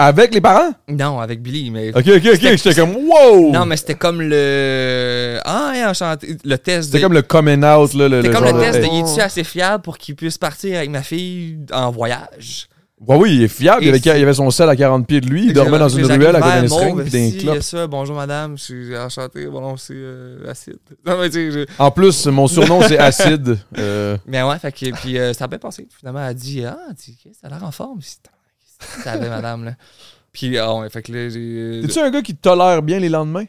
Avec les parents? Non, avec Billy, mais. Ok, ok, ok. C'était- J'étais comme, wow! Non, mais c'était comme le. Ah, hey, enchanté. Le test de. C'était comme le coming out, là. Le, C'était le comme genre le de- test de Hey. il est-tu assez fiable pour qu'il puisse partir avec ma fille en voyage? Ouais, oui, il est fiable. Il Et avait, il avait son sel à 40 pieds de lui. Il dormait dans une ruelle à côté d'un string puis d'un club. clope. ça, bonjour madame, je suis enchanté, bon non, c'est euh, acide. *laughs* Non, mais tu sais, je- En plus, mon surnom, *laughs* c'est Acide. Euh, Mais ouais, fait que, puis euh, ça a bien passé. Finalement, elle a dit, ah, tu sais, ça a l'air en forme. Si t'en- qu'est-ce que t'avais, madame, là. *laughs* Puis, ah, ouais, fait que là, j'ai. euh, T'es-tu un gars qui tolère bien les lendemains?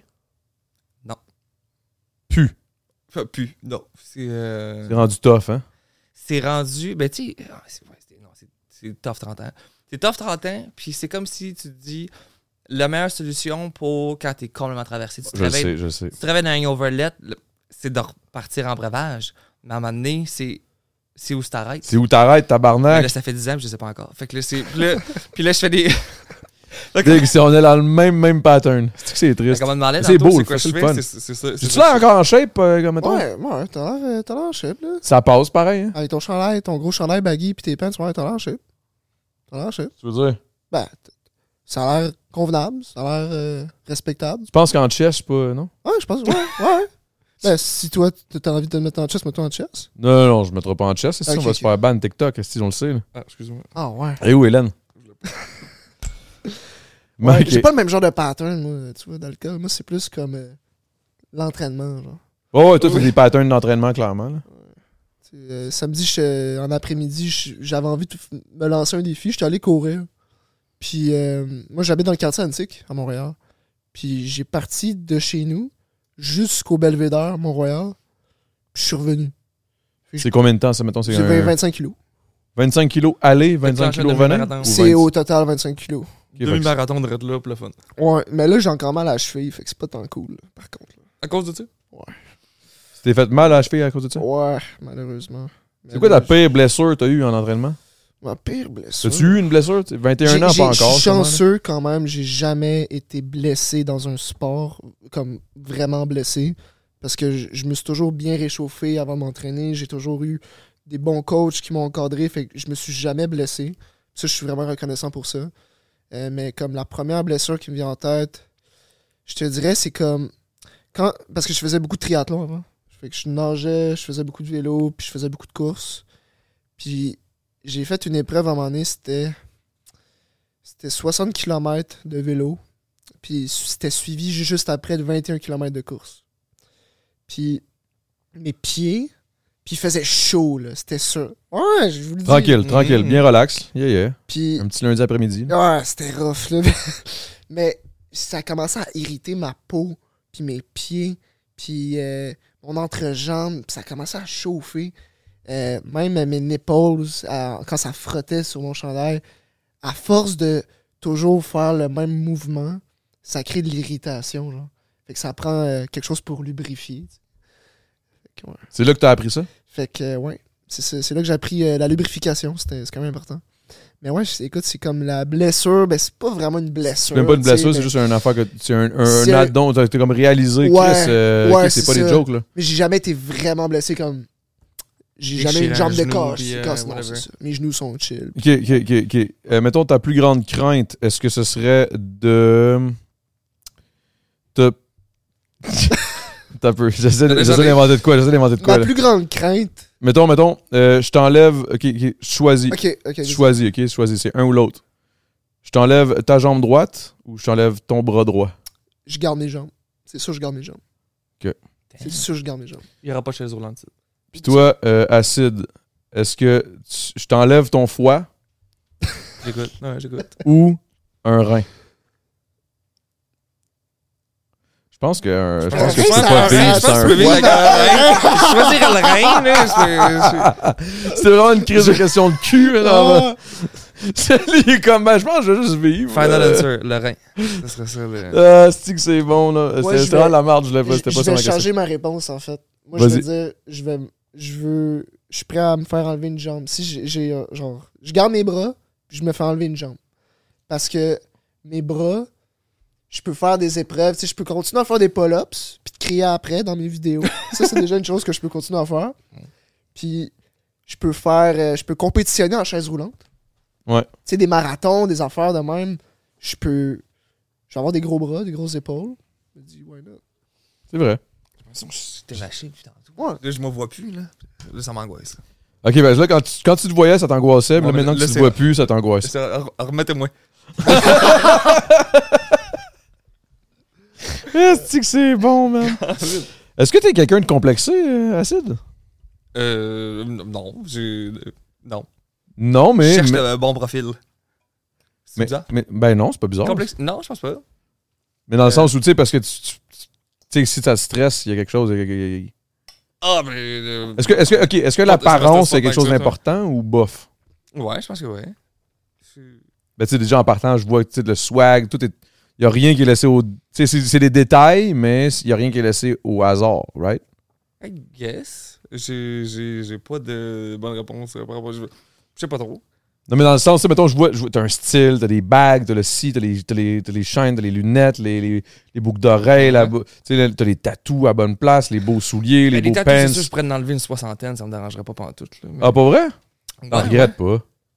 Non. Pu. Pas pu, non. C'est, euh, C'est rendu tough, hein? c'est rendu, ben tu sais, ah, c'est, ouais, c'est- non, c'est, c'est tough 30 ans. C'est tough 30 ans, puis c'est comme si tu te dis, la meilleure solution pour quand t'es complètement traversé, tu te Je le réveilles sais, je le sais. tu travailles dans un overlet, le- c'est de repartir en breuvage. Mais à un moment donné, c'est, c'est où tu t'arrêtes. C'est où t'arrêtes, Mais Là, tabarnak? ça fait 10 ans, puis je sais pas encore. Fait que là, c'est. Puis là, *laughs* puis là, je fais des. Dig, si on est dans le même, même pattern. C'est que c'est triste. Comment me demandait C'est tantôt beau, c'est quoi ça, je c'est le fais. fun. C'est, c'est, c'est, c'est J'ai-tu l'air encore en shape, euh, comme toi? Ouais, ouais, t'as l'air euh, t'as l'air en shape, là. Ça passe pareil, hein? Avec ton chandail, ton gros chandail baggy puis tes pants, ouais, t'as l'air en shape. T'as l'air en shape. Tu veux dire? Ben, t- ça a l'air convenable, ça a l'air euh, respectable. Tu penses qu'en chess, c'est pas. Non? Ouais, je pense, ouais, ouais. Ben, si toi, t- t'as envie de te mettre en chess, mets-toi en chess. Non, non, non, je mettrai pas en chess. Si on Ok, va se ok. faire ban TikTok, si on le sait. là. Ah, excuse-moi. Ah, ouais. Et où, *laughs* Hélène? Mais Ouais, ok. J'ai pas le même genre de pattern, moi, tu vois, d'alcool. Moi, c'est plus comme euh, l'entraînement, genre. Oh, ouais, toi, t'as des patterns d'entraînement, clairement. là. Tu sais, euh, samedi, je- en après-midi, je- j'avais envie de f- me lancer un défi. J'étais allé courir. Puis, euh, moi, j'habite dans le quartier antique, à Montréal. Puis, j'ai parti de chez nous jusqu'au Belvédère, Mont-Royal. Puis, je suis revenu. C'est combien de temps, ça, mettons? C'est J'ai un- 25 kilos. 25 kilos aller, 25 planche de kilos venant? demi-marathon. ou C'est 20? au total 25 kilos. Ok, fait que c'est- Demi-marathon de Red là, pour le fun. Ouais, mais là, j'ai encore mal à la cheville, fait que c'est pas tant cool, là, par contre. là. À cause de ça? Tu t'es fait mal à la cheville à cause de ça? Ouais, malheureusement. Oh, Mais C'est quoi là, la pire blessure que t'as eue en entraînement? j'ai- Ma pire blessure. As-tu eu une blessure? T'es 21 ans, J'ai- pas j'ai- Je encore. suis sûrement, là. chanceux quand même. J'ai jamais été blessé dans un sport, comme vraiment blessé, parce que je, je me suis toujours bien réchauffé avant de m'entraîner. J'ai toujours eu des bons coachs qui m'ont encadré, fait que je me suis jamais blessé. Ça, je suis vraiment reconnaissant pour ça. Euh, mais comme la première blessure qui me vient en tête, je te dirais, c'est comme quand parce que je faisais beaucoup de triathlon avant. Fait que je nageais, je faisais beaucoup de vélo, puis je faisais beaucoup de courses. Puis j'ai fait une épreuve à un moment donné, c'était c'était 60 km de vélo. Puis su- c'était suivi ju- juste après de 21 km de course. Puis mes pieds, puis il faisait chaud, là, c'était sûr. Ouais, je vous le dis. Tranquille, tranquille, Mm. Mmh. bien relax. Yeah, yeah. Puis Un petit lundi après-midi. là. Ouais, c'était rough, là. *laughs* Mais ça commençait à irriter ma peau, puis mes pieds, puis euh, mon entrejambe, puis ça commençait à chauffer. Euh, même euh, mes nipples, euh, quand ça frottait sur mon chandail, à force de toujours faire le même mouvement, ça crée de l'irritation, genre. Fait que ça prend euh, quelque chose pour lubrifier. tu sais. Fait que, ouais. C'est là que t'as appris ça? Fait que, euh, ouais, c'est ça- c'est là que j'ai appris euh, la lubrification. C'était c'est quand même important. Mais ouais, c'est- écoute, c'est comme la blessure. Ben, c'est pas vraiment une C'est blessure. même pas une tu sais, blessure, c'est mais- juste un affaire que c'est un, un, C'est- add-on. T'as t'as comme réalisé, Ouais, Chris, euh, ouais, ok, c'est c'est pas des ça. jokes, là. Mais j'ai jamais été vraiment blessé comme. J'ai Déchirant jamais une jambe de genou, casse. puis, euh, casse, non, whatever. c'est ça. Mes genoux sont chill. Ok, ok, ok. ok. Euh, mettons ta plus grande crainte, est-ce que ce serait de. de. *laughs* T'as peu. J'essaie de- Déjà, j'essaie les- d'inventer de quoi, j'essaie d'inventer de quoi. Ma là. plus grande crainte. Mettons, mettons, euh, je t'enlève. Ok, ok, choisis. Ok, ok. vas-y. Choisis, ok, choisis. C'est un ou l'autre. Je t'enlève ta jambe droite ou je t'enlève ton bras droit. Je garde mes jambes. C'est sûr, je garde mes jambes. C'est sûr, je garde mes jambes. Il ira pas chez les Irlandais. Puis toi, euh, acide, est-ce que tu- je t'enlève ton foie J'écoute. Non, j'écoute. ou un rein? Je pense que un- je Je pense pense que que c'est ça- pas ça- pire, je pense ça, que un tu peux vivre foie. avec un rein. Choisir le rein, là. c'est- c'est- C'est vraiment une crise de question de cul, mais Oh. non, mais- *laughs* C'est- il est comme, ben, je pense que je vais juste *laughs* vivre. Final euh, answer, le rein. Ce serait ça, le... Ah, c'est que c'est bon, là. Ouais, C'était- je C'était vraiment vais- la marde, je l'ai Je pas. C'était pas je ça vais ma question. changer ma réponse, en fait. Moi, je veux Vas-y. dire, je vais. m- Je veux. Je suis prêt à me faire enlever une jambe. Si j'ai- j'ai. euh, Genre. Je garde mes bras, puis je me fais enlever une jambe. Parce que mes bras, je peux faire des épreuves. Tu sais, je peux continuer à faire des pull-ups, puis de crier après dans *laughs* mes vidéos. ça, c'est déjà une chose que je peux continuer à faire. Puis. Je peux faire. euh, Je peux compétitionner en chaise roulante. Ouais. Tu sais, des marathons, des affaires de même. Je peux. Je vais avoir des gros bras, des grosses épaules. Je me dis, why not? C'est vrai. T'es lâché, putain. Ouais. Là, je me vois plus, là. Là, ça m'angoisse. là. Ok, ben là, quand tu, quand tu te voyais, ça t'angoissait, mais là, Ouais, mais maintenant là, que tu te c'est- vois plus, ça *laughs* t'angoisse. C'est- re- Remettez-moi. Est-ce que c'est bon, man? Est-ce que t'es quelqu'un de complexé, euh, Acide? Euh, non, j'ai... Non. Non, Je mais. cherche mais, le bon profil. C'est mais- bizarre. mais- ben non, c'est pas bizarre. Complexe? Non, je pense pas. Mais dans Euh, le sens où, tu sais, parce que tu. tu- tu sais, si ça te stresse, il y a quelque chose. il y a- il y a- il y a- Ah, mais... euh, Est-ce que, est-ce que, ok, est-ce que Pas- ça l'apparence, reste pas c'est quelque tant que chose ça, d'important ou bof? Ouais, je pense que ouais. Je- Ben, tu sais, déjà en partant, je vois tu sais, le swag, tout est. Il n'y a rien qui est laissé au. Tu sais, c'est- c'est des détails, mais il n'y a rien qui est laissé au hasard, right? I guess. J'ai- J'ai j'ai pas de bonne réponse euh, par rapport... Je je sais pas trop. Non, mais dans le sens, tu sais, mettons, je vois, je vois- t'as un style, t'as des bagues, t'as le si, t'as les, t'as les, t'as les chaînes, t'as les lunettes, les, les, les boucles d'oreilles, la bou- tu sais, t'as les tatous à bonne place, les beaux souliers, les Mais Ben, les beaux tatous, c'est sûr, je pants. pourrais en enlever une soixantaine, ça me dérangerait pas pantoute. Là, mais- Ah, pas vrai? Ouais, Ah, regrette pas.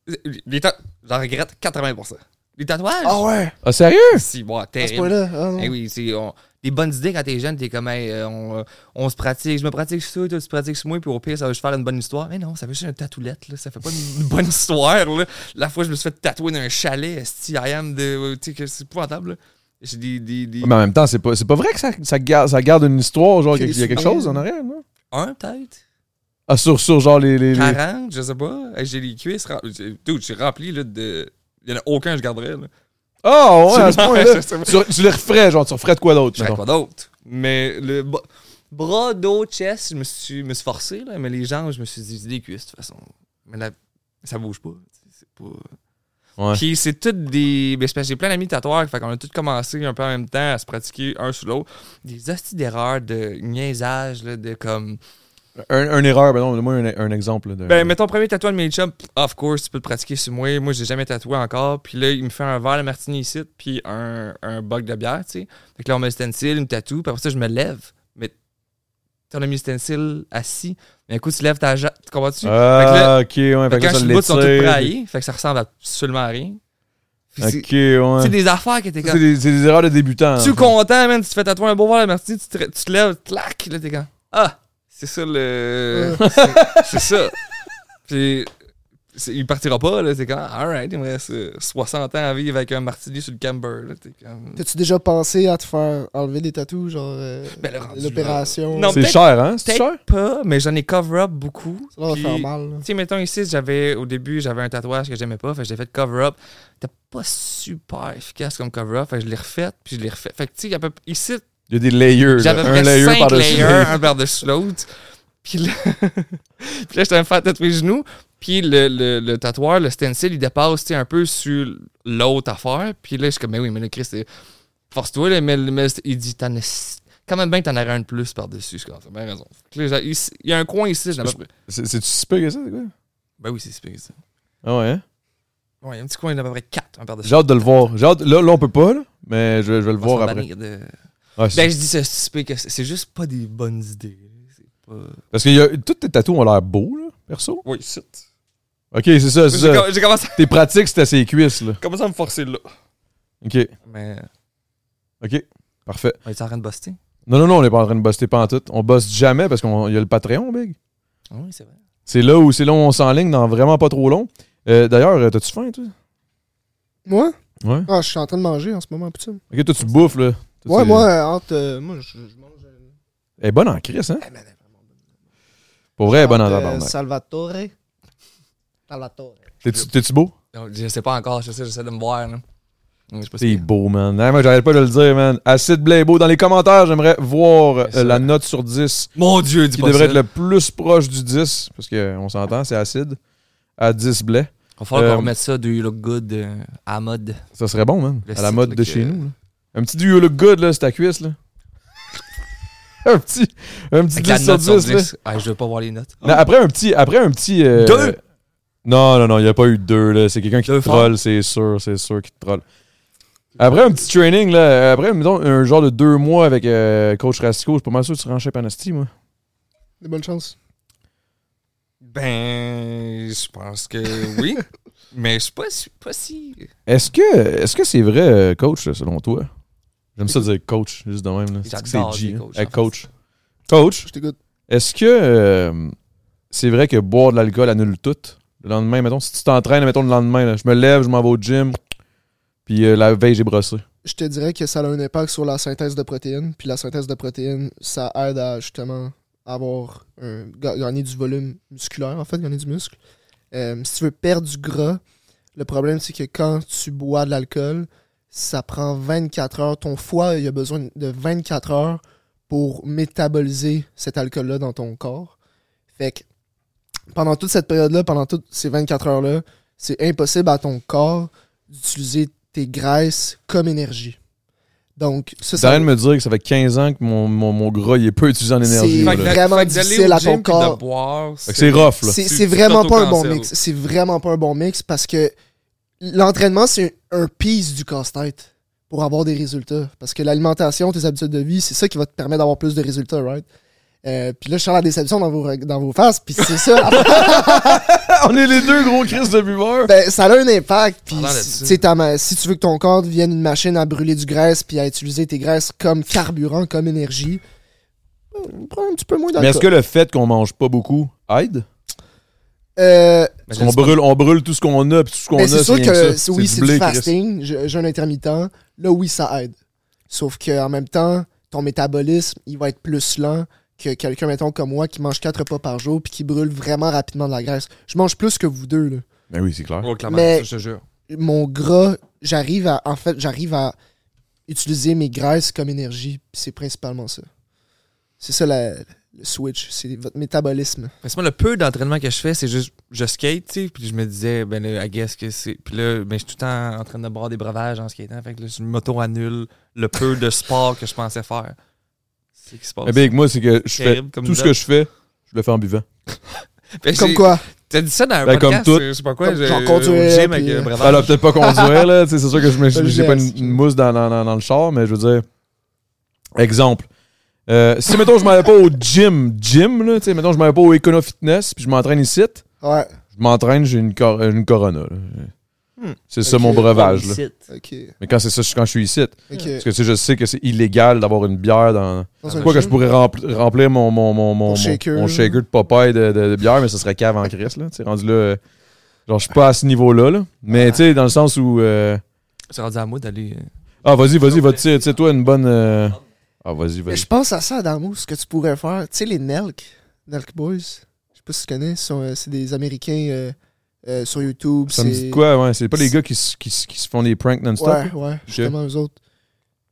ouais. Les ta- J'en regrette 80%. Les tatouages? Ah ouais! Ah, sérieux? Si, bon, À ce terrible. point-là, ah non. Eh oui, c'est on- des bonnes idées quand t'es jeune, t'es comme, hey, euh, on, euh, on se pratique, je me pratique sur toi, toi, tu te pratiques sur moi, puis au pire, ça va juste faire une bonne histoire. Mais non, ça fait juste un tatoulette, là, ça fait pas une bonne *laughs* histoire. Là. La fois, je me suis fait tatouer dans un chalet, esti, I am de. Tu sais, que c'est épouvantable. là. J'ai des. des, des- Ah, Mais en même temps, c'est pas, c'est pas vrai que ça, ça, garde, ça garde une histoire, genre, Qu'il y a qu'il y a des quelque souvenirs. chose en arrière, non? Un, peut-être Ah, sur, sur, genre, les. les, les- 40, je sais pas. Hey, J'ai les cuisses. rem- j'ai- Dude, je suis rempli, là, de. Il y en a aucun que je garderais, là. Ah, ouais, à *laughs* ce Non, point-là. je sais pas. tu, tu les referais, genre, tu referais de quoi d'autre, Je ferais mettons? pas d'autre. Mais le bo- bras, dos, chest, je me suis, me suis forcé, là, mais les jambes, je me suis dit, des cuisses, de toute façon. Mais la- ça bouge pas. tu sais, C'est pas... Ouais. Puis c'est toutes des. ben, c'est parce que j'ai plein d'amis tatoueurs, fait qu'on a tous commencé un peu en même temps à se pratiquer un sur l'autre. Des hosties d'erreurs, de niaisage, là, de comme. Un, un erreur, ben non, donne-moi un, un exemple. là, de- Ben, mettons, premier tatouage de mes chums, pff, of course, tu peux le pratiquer sur moi. Moi, j'ai jamais tatoué encore. Puis là, il me fait un verre de martini ici, puis un, un bug de bière, tu sais. Fait que là, on met le stencil, il me tatoue, puis après ça, je me lève. Mais t'en as mis le stencil assis. Mais écoute, tu lèves ta jambe, tu comprends-tu? Ah, ok, ouais, fait fait que quand que je ça suis debout, ils sont tous l'étire. braillés. Fait que ça ressemble absolument à rien. Fait que c'est- Ok, ouais. C'est des affaires qui étaient C'est comme. des, c'est des erreurs de débutants. Tu es en fait. content, man, tu te fais tatouer un beau verre de martini, tu te, tu te lèves, clac, là, t'es comme. Ah, c'est ça Euh. le. C'est ça. Puis, c'est- il partira pas, là. T'es comme, alright, il me reste euh, 60 ans à vivre avec un martini sur le camber, là. T'es comme. T'as-tu déjà pensé à te faire enlever des tatous, genre euh, Ben, le rendu l'opération? là. Non, C'est peut-être- cher, hein? C'est cher? Peut-être pas, mais j'en ai cover-up beaucoup. ça va Puis, faire mal. là. Tu sais, mettons ici, j'avais, au début, j'avais un tatouage que j'aimais pas, fait que j'ai fait cover-up. C'était pas super efficace comme cover-up, fait que je l'ai refait, puis je l'ai refait. Fait que, tu sais, à peu- ici, Il y a des layers. là. J'avais à peu Un près layer cinq par-dessus. layers, un par-dessus l'autre. Puis là, *laughs* puis là j'étais me faire tatouer les genoux. Puis le, le, le tatoueur, le stencil, il dépasse tu sais, un peu sur l'autre affaire. Puis là, je suis comme, mais oui, mais le Christ, c'est- force-toi. là. Mais, le- mais il dit, t'en as- quand même bien que t'en aurais un de plus par-dessus. Je suis comme, t'as bien raison. Fait que là, j'ai- ici- il y a un coin ici, j'en ai pas *laughs* C'est- C'est-tu si peu que ça, c'est quoi? Ben oui, c'est super ça. Ah ouais? hein? Ouais, il y a un petit coin, il y en a à peu près 4, un par-dessus. J'ai hâte de le voir. J'ai hâte- Là, là, on peut pas, là, mais je, je vais le On voir s'en après. bannir de- Ouais, c'est- Ben, je dis ça, c'est super que c'est c'est juste pas des bonnes idées. C'est pas- Parce que y a- tous tes tatous ont l'air beaux, là. perso? Oui, shit. Ok, c'est ça, c'est J'ai ça. com- j'ai commencé, Tes pratiques, c'était ses cuisses, là. commencé à me forcer là. Ok, Mais ok. Parfait. on est en train de buster. Non, non, non, on n'est pas en train de bosser pas en tout. On bosse jamais parce qu'il y a le Patreon, Big. Ah Oui, c'est vrai. C'est là où c'est là où on s'enligne dans vraiment pas trop long. Euh, D'ailleurs, euh, t'as-tu faim, toi? Moi? Ouais. Ah, je suis en train de manger en ce moment, poutine. Ok, toi, tu bouffes, là. Toi, Ouais, tu- moi, euh, entre. euh, moi, je, je mange. euh, Elle est bonne en crise, hein? eh, man, elle est vraiment bonne. Pour vrai, elle est bonne en Entre, euh, tabarnak. Salvatore. Salvatore. T'es-tu t'es-tu beau? Non, Je sais pas encore, je sais, j'essaie de me voir. Là. Je sais pas C'est si... beau, man. Hein, moi, j'arrête pas de le dire, man. Acide Blaybo. Dans les commentaires, j'aimerais voir euh, C'est ça. la note sur 10 Mon Dieu, dis qui pas devrait ça. être le plus proche du 10, parce qu'on s'entend, c'est acide, à 10 blé. On va falloir Euh, qu'on remette ça du look good euh, à mode. Ça serait bon, man. Le à la site, mode là, de que- chez nous. là. Un petit do you look good, là, c'est ta cuisse, là. *laughs* un petit, un petit Avec la 10 sur note sur 10, là. 10. Ah, je veux pas voir les notes. Non, après un petit. Après un petit euh, Deux? Non, non, non, il n'y a pas eu deux. là. C'est quelqu'un qui Deux te fois. troll, c'est sûr, c'est sûr qu'il te troll. Après un petit training, là, après mettons, un genre de deux mois avec euh, coach Rastico, je suis pas mal sûr que tu seras en shape en esti, moi. De bonnes chances. Ben, je pense que oui. mais je suis pas, si- pas si. Est-ce que est-ce que c'est vrai, euh, coach, là, selon toi? J'aime ça dire coach, juste de même. là. C'est que c'est J'adore G. dire hein. coach, Eh, en Coach. Coach, Je t'écoute. est-ce que euh, c'est vrai que boire de l'alcool annule tout? Le lendemain, mettons, si tu t'entraînes, mettons le lendemain, là, je me lève, je m'en vais au gym, puis euh, la veille, j'ai brossé. Je te dirais que ça a un impact sur la synthèse de protéines. Puis la synthèse de protéines, ça aide à justement avoir un, ga- gagner du volume musculaire, en fait, gagner du muscle. Euh, si tu veux perdre du gras, le problème c'est que quand tu bois de l'alcool, ça prend 24 heures. Ton foie, il a besoin de 24 heures pour métaboliser cet alcool-là dans ton corps. Fait que pendant toute cette période-là, pendant toutes ces 24 heures-là, c'est impossible à ton corps d'utiliser tes graisses comme énergie. Donc, ça, Ça ça, rien de me dire que ça fait 15 ans que mon, mon, mon gras il est peu utilisé en énergie. C'est- là. Fait que Fait d'a- vraiment fait que d'aller difficile au à ton gym puis de corps. boire, que C'est rough, là. C'est, Tu- c'est tu vraiment pas un bon t'auto-cancelles. mix. C'est vraiment pas un bon mix parce que l'entraînement, c'est un piece du casse-tête pour avoir des résultats. Parce que l'alimentation, tes habitudes de vie, c'est ça qui va te permettre d'avoir plus de résultats, right? Euh, puis là, je sens la déception dans vos, dans vos faces, puis *laughs* c'est ça. On est les deux gros crises de buveurs. Ben, ça a un impact. Puis, Parlant si, là-dessus. tu sais, ta ma- si tu veux que ton corps devienne une machine à brûler du graisse puis à utiliser tes graisses comme carburant, comme énergie, euh, prends un petit peu moins Mais est-ce d'alcool. que le fait qu'on mange pas beaucoup Ben, aide? Euh, Mais Parce qu'on je dis brûle, on brûle tout ce qu'on a, puis tout ce qu'on a, Mais Ben, c'est sûr rien que ça. c'est- oui, c'est blé du qui reste. fasting, je- jeûne intermittent. Là, oui, ça aide. Sauf qu'en même temps, ton métabolisme, il va être plus lent que quelqu'un, mettons, comme moi, qui mange quatre repas par jour puis qui brûle vraiment rapidement de la graisse. Je mange plus que vous deux, là. Ben oui, c'est clair. pas- Oh, clairement, Mais- ça, je te jure. Mon gras, j'arrive à... En fait, j'arrive à utiliser mes graisses comme énergie. puis C'est principalement ça. C'est ça, la- le switch. C'est votre métabolisme. Parce que moi, le peu d'entraînement que je fais, c'est juste je skate, tu sais, puis je me disais, ben là, I guess que c'est. Puis là, ben, je suis tout le temps en train de boire des breuvages en skatant, fait que là, je m'auto-annule le peu de sport que je pensais faire. C'est ce qui se Oh, passe. Mais big, Eh moi, c'est que je fais Terrible comme tout ce date. que je fais, je le fais en buvant. Ben, Comme j'ai- quoi? T'as dit ça dans un Ben, comme podcast, tout. je sais pas quoi, Comme j'ai j'en au conduirais, gym avec puis, un euh, breuvage. Alors, peut-être pas conduire, là. tu sais, C'est sûr que je me- Pas le j'ai pas une, geste. une mousse dans, dans- dans- dans le char, mais je veux dire. Exemple. Euh, si, mettons, je m'en vais pas au gym, gym, là, tu sais, mettons, je m'en vais pas au Econo Fitness, puis je m'entraîne ici, Ouais, je m'entraîne, j'ai une, cor- euh, une corona. là. Hmm. C'est ça Ok. mon breuvage. là. OK. Mais quand c'est ça, je- quand je suis ici, ok. parce que tu sais, je sais que c'est illégal d'avoir une bière dans. Dans un Quoi que je gym. pourrais rempl- remplir mon, mon, mon, mon, mon- shaker. mon shaker de Popeye de, de- de bière, mais ça serait cave en Chris, là. Tu sais, rendu là. euh, genre, je suis pas à ce niveau-là, là. Mais tu sais, dans le sens où. euh, C'est rendu à moi d'aller. euh, Ah, vas-y, vas-y, va tirer, tu sais, toi, une bonne. euh, Ah, vas-y, Mais vas-y. je pense à ça, Adamo, ce que tu pourrais faire. Tu sais, les Nelk, Nelk Boys, je sais pas si tu connais, ce sont, euh, c'est des Américains euh, euh, sur YouTube. Ça me c'est- dit de quoi, ouais. C'est pas les gars qui, se- qui, se- qui se font des pranks non-stop. là? Ouais, ouais, justement, eux autres.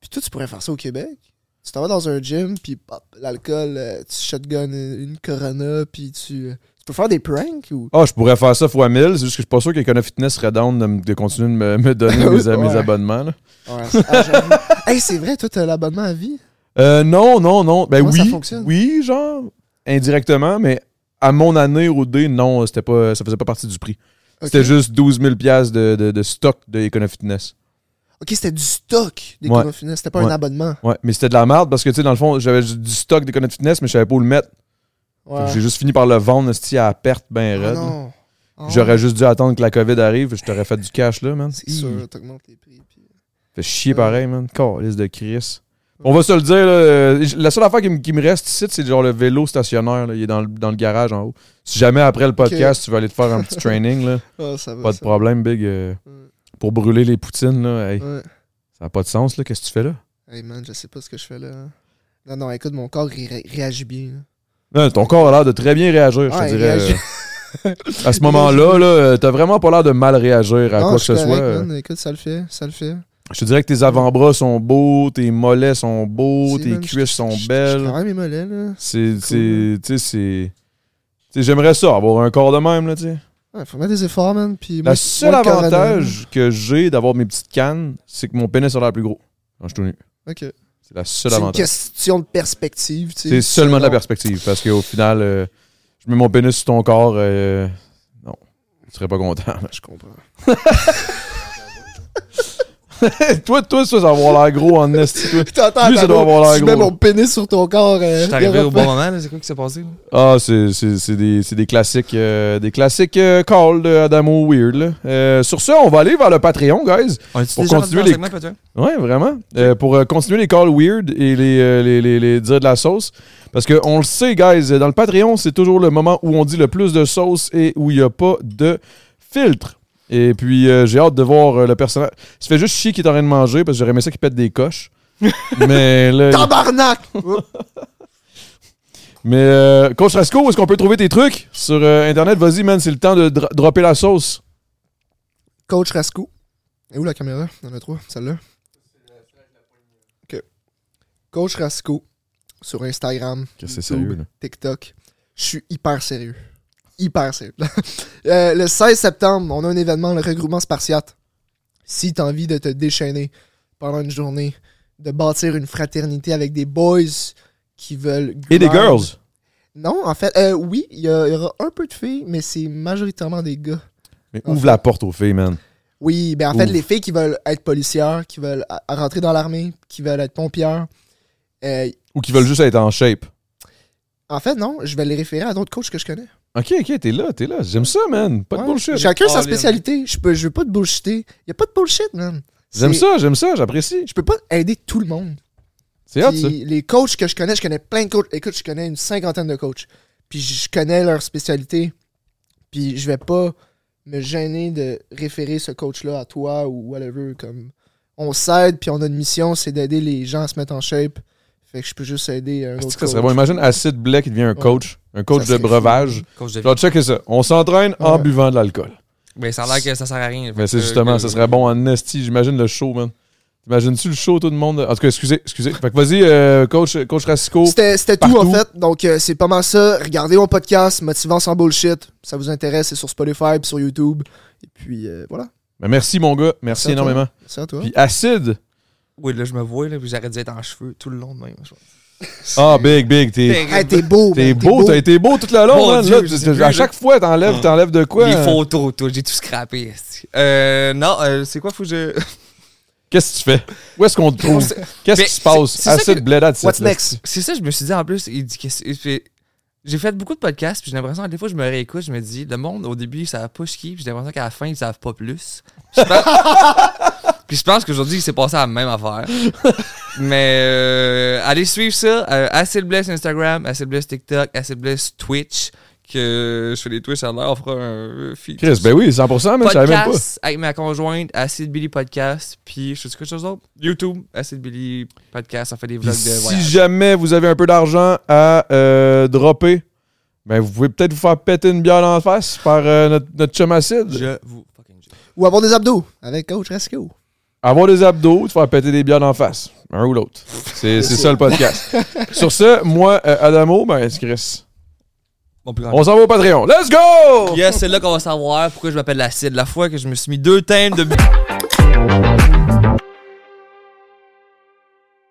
Puis toi, tu pourrais faire ça au Québec. Tu t'en vas dans un gym, puis pop, l'alcool, euh, tu shotgun une Corona, puis tu... euh, Tu peux faire des pranks ou... Ah, je pourrais faire ça fois 1000, c'est juste que je suis pas sûr qu'Econo Fitness serait down de, me- de continuer de me, me donner *laughs* mes, mes Ouais. abonnements, là. Ouais, c'est- *laughs* ah, j'avoue. hey, c'est vrai, toi, t'as l'abonnement à vie. Euh, non, non, non. Ben Comment oui. ça fonctionne? Oui, genre, indirectement, mais à mon année au D, non, c'était pas, ça faisait pas partie du prix. Ok. C'était juste 12 000 piastres de, de, de stock de Econo Fitness. Ok, c'était du stock des Ouais. Corona Fitness, c'était pas un Ouais. abonnement. Ouais, mais c'était de la merde parce que, tu sais, dans le fond, j'avais du stock d'Econo Fitness, mais je savais pas où le mettre. Fait Ouais. que J'ai juste fini par le vendre esti, à la perte ben Ah raide. là. non. Ah ouais. J'aurais juste dû attendre que la COVID arrive, je t'aurais fait du cash là, man. C'est Hi. sûr, t'augmentes les prix. puis- Fait chier pareil, man. Calice de Chris. On va se le dire, là, euh, la seule affaire qui me, qui me reste ici, c'est genre le vélo stationnaire. là. Il est dans le, dans le garage en haut. Si jamais après le podcast, tu veux aller te faire un *laughs* petit training, là, Ah, ça va. pas de ça problème, Big. euh, va. Ouais. pour brûler les poutines, là, hey, Ouais. ça n'a pas de sens. là. Qu'est-ce que tu fais là? Hey man, je sais pas ce que je fais là. Non, non, écoute, mon corps il ré- réagit bien. là. Non, ton corps a l'air de très bien réagir, Ouais, je te il dirais. réagit. euh, à ce moment-là, là, euh, t'as vraiment pas l'air de mal réagir à non, quoi que je suis ce soit. correct, euh. man. Écoute, ça le fait, ça le fait. Je te dirais que tes avant-bras sont beaux, tes mollets sont beaux, Si, Oh, tes man, je- cuisses sont je- je- Je belles. travaille mes mollets, là. C'est. cool, hein. c'est- Tu sais, c'est. tu sais, J'aimerais ça, avoir un corps de même, là, tu sais. Ouais, faut mettre des efforts, man. Puis Le moi, seul moi, le corps avantage que j'ai d'avoir mes petites cannes, c'est que mon pénis a l'air plus gros quand je suis tout nu. anal. Ok. C'est la seule C'est une avantage. question de perspective, tu sais. C'est seulement de la selon- perspective, parce qu'au final, euh, je mets mon pénis sur ton corps, euh, non, tu serais pas content. *laughs* Ouais, je comprends. toi, toi, ça, ça va avoir l'air gros en esti, toi. *laughs* T'entends, Lui, ça Tano, doit avoir l'air Je mets gros, là. mon pénis sur ton corps. euh, Je suis arrivé il y aura au pas- bon moment, là. C'est quoi qui s'est passé? là? Ah, c'est c'est- c'est des, c'est des classiques, euh, des classiques euh, call de Adamo Weird. là. Euh, sur ce, on va aller vers le Patreon, guys. On est-tu Pour déjà continuer rendu dans les- le segment, peut-être? Ouais, vraiment. Euh, pour euh, continuer les calls weird et les, euh, les, les, les dire de la sauce. Parce que on le sait, guys, dans le Patreon, c'est toujours le moment où on dit le plus de sauce et où il n'y a pas de filtre. Et puis, euh, j'ai hâte de voir euh, le personnage. Ça fait juste chier qu'il est en train de manger parce que j'aurais aimé ça qu'il pète des coches. mais là, il- Tabarnak! mais euh, Coach Rasco, où est-ce qu'on peut trouver tes trucs sur euh, Internet? Vas-y, man, c'est le temps de dro- dropper la sauce. Coach Rascou. Et où la caméra? Il y en a trois, celle-là. Ok. Coach Rascou sur Instagram, Qu'est-ce que c'est sérieux, là? TikTok. Je suis hyper sérieux. Hyper sérieux. *laughs* Euh, le 16 septembre, on a un événement, le regroupement spartiate. Si t'as envie de te déchaîner pendant une journée, de bâtir une fraternité avec des boys qui veulent. Et des grind- girls. Non, en fait, euh, oui, il y, a- il y aura un peu de filles, mais c'est majoritairement des gars. Mais Ah, ouvre la porte aux filles, man. Oui, ben en fait, Ouf. les filles qui veulent être policières, qui veulent a- rentrer dans l'armée, qui veulent être pompières, euh, Ou qui veulent juste être en shape. en fait, non, je vais les référer à d'autres coachs que je connais. Ok, ok, t'es là, t'es là. J'aime ça, man. Pas de Ouais. bullshit. Chacun Oh, sa Lynn. spécialité. Je peux, je veux pas de bullshiter. Y a pas de bullshit, man. J'aime C'est- ça, j'aime ça, j'apprécie. Je peux pas aider tout le monde. C'est hot, Puis ça. les coachs que je connais, je connais plein de coachs. Écoute, je connais une cinquantaine de coachs. Puis je connais leur spécialité. Puis je vais pas me gêner de référer ce coach-là à toi ou whatever. Comme on s'aide, puis on a une mission, c'est d'aider les gens à se mettre en shape. Fait que je peux juste aider un Est-ce autre que Ah, ça serait coach. bon? Imagine Acid Blais qui devient un coach, un coach de Ça serait breuvage. Coach de vie. Genre, checker ça. On s'entraîne en Ouais. Euh, buvant de l'alcool. Ben, ça a l'air que ça sert à rien. Mais Fait c'est que- justement, que- ça serait bon en esti. J'imagine le show, man. T'imagines-tu le show, tout le monde? En tout cas, excusez, excusez. Fait que vas-y, euh, coach, coach Rassico. C'était c'était tout en Partout. fait. Donc euh, c'est pas mal ça. Regardez mon podcast, Motivant sans bullshit. Ça vous intéresse, c'est sur Spotify, puis sur YouTube. Et puis euh, voilà. Ben, merci, mon gars. Merci Merci à énormément. C'est à toi. Puis Acid. Oui, là, je me vois, là, puis j'arrête d'être en cheveux tout le long de même. je pense. Ah, big, big. T'es Hey, t'es beau, t'es man, beau, t'as été beau tout le long, Mon man. Dieu, hein. Là, j'ai tu- vu, à là. chaque fois, t'enlèves, Ah. t'enlèves de quoi? Les hein? photos, toi, j'ai tout scrappé. esti. Euh, non, euh, c'est quoi, faut que je. *laughs* Qu'est-ce que tu fais? Où est-ce qu'on te trouve? Qu'est-ce Mais qui se passe? c'est ça Acid que- Blais, that's it, What's là. next? C'est ça, je me suis dit en plus, il dit qu'est-ce- il fait- J'ai fait beaucoup de podcasts, puis j'ai l'impression que des fois, je me réécoute, je me dis, le monde, au début, ils savent pas ce qui, puis j'ai l'impression qu'à la fin, ils savent pas plus. Je pense- *laughs* puis je pense qu'aujourd'hui, il s'est passé la même affaire. Mais euh, allez suivre ça. Euh, Acid Bless Instagram, Acid Bless TikTok, Acid Bless Twitch, que je fais des Twitch à l'heure, on fera un feed. Chris, ben oui, 100%, mais je savais même pas. podcast avec ma conjointe, Acid Billy Podcast, puis je sais quelque chose d'autre. YouTube, Acid Billy Podcast, on fait des Puis vlogs de si voyage. jamais vous avez un peu d'argent à euh, dropper, ben vous pouvez peut-être vous faire péter une bière en face par euh, notre, notre chum acide. Je vous fucking jure. Ou avoir des abdos avec Coach Rescue. Avoir des abdos, te faire péter des bières en face. Un ou l'autre. C'est c'est ça le podcast. Sur ce, moi, euh, Adamo, ben c'est Chris. Mon plus grand On s'en va au Patreon. Let's go! Yes, c'est là qu'on va savoir pourquoi je m'appelle l'acide. La fois que je me suis mis deux thèmes de.